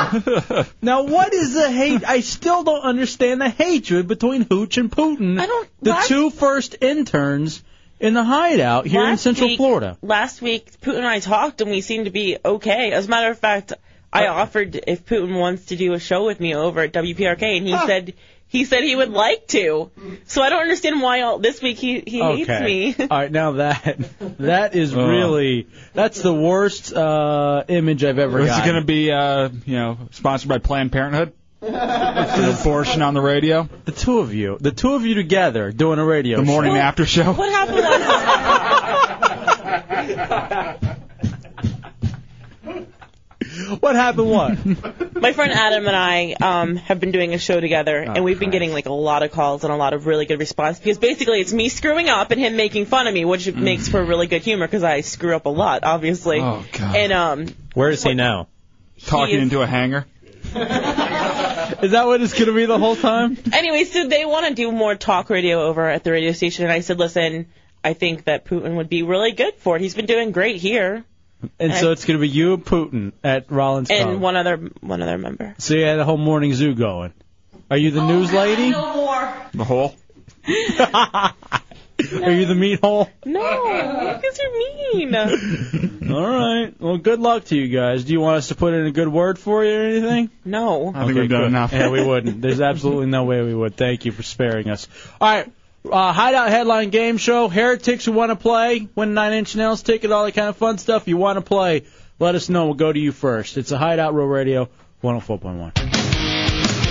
Speaker 2: Now, what is the hate? I still don't understand the hatred between Hooch and Putin, I don't, the two first interns in the hideout here in
Speaker 12: Last
Speaker 2: Central
Speaker 12: week-
Speaker 2: Florida.
Speaker 12: Last week, Putin and I talked, and we seemed to be okay. As a matter of fact, I offered if Putin wants to do a show with me over at WPRK, and he said he said he would like to. So I don't understand why all, this week he he hates me.
Speaker 2: All right, now that that is
Speaker 3: Oh.
Speaker 2: really that's the worst uh, image I've ever
Speaker 3: This is
Speaker 2: gotten.
Speaker 3: going to be, uh, you know, sponsored by Planned Parenthood. An abortion on the radio.
Speaker 2: The two of you, the two of you together doing a radio.
Speaker 3: The morning
Speaker 2: show.
Speaker 3: after show.
Speaker 12: What happened
Speaker 2: What happened? What?
Speaker 12: My friend Adam and I um, have been doing a show together, and we've been getting like a lot of calls and a lot of really good response because basically it's me screwing up and him making fun of me, which
Speaker 2: Mm.
Speaker 12: makes for really good humor because I screw up a lot, obviously.
Speaker 24: Oh,
Speaker 12: God. And um,
Speaker 24: Where is he now?
Speaker 12: Talking is- into
Speaker 3: a hangar.
Speaker 2: Is that what it's going to be the whole time?
Speaker 12: anyway, so they want to do more talk radio over at the radio station, and I said, listen, I think that Putin would be really good for it. He's been doing great here,
Speaker 2: And so it's going to be you and Putin at Rollins.
Speaker 12: and
Speaker 2: Club.
Speaker 12: one other one other member.
Speaker 2: So you had a whole morning zoo going. Are you the
Speaker 12: Oh,
Speaker 2: news lady?
Speaker 12: more.
Speaker 2: The hole. Are you the meat hole?
Speaker 12: No, because you're mean.
Speaker 2: All right. Well, good luck to you guys. Do you want us to put in a good word for you or anything?
Speaker 12: No.
Speaker 3: I think we've done enough.
Speaker 2: Yeah, we wouldn't. There's absolutely no way we would. Thank you for sparing us. All right. Uh, hideout headline game show. Heretics who want to play, win a nine inch nails ticket, all that kind of fun stuff. You want to play? Let us know. We'll go to you first. It's a hideout real radio 104.1.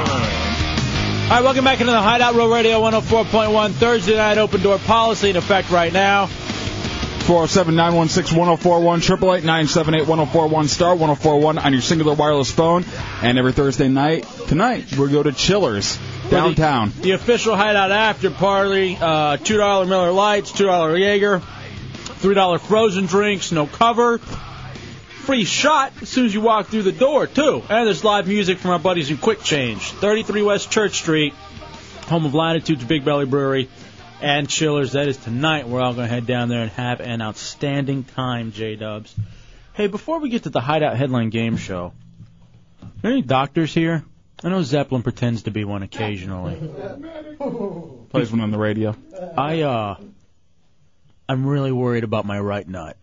Speaker 2: All right, welcome back into the Hideout Row Radio 104.1 Thursday night open door policy in effect right now.
Speaker 3: 407 916 1041, 888 978 1041, star 1041 on your singular wireless phone. And every Thursday night, tonight, we'll go to Chillers downtown.
Speaker 2: The official hideout after party, uh, $2 Miller Lights, $2 Jaeger, $3 frozen drinks, no cover. Free shot as soon as you walk through the door, too. And there's live music from our buddies in Quick Change. 33 West Church Street, home of Latitude's Big Belly Brewery and Chillers. That is tonight. We're all going to head down there and have an outstanding time, J Dubs. Hey, before we get to the Hideout Headline Game Show, are there any doctors here? I know Zeppelin pretends to be one occasionally.
Speaker 3: Plays one on the radio.
Speaker 2: I uh, I'm really worried about my right nut.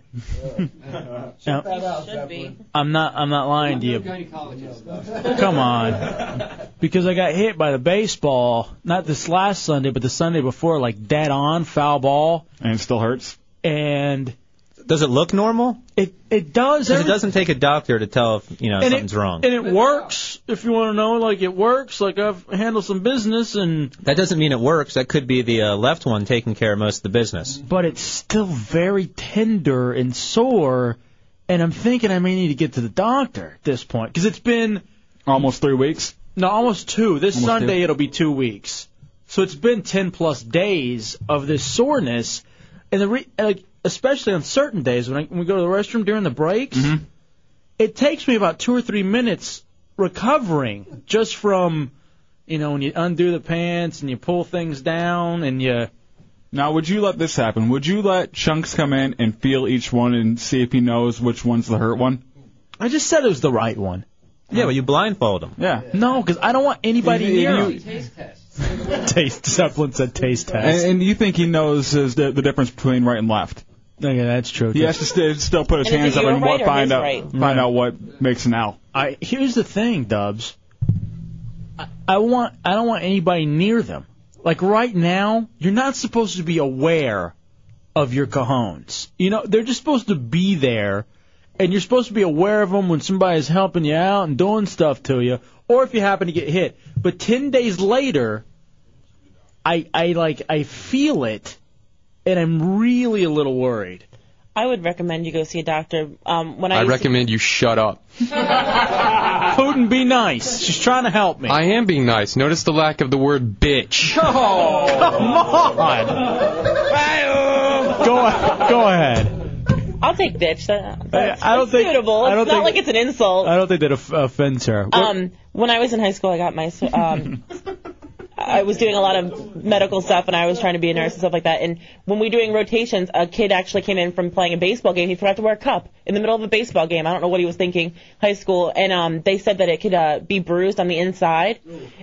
Speaker 2: Now, I'm not I'm not lying to you. Come on, because I got hit by the baseball not this last Sunday, but the Sunday before, like dead on foul ball,
Speaker 3: and it still hurts.
Speaker 2: And
Speaker 24: Does it look normal?
Speaker 2: It it does.
Speaker 24: 'Cause
Speaker 2: Every,
Speaker 24: it doesn't take a doctor to tell if you know
Speaker 2: and
Speaker 24: something's
Speaker 2: it,
Speaker 24: wrong.
Speaker 2: and it works. If you want to know, like it works. Like I've handled some business, and
Speaker 24: that doesn't mean it works. That could be the uh, left one taking care of most of the business.
Speaker 2: but it's still very tender and sore. And I'm thinking I may need to get to the doctor at this point because it's been
Speaker 3: almost three weeks.
Speaker 2: No, almost two. This
Speaker 3: Almost
Speaker 2: Sunday
Speaker 3: two.
Speaker 2: it'll be two weeks. So it's been ten plus days of this soreness, and the re- like, especially on certain days when, I, when we go to the restroom during the breaks,
Speaker 3: Mm-hmm.
Speaker 2: it takes me about two or three minutes recovering just from, you know, when you undo the pants and you pull things down and you
Speaker 3: Now, would you let this happen? Would you let Chunks come in and feel each one and see if he knows which one's the hurt one?
Speaker 2: I just said it was the right one.
Speaker 24: Yeah, but you blindfold them.
Speaker 3: Yeah.
Speaker 2: No, because I don't want anybody
Speaker 3: If- if
Speaker 2: near
Speaker 3: you-
Speaker 2: him. Taste. Zeppelin said taste
Speaker 3: And,
Speaker 2: test.
Speaker 3: and you think he knows his, the, the difference between right and left?
Speaker 2: Okay, that's true.
Speaker 3: He has to st- still put his
Speaker 2: And is
Speaker 3: hands
Speaker 2: it
Speaker 3: up
Speaker 2: your
Speaker 3: and
Speaker 2: right
Speaker 3: what,
Speaker 2: or
Speaker 3: find
Speaker 2: his
Speaker 3: out
Speaker 2: right?
Speaker 3: find
Speaker 2: Right.
Speaker 3: out what makes an L.
Speaker 2: I here's the thing, Dubs. I, I want I don't want anybody near them. Like right now, you're not supposed to be aware of your cajones. You know, they're just supposed to be there, and you're supposed to be aware of them when somebody's helping you out and doing stuff to you, or if you happen to get hit. But ten days later, I I like I feel it, and I'm really a little worried.
Speaker 12: I would recommend you go see a doctor. Um, when I,
Speaker 8: I
Speaker 12: used to-
Speaker 8: recommend you shut up.
Speaker 2: Putin, be nice. She's trying to help me.
Speaker 8: I am being nice. Notice the lack of the word bitch.
Speaker 2: Oh, come on. go, go ahead.
Speaker 12: I'll take bitch. That, that's
Speaker 2: I don't think-
Speaker 12: suitable. It's
Speaker 2: I don't
Speaker 12: not
Speaker 2: think-
Speaker 12: like it's an insult.
Speaker 2: I don't think that off- offends her.
Speaker 12: Um, when I was in high school, I got my um, I was doing a lot of medical stuff, and I was trying to be a nurse and stuff like that. And when we were doing rotations, a kid actually came in from playing a baseball game. He forgot to wear a cup in the middle of a baseball game. I don't know what he was thinking, high school. And um, they said that it could uh, be bruised on the inside,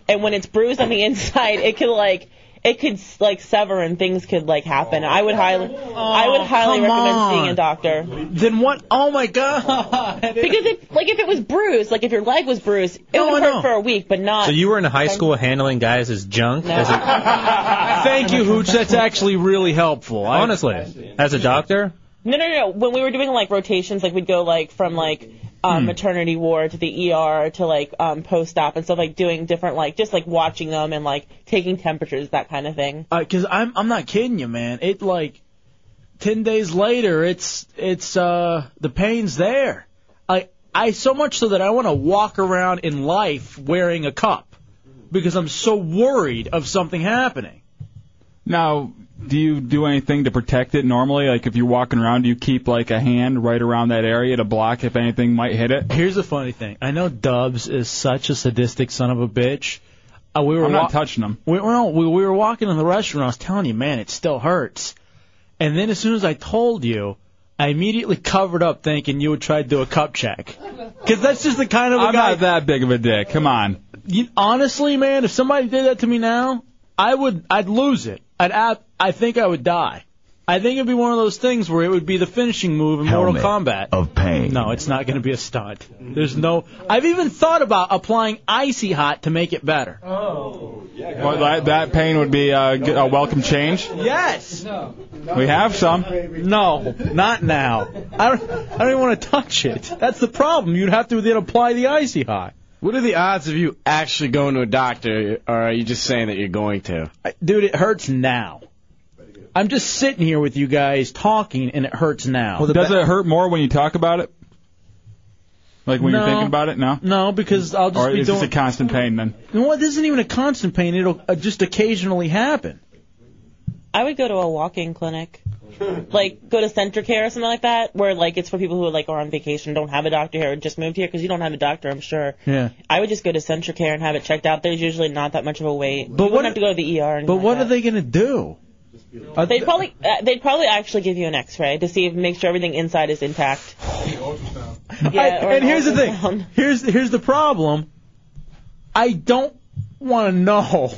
Speaker 12: and when it's bruised on the inside, it could like. It could like sever and things could like happen. I would highly, I would highly
Speaker 2: come
Speaker 12: recommend
Speaker 2: on.
Speaker 12: seeing a doctor.
Speaker 2: Then what? Oh my God!
Speaker 12: Because if like if it was bruised, like if your leg was bruised, it
Speaker 2: No, I
Speaker 12: would
Speaker 2: know.
Speaker 12: hurt for a week, but not.
Speaker 24: So you were in high school handling guys as junk? As a,
Speaker 2: Thank you, Hooch. That's actually really helpful. I-
Speaker 24: honestly, as a doctor?
Speaker 12: No, no, no. When we were doing like rotations, like we'd go like from like um,
Speaker 24: Hmm.
Speaker 12: maternity ward to the ER to like um, post-op and stuff, like doing different like just like watching them and like taking temperatures, that kind of thing.
Speaker 2: because I'm I'm not kidding you, man. It like ten days later, it's it's uh the pain's there. I I so much so that I want to walk around in life wearing a cup because I'm so worried of something happening.
Speaker 3: Now, do you do anything to protect it normally? Like if you're walking around, do you keep like a hand right around that area to block if anything might hit it?
Speaker 2: Here's the funny thing. I know Dubs is such a sadistic son of a bitch. Uh, we were
Speaker 3: I'm not
Speaker 2: wa-
Speaker 3: touching them.
Speaker 2: We, well, we, we were walking in the restaurant. I was telling you, man, it still hurts. And then as soon as I told you, I immediately covered up thinking you would try to do a cup check. Because that's just the kind of a
Speaker 3: I'm
Speaker 2: guy.
Speaker 3: not that big of a dick. Come on.
Speaker 2: You, honestly, man, if somebody did that to me now, I would, I'd lose it. I'd, ab- I think I would die. I think it'd be one of those things where it would be the finishing move in Mortal Kombat.
Speaker 23: Of pain.
Speaker 2: No, it's not going to be a stunt. There's no. I've even thought about applying icy hot to make it better.
Speaker 3: Well, that, that pain would be a, g- a welcome change.
Speaker 2: Yes.
Speaker 3: We have some.
Speaker 2: No, not now. I don't. I don't even want to touch it. That's the problem. You'd have to then apply the icy hot.
Speaker 4: What are the odds of you actually going to a doctor, or are you just saying that you're going to?
Speaker 2: I- Dude, it hurts now. I'm just sitting here with you guys talking, and it hurts now.
Speaker 3: Does it hurt more when you talk about it? Like when
Speaker 2: No.
Speaker 3: you're thinking about it? No.
Speaker 2: No, because I'll just
Speaker 3: Or
Speaker 2: be
Speaker 3: is this
Speaker 2: doing.
Speaker 3: a constant pain then?
Speaker 2: no, this isn't even a constant pain. It'll uh, just occasionally happen.
Speaker 12: I would go to a walk-in clinic, like go to Centricare or something like that, where like it's for people who like are on vacation, don't have a doctor here, or just moved here because you don't have a doctor, I'm sure.
Speaker 2: Yeah.
Speaker 12: I would just go to Centricare and have it checked out. There's usually not that much of a wait.
Speaker 2: But
Speaker 12: you
Speaker 2: what-
Speaker 12: wouldn't have to go to the ER. or anything
Speaker 2: But
Speaker 12: like
Speaker 2: what
Speaker 12: that.
Speaker 2: are they gonna do? Are
Speaker 12: They'd
Speaker 2: they-
Speaker 12: probably uh, they'd probably actually give you an X-ray to see if make sure everything inside is intact. Yeah,
Speaker 2: I-
Speaker 12: or
Speaker 2: and
Speaker 12: an
Speaker 2: here's the
Speaker 12: ultrasound.
Speaker 2: thing. Here's here's the problem. I don't want to know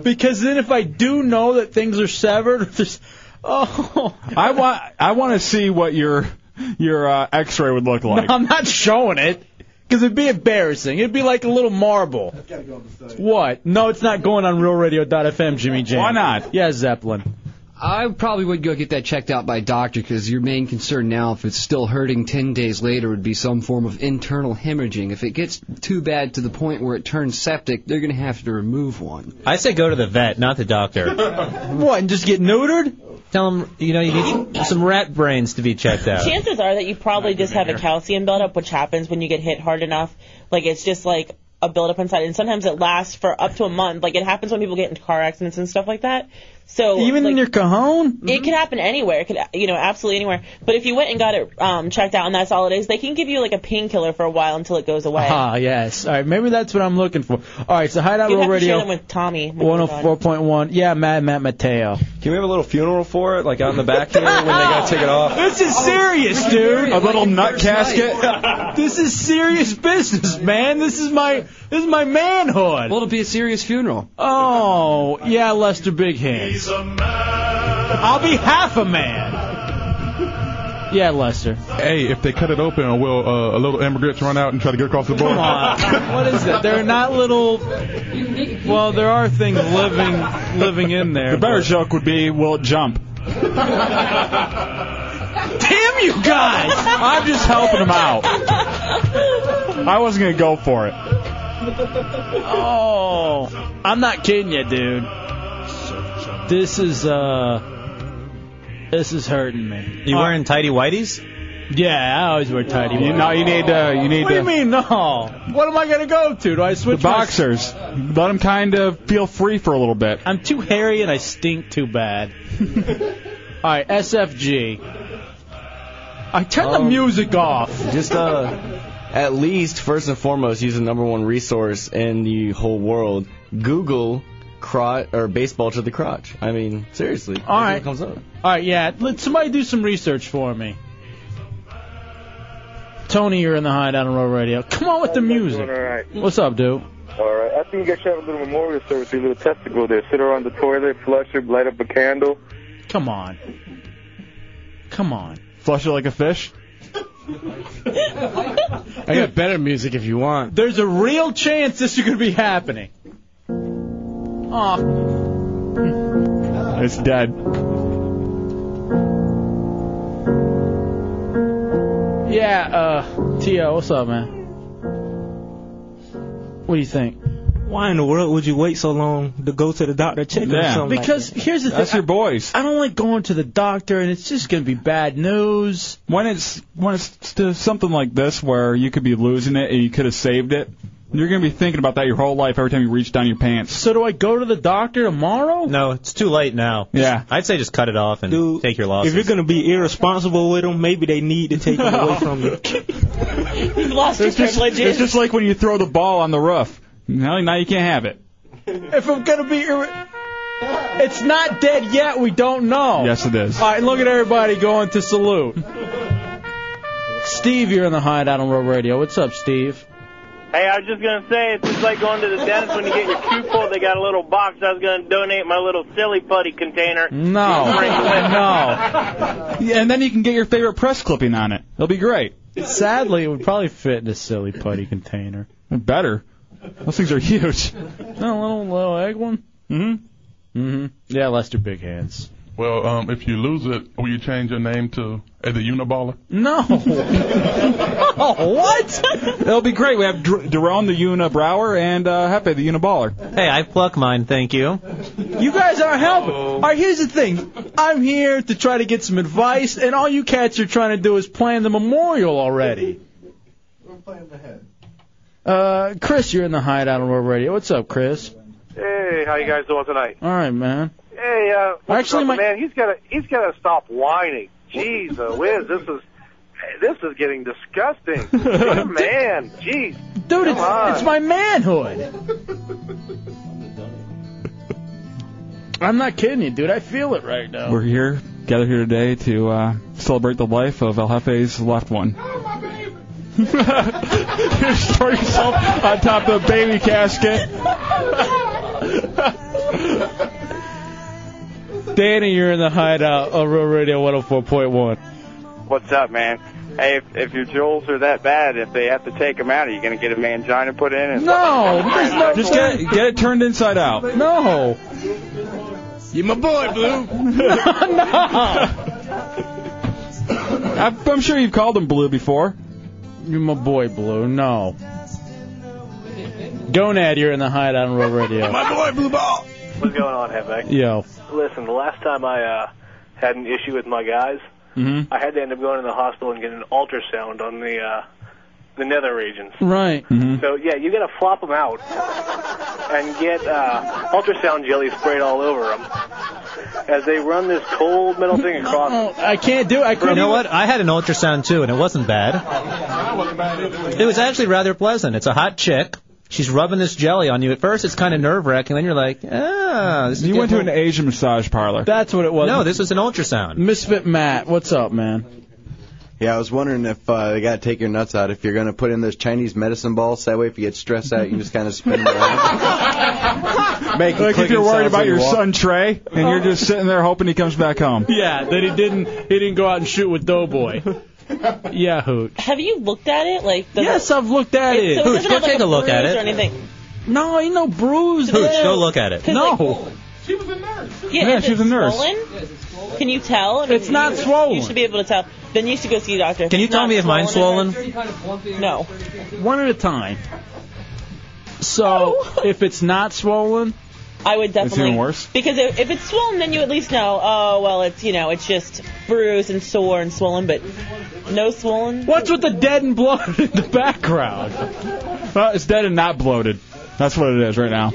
Speaker 2: because then if I do know that things are severed, there's, oh,
Speaker 3: I want I want to see what your your uh, X-ray would look like.
Speaker 2: No, I'm not showing it because it'd be embarrassing. It'd be like a little marble. What? No, it's not going on RealRadio.fm, Jimmy Jam.
Speaker 3: Why not?
Speaker 2: Yeah, Zeppelin.
Speaker 22: I probably would go get that checked out by a doctor because your main concern now, if it's still hurting 10 days later, would be some form of internal hemorrhaging. If it gets too bad to the point where it turns septic, they're going to have to remove one.
Speaker 24: I say go to the vet, not the doctor.
Speaker 2: What? And just get neutered?
Speaker 24: Tell them, you know, you need some rat brains to be checked out.
Speaker 12: Chances are that you probably just have a
Speaker 24: here.
Speaker 12: calcium buildup, which happens when you get hit hard enough. Like it's just like a buildup inside, and sometimes it lasts for up to a month. Oh, Like it happens when people get into car accidents and stuff like that. So
Speaker 2: Even in your cajon?
Speaker 12: it could happen anywhere. It could, you know, absolutely anywhere. But if you went and got it um, checked out and that's all it is, they can give you like a painkiller for a while until it goes away.
Speaker 2: Ah, yes. All right, maybe that's what I'm looking for. All right, so Hideout
Speaker 12: you
Speaker 2: Roll
Speaker 12: have to share
Speaker 2: Radio
Speaker 12: them with Tommy. when you're
Speaker 2: 104.1.
Speaker 12: gone.
Speaker 2: Yeah, Matt, Matt Mateo.
Speaker 26: Can we have a little funeral for it, like out in the back here when they gotta take it off?
Speaker 2: This is serious, dude. A little nut casket. this is serious business, man. This is my this is my manhood. Well,
Speaker 27: it'll be a serious funeral.
Speaker 2: Oh, yeah, Lester Big Hands. I'll be half a man. Yeah, Lester.
Speaker 28: Hey, if they cut it open, will uh, a little immigrants run out and try to get across the border?
Speaker 2: Come on. What is that? They're not little. Well, there are things living living in there. The
Speaker 3: better joke would be, will it jump?
Speaker 10: eh.
Speaker 2: Damn you guys!
Speaker 3: I'm just helping him out. I wasn't gonna go for it.
Speaker 2: Oh, I'm not kidding you, dude. This is uh, this is hurting me.
Speaker 10: You wearing tidy whities? Oh,
Speaker 2: Yeah, I always wear tidy.
Speaker 10: You-
Speaker 2: whities.
Speaker 10: no, you need, uh, you need
Speaker 2: What do you
Speaker 10: to-
Speaker 2: mean no? What am I gonna go to? Do I
Speaker 3: The
Speaker 2: switch? my-
Speaker 3: boxers. Let them kind of feel free for a little bit.
Speaker 2: I'm too hairy and I stink too bad. All right, SFG. I turn the music off.
Speaker 4: Um, Just uh, at least first and foremost, use the number one resource in the whole world. Google crotch or baseball to the crotch. I mean, seriously.
Speaker 2: All right.
Speaker 4: It comes up.
Speaker 2: All right, yeah. Let somebody do some research for me. Tony, you're in the hideout on Road Radio. Come on with the music.
Speaker 15: All right.
Speaker 2: What's up, dude?
Speaker 15: All right. I think you guys should have a little memorial service, a little testicle there. Sit her on the toilet, flush her, light up a candle.
Speaker 2: Come on. Come on.
Speaker 3: Flush it like a fish.
Speaker 4: I got better music if you want.
Speaker 2: There's a real chance this is going to be happening. Oh,
Speaker 3: It's dead.
Speaker 2: yeah. Uh, Tio, what's up, man? What do you think?
Speaker 10: Why in the world would you wait so long to go to the doctor check or something? like
Speaker 2: Because
Speaker 10: that?
Speaker 2: here's the thing.
Speaker 10: That's your
Speaker 3: boys.
Speaker 2: I, I don't like going to the doctor, and it's just going to be bad news.
Speaker 3: When it's when it's to something like this where you could be losing it and you could have saved it, you're gonna be thinking about that your whole life every time you reach down your pants.
Speaker 2: So do I go to the doctor tomorrow?
Speaker 10: No, it's too late now.
Speaker 3: Yeah.
Speaker 10: I'd say just cut it off and take your losses.
Speaker 26: if you're
Speaker 10: gonna be irresponsible with them, maybe they need to take
Speaker 26: them away from
Speaker 10: you.
Speaker 12: You've lost your
Speaker 3: It's just,
Speaker 12: privileges.
Speaker 3: it's just like when you throw the ball on the roof. Now, now you can't have it.
Speaker 2: If I'm going to be. Irre- it's not dead yet. We don't know.
Speaker 3: Yes, it is.
Speaker 2: All right, look at everybody going to salute. Steve, you're in the hideout on Road Radio. What's up, Steve?
Speaker 6: Hey, I was just gonna say it's just like going to the dentist when you get your tooth pulled. They got a little box. I was gonna donate my little silly putty container.
Speaker 3: No.
Speaker 6: Bring it with me.
Speaker 3: No. Yeah, and then you can get your favorite press clipping on it. It'll be great.
Speaker 2: Sadly, it would probably fit in a silly putty container.
Speaker 3: Better. Those things are huge.
Speaker 2: No, little little egg one. Mm-hmm. Mm-hmm. Yeah, Lester Big Hands.
Speaker 28: Well, um, if you lose it, will you change your name to uh, the Uniballer?
Speaker 2: No. oh, what?
Speaker 3: It'll be great. We have Dr- Daron the Unibrower and uh, Hepe the Uniballer.
Speaker 10: Hey, I pluck mine, thank you.
Speaker 2: You guys aren't helping. All right, here's the thing. I'm here to try to get some advice, and all you cats are trying to do is plan the memorial already. Uh, Chris, you're in the hideout on World Radio. What's up, Chris?
Speaker 15: Hey, how you guys doing tonight?
Speaker 2: All right, man.
Speaker 15: Hey, uh, what's
Speaker 2: Actually,
Speaker 15: up,
Speaker 2: my-
Speaker 15: man, he's gotta he's gotta stop whining. Jeez, uh, whiz, this is this is getting disgusting. Be a man, jeez,
Speaker 2: Dude, it's,
Speaker 15: Come on.
Speaker 2: it's my manhood. I'm not kidding you, dude. I feel it right now.
Speaker 3: We're here, gathered here today to uh, celebrate the life of El Jefe's left one. you throw yourself on top of a baby casket.
Speaker 2: Danny, you're in the hideout on Real Radio 104.1.
Speaker 6: What's up, man? Hey, if, if your jewels are that bad, if they have to take them out, are you gonna get a mangina put in? And
Speaker 3: No, there's no Just get it, get it turned inside out.
Speaker 2: No.
Speaker 3: You my boy, Blue. I'm, I'm sure you've called him Blue before.
Speaker 2: You're my boy, Blue. No. Gonad, you're in the hideout on Real Radio.
Speaker 6: boy, blue ball. What's going on, Hefe?
Speaker 2: Yo.
Speaker 6: Listen, the last time I uh, had an issue with my guys,
Speaker 3: Mm-hmm.
Speaker 6: I had to end up going to the hospital and getting an ultrasound on the uh, the nether regions.
Speaker 2: Right.
Speaker 3: Mm-hmm.
Speaker 6: So yeah, you gotta flop them out and get uh, ultrasound jelly sprayed all over them. as they run this cold metal thing across.
Speaker 29: I can't do. I
Speaker 6: couldn't
Speaker 29: You know what?
Speaker 6: even-
Speaker 29: I had an ultrasound too, and it wasn't bad. It was actually rather pleasant. It's a hot chick. She's rubbing this jelly on you. At first, it's kind of nerve wracking. Then you're like, ah. This
Speaker 3: You went to an Asian massage parlor.
Speaker 2: That's what it was.
Speaker 29: No, this was an ultrasound.
Speaker 2: Misfit Matt, what's up, man?
Speaker 20: Yeah, I was wondering if uh, they got to take your nuts out if you're going to put in those Chinese medicine balls. That way, if you get stressed out, you can just kind of spin them around. Make
Speaker 3: like if
Speaker 20: clicking
Speaker 3: you're worried
Speaker 20: sounds
Speaker 3: about
Speaker 20: when you
Speaker 3: your
Speaker 20: walk.
Speaker 3: son Trey, and you're just sitting there hoping he comes back home.
Speaker 2: Yeah, that he didn't he didn't go out and shoot with Doughboy. Yeah, Hoot.
Speaker 12: Have you looked at it? Like, does
Speaker 2: Yes, I've looked at
Speaker 12: it,
Speaker 2: it.
Speaker 12: so it doesn't have, like, bruise Or anything.
Speaker 2: No, ain't no bruise. there. No.
Speaker 12: Yeah,
Speaker 2: Yeah,
Speaker 12: is
Speaker 2: she's
Speaker 12: it
Speaker 2: a nurse.
Speaker 12: Swollen? Can you tell? I mean,
Speaker 2: It's not
Speaker 12: you-
Speaker 2: swollen.
Speaker 12: You should be able to tell. Then you should go see a doctor. If
Speaker 2: Can you
Speaker 12: it's
Speaker 2: tell
Speaker 12: not
Speaker 2: me if mine's
Speaker 12: No.
Speaker 2: One at a time. So if it's not swollen,
Speaker 12: I would definitely.
Speaker 2: even worse?
Speaker 12: Because if, if it's swollen, then you at least know. Oh well, it's you know, it's just bruised and sore and swollen, but no swollen.
Speaker 2: What's with the dead and blood in the background?
Speaker 3: Well, it's dead and not bloated. That's what it is right now.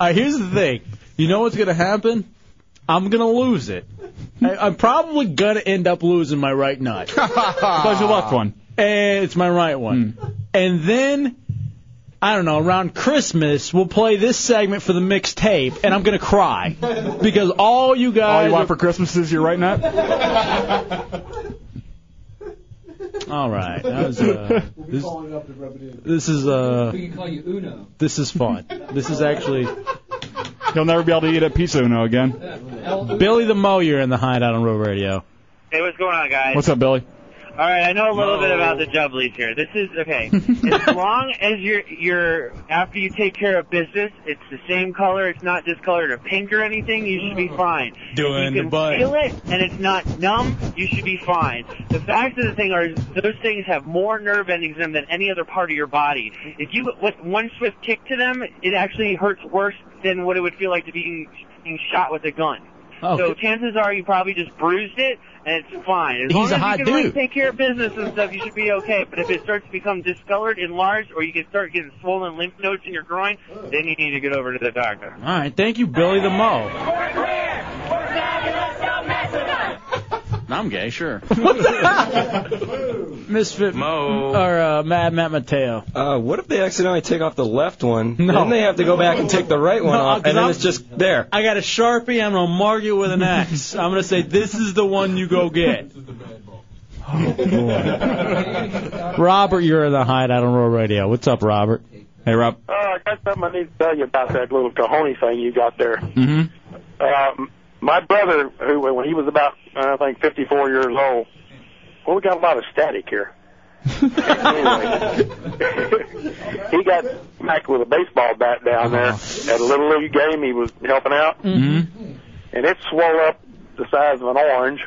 Speaker 2: Uh, here's the thing. You know what's gonna happen? I'm gonna lose it. I, I'm probably gonna end up losing my right nut.
Speaker 3: But your left one. Hmm.
Speaker 2: And it's my right one. And then I don't know, around Christmas we'll play this segment for the mixtape and I'm gonna cry. Because all you guys
Speaker 3: All you want for Christmas is your right nut?
Speaker 2: All right. That was uh, this, this is uh
Speaker 22: We can call you Uno.
Speaker 2: this is fun. This is actually
Speaker 3: You'll never be able to eat a pizza uno again.
Speaker 2: Billy the Mo, you're in the hideout on Road Radio.
Speaker 19: Hey, what's going on, guys?
Speaker 3: What's up, Billy?
Speaker 19: All right, I know a little bit about the jubblies here. This is okay. as long as you're you're after you take care of business, it's the same color. It's not discolored or pink or anything. You should be fine.
Speaker 2: Doing
Speaker 19: you can feel it, Mm. and it's not numb. You should be fine. The facts of the thing are those things have more nerve endings in them than any other part of your body. If you with one swift kick to them, it actually hurts worse than what it would feel like to be being shot with a gun.
Speaker 13: Oh.
Speaker 19: So chances are you probably just bruised it and it's fine. As
Speaker 13: He's
Speaker 19: long
Speaker 13: a
Speaker 19: as
Speaker 13: hot
Speaker 19: you can like,
Speaker 13: dude.
Speaker 19: take care of business and stuff, you should be okay. But if it starts to become discolored, enlarged, or you can start getting swollen lymph nodes in your groin, then you need to get over to the doctor.
Speaker 2: All right, thank you, Billy the Mo. I'm gay, sure. Misfit Mo or uh, Mad Matt Mateo.
Speaker 10: Uh, what if they accidentally take off the left one?
Speaker 2: No.
Speaker 10: Then they have to go back and take the right one
Speaker 2: No,
Speaker 10: off, and then
Speaker 2: I'm-
Speaker 10: it's just there.
Speaker 2: I got a sharpie. I'm gonna mark it with an X. I'm gonna say this is the one you go get. Robert, you're in the hideout on Roll Radio. What's up, Robert?
Speaker 3: Hey, Rob.
Speaker 15: Oh, I got something I need to tell you about that little cojones thing you got there.
Speaker 3: Mm-hmm.
Speaker 15: Um, my brother, who when he was about uh, I think 54 years old, well, we got a lot of static here. anyway, he got smacked with a baseball bat down there at a little league game. He was helping out,
Speaker 3: Mm-hmm.
Speaker 15: and it swelled up the size of an orange.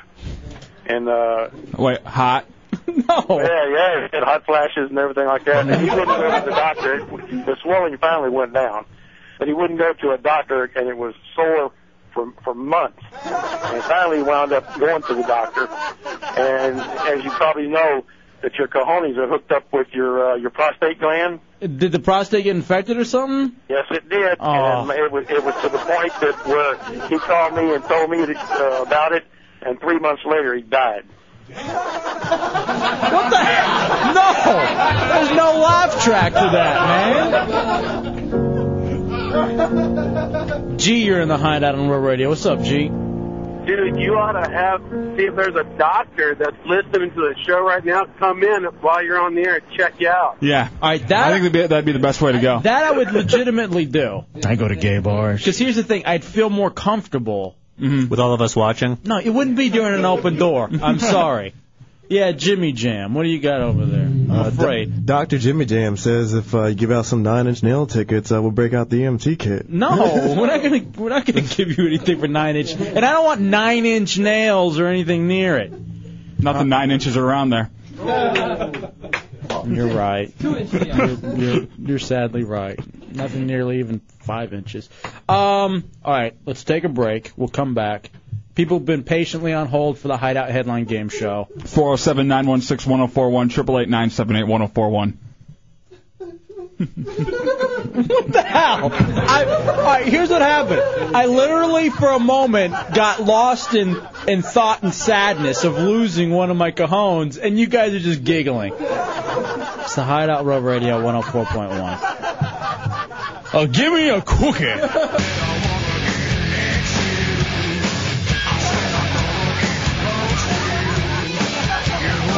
Speaker 15: And uh,
Speaker 3: Wait, hot.
Speaker 15: yeah, yeah, it had hot flashes and everything like that. And he wouldn't go to the doctor. The swelling finally went down, but he wouldn't go to a doctor, and it was sore for for months. And finally, he wound up going to the doctor. And as you probably know, that your cojones are hooked up with your uh, your prostate gland.
Speaker 2: Did the prostate get infected or something?
Speaker 15: Yes, it did,
Speaker 2: Oh.
Speaker 15: and it was it was to the point that where he called me and told me that, uh, about it, and three months later he died.
Speaker 2: What the hell? No! There's no laugh track to that, man. G, you're in the hideout on Roll Radio. What's up, G?
Speaker 30: Dude, you ought to have see if there's a doctor that's listening to the show right now. Come in while you're on the air and check you out.
Speaker 3: Yeah.
Speaker 2: All right, that,
Speaker 3: I think that'd be, that'd be the best way to go.
Speaker 2: That I would legitimately do. I go to gay bars. Because here's the thing, I'd feel more comfortable.
Speaker 3: Mm-hmm.
Speaker 29: With all of us watching.
Speaker 2: No, it wouldn't be during an open door. I'm sorry. Yeah, Jimmy Jam. What do you got over there? I'm
Speaker 3: Uh,
Speaker 2: afraid.
Speaker 31: Dr. Jimmy Jam says if uh, you give out some nine inch nail tickets, uh, we'll break out the EMT kit.
Speaker 2: No, we're not gonna we're not gonna give you anything for nine inch, and I don't want nine inch nails or anything near it. Uh,
Speaker 3: Nothing nine inches around there.
Speaker 2: You're right. You're, you're, you're sadly right. Nothing nearly even five inches. Um, all right, let's take a break. We'll come back. People have been patiently on hold for the Hideout Headline Game Show.
Speaker 3: 407 916 1041, 888 978 1041.
Speaker 2: What the hell? I, all right, here's what happened. I literally, for a moment, got lost in, in thought and sadness of losing one of my cajones, and you guys are just giggling. It's the Hideout Road Radio 104.1. Oh, give me a cookie.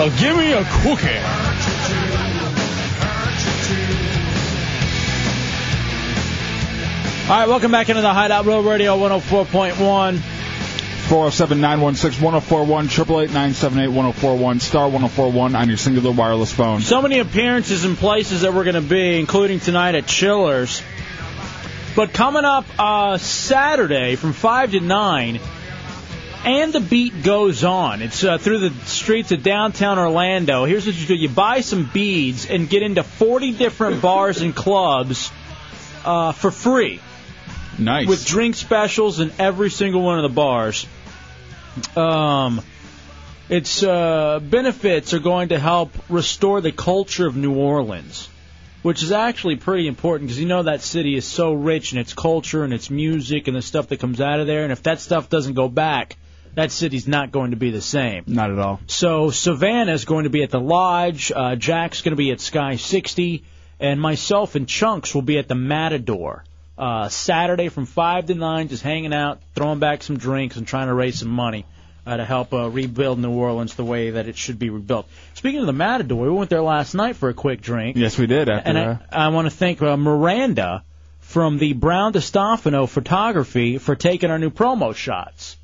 Speaker 2: Oh, give me a cookie. All right, welcome back into the Hideout Road Radio 104.1.
Speaker 3: 407 916 1041, 888 978 1041, star 1041 on your singular wireless phone.
Speaker 2: Um, So many appearances and places that we're going to be, including tonight at Chillers. But coming up uh, Saturday from 5 to 9, and the beat goes on. It's uh, through the streets of downtown Orlando. Here's what you do you buy some beads and get into 40 different bars and clubs uh, for free.
Speaker 3: Nice.
Speaker 2: With drink specials in every single one of the bars. Um, its uh, benefits are going to help restore the culture of New Orleans, which is actually pretty important because you know that city is so rich in its culture and its music and the stuff that comes out of there. And if that stuff doesn't go back, that city's not going to be the same.
Speaker 3: Not at all.
Speaker 2: So Savannah's going to be at the Lodge. Uh, Jack's going to be at Sky 60, and myself and Chunks will be at the Matador uh, Saturday from five to nine, just hanging out, throwing back some drinks, and trying to raise some money uh, to help uh, rebuild New Orleans the way that it should be rebuilt. Speaking of the Matador, we went there last night for a quick drink.
Speaker 3: Yes, we did. After
Speaker 2: And
Speaker 3: uh,
Speaker 2: I, I want to thank uh, Miranda from the Brown DeStefano Photography for taking our new promo shots.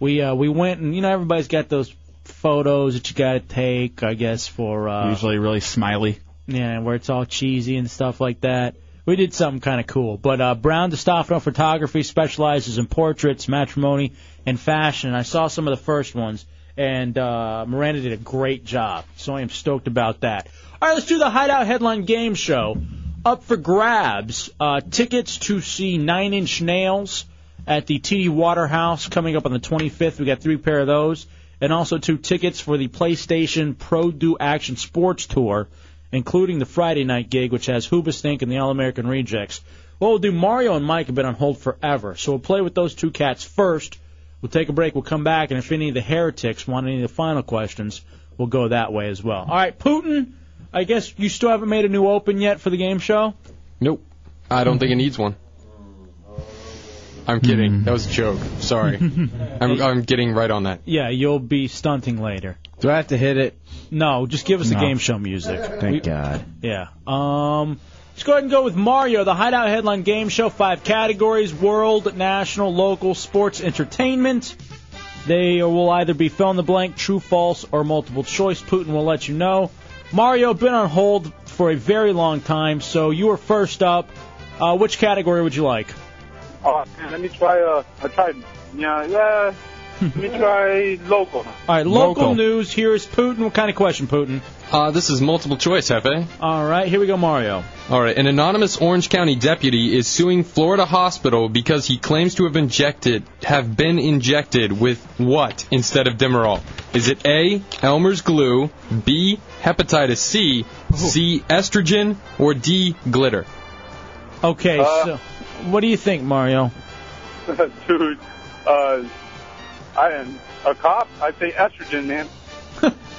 Speaker 2: We uh, we went and you know everybody's got those photos that you got to take, I guess, for uh,
Speaker 3: usually really smiley.
Speaker 2: yeah, where it's all cheesy and stuff like that. We did something kind of cool. But uh, Brown DeStefano Photography specializes in portraits, matrimony, and fashion. I saw some of the first ones, and uh, Miranda did a great job. So I am stoked about that. All right, let's do the Hideout Headline Game Show. Up for grabs, uh, tickets to see Nine Inch Nails at the TD Waterhouse coming up on the 25th. We got three pair of those, and also two tickets for the PlayStation Pro Do Action Sports Tour including the Friday night gig, which has Hoobastank and the All American Rejects. What we'll do, Mario and Mike have been on hold forever, so we'll play with those two cats first. We'll take a break, we'll come back, and if any of the heretics want any of the final questions, we'll go that way as well. All right, Putin, I guess you still haven't made a new open yet for the game show?
Speaker 7: Nope. I don't think it needs one. I'm kidding.
Speaker 2: Hmm.
Speaker 7: That was a joke. Sorry. I'm, I'm getting right on that.
Speaker 2: Yeah, you'll be stunting later.
Speaker 4: Do I have to hit it?
Speaker 2: No, just give us the
Speaker 4: No.
Speaker 2: game show music.
Speaker 4: Thank God.
Speaker 2: Yeah. Um, let's go ahead and go with Mario. The Hideout Headline Game Show, five categories world, national, local, sports, entertainment. They will either be fill in the blank, true, false, or multiple choice. Putin will let you know. Mario, been on hold for a very long time, so you are first up. Uh, which category would you like?
Speaker 15: Oh, man, let me try. Uh, I tried. Yeah, yeah. Let me try local.
Speaker 2: All right, local, news. Here is Putin. What kind of question, Putin?
Speaker 7: Uh, this is multiple choice, Hefe.
Speaker 2: All right, here we go, Mario.
Speaker 7: All right, an anonymous Orange County deputy is suing Florida hospital because he claims to have injected, have been injected with what instead of Demerol? Is it A. Elmer's glue, B. Hepatitis C, C. Estrogen, or D. Glitter?
Speaker 2: Okay, so what do you think, Mario?
Speaker 15: Dude, uh, I am a cop. I say estrogen, man.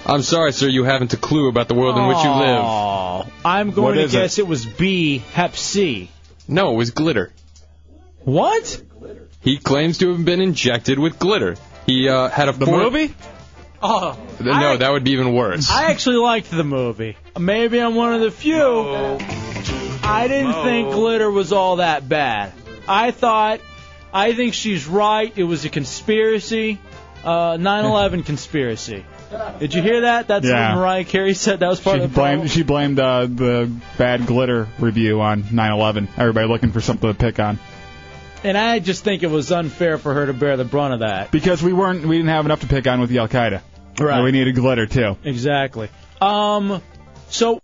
Speaker 7: I'm sorry, sir, you haven't a clue about the world in which you
Speaker 2: live. I'm going
Speaker 7: What
Speaker 2: to
Speaker 7: is
Speaker 2: guess it? was B, Hep C.
Speaker 7: No, it was glitter.
Speaker 2: What?
Speaker 7: He claims to have been injected with glitter. He uh, had a the
Speaker 2: movie? Oh,
Speaker 7: No, that would be even worse.
Speaker 2: I actually liked the movie. Maybe I'm one of the few. I didn't think glitter was all that bad. I thought, I think she's right. It was a conspiracy, uh, 9/11 conspiracy. uh, Did you hear that? That's
Speaker 3: Yeah.
Speaker 2: what Mariah Carey said. That was part
Speaker 3: She
Speaker 2: of the problem.
Speaker 3: blamed, she blamed uh, the bad glitter review on 9/11. Everybody looking for something to pick on
Speaker 2: And I just think it was unfair for her to bear the brunt of that.
Speaker 3: because we weren't we didn't have enough to pick on with the Al Qaeda. Right. we needed glitter too.
Speaker 2: Exactly. Um, so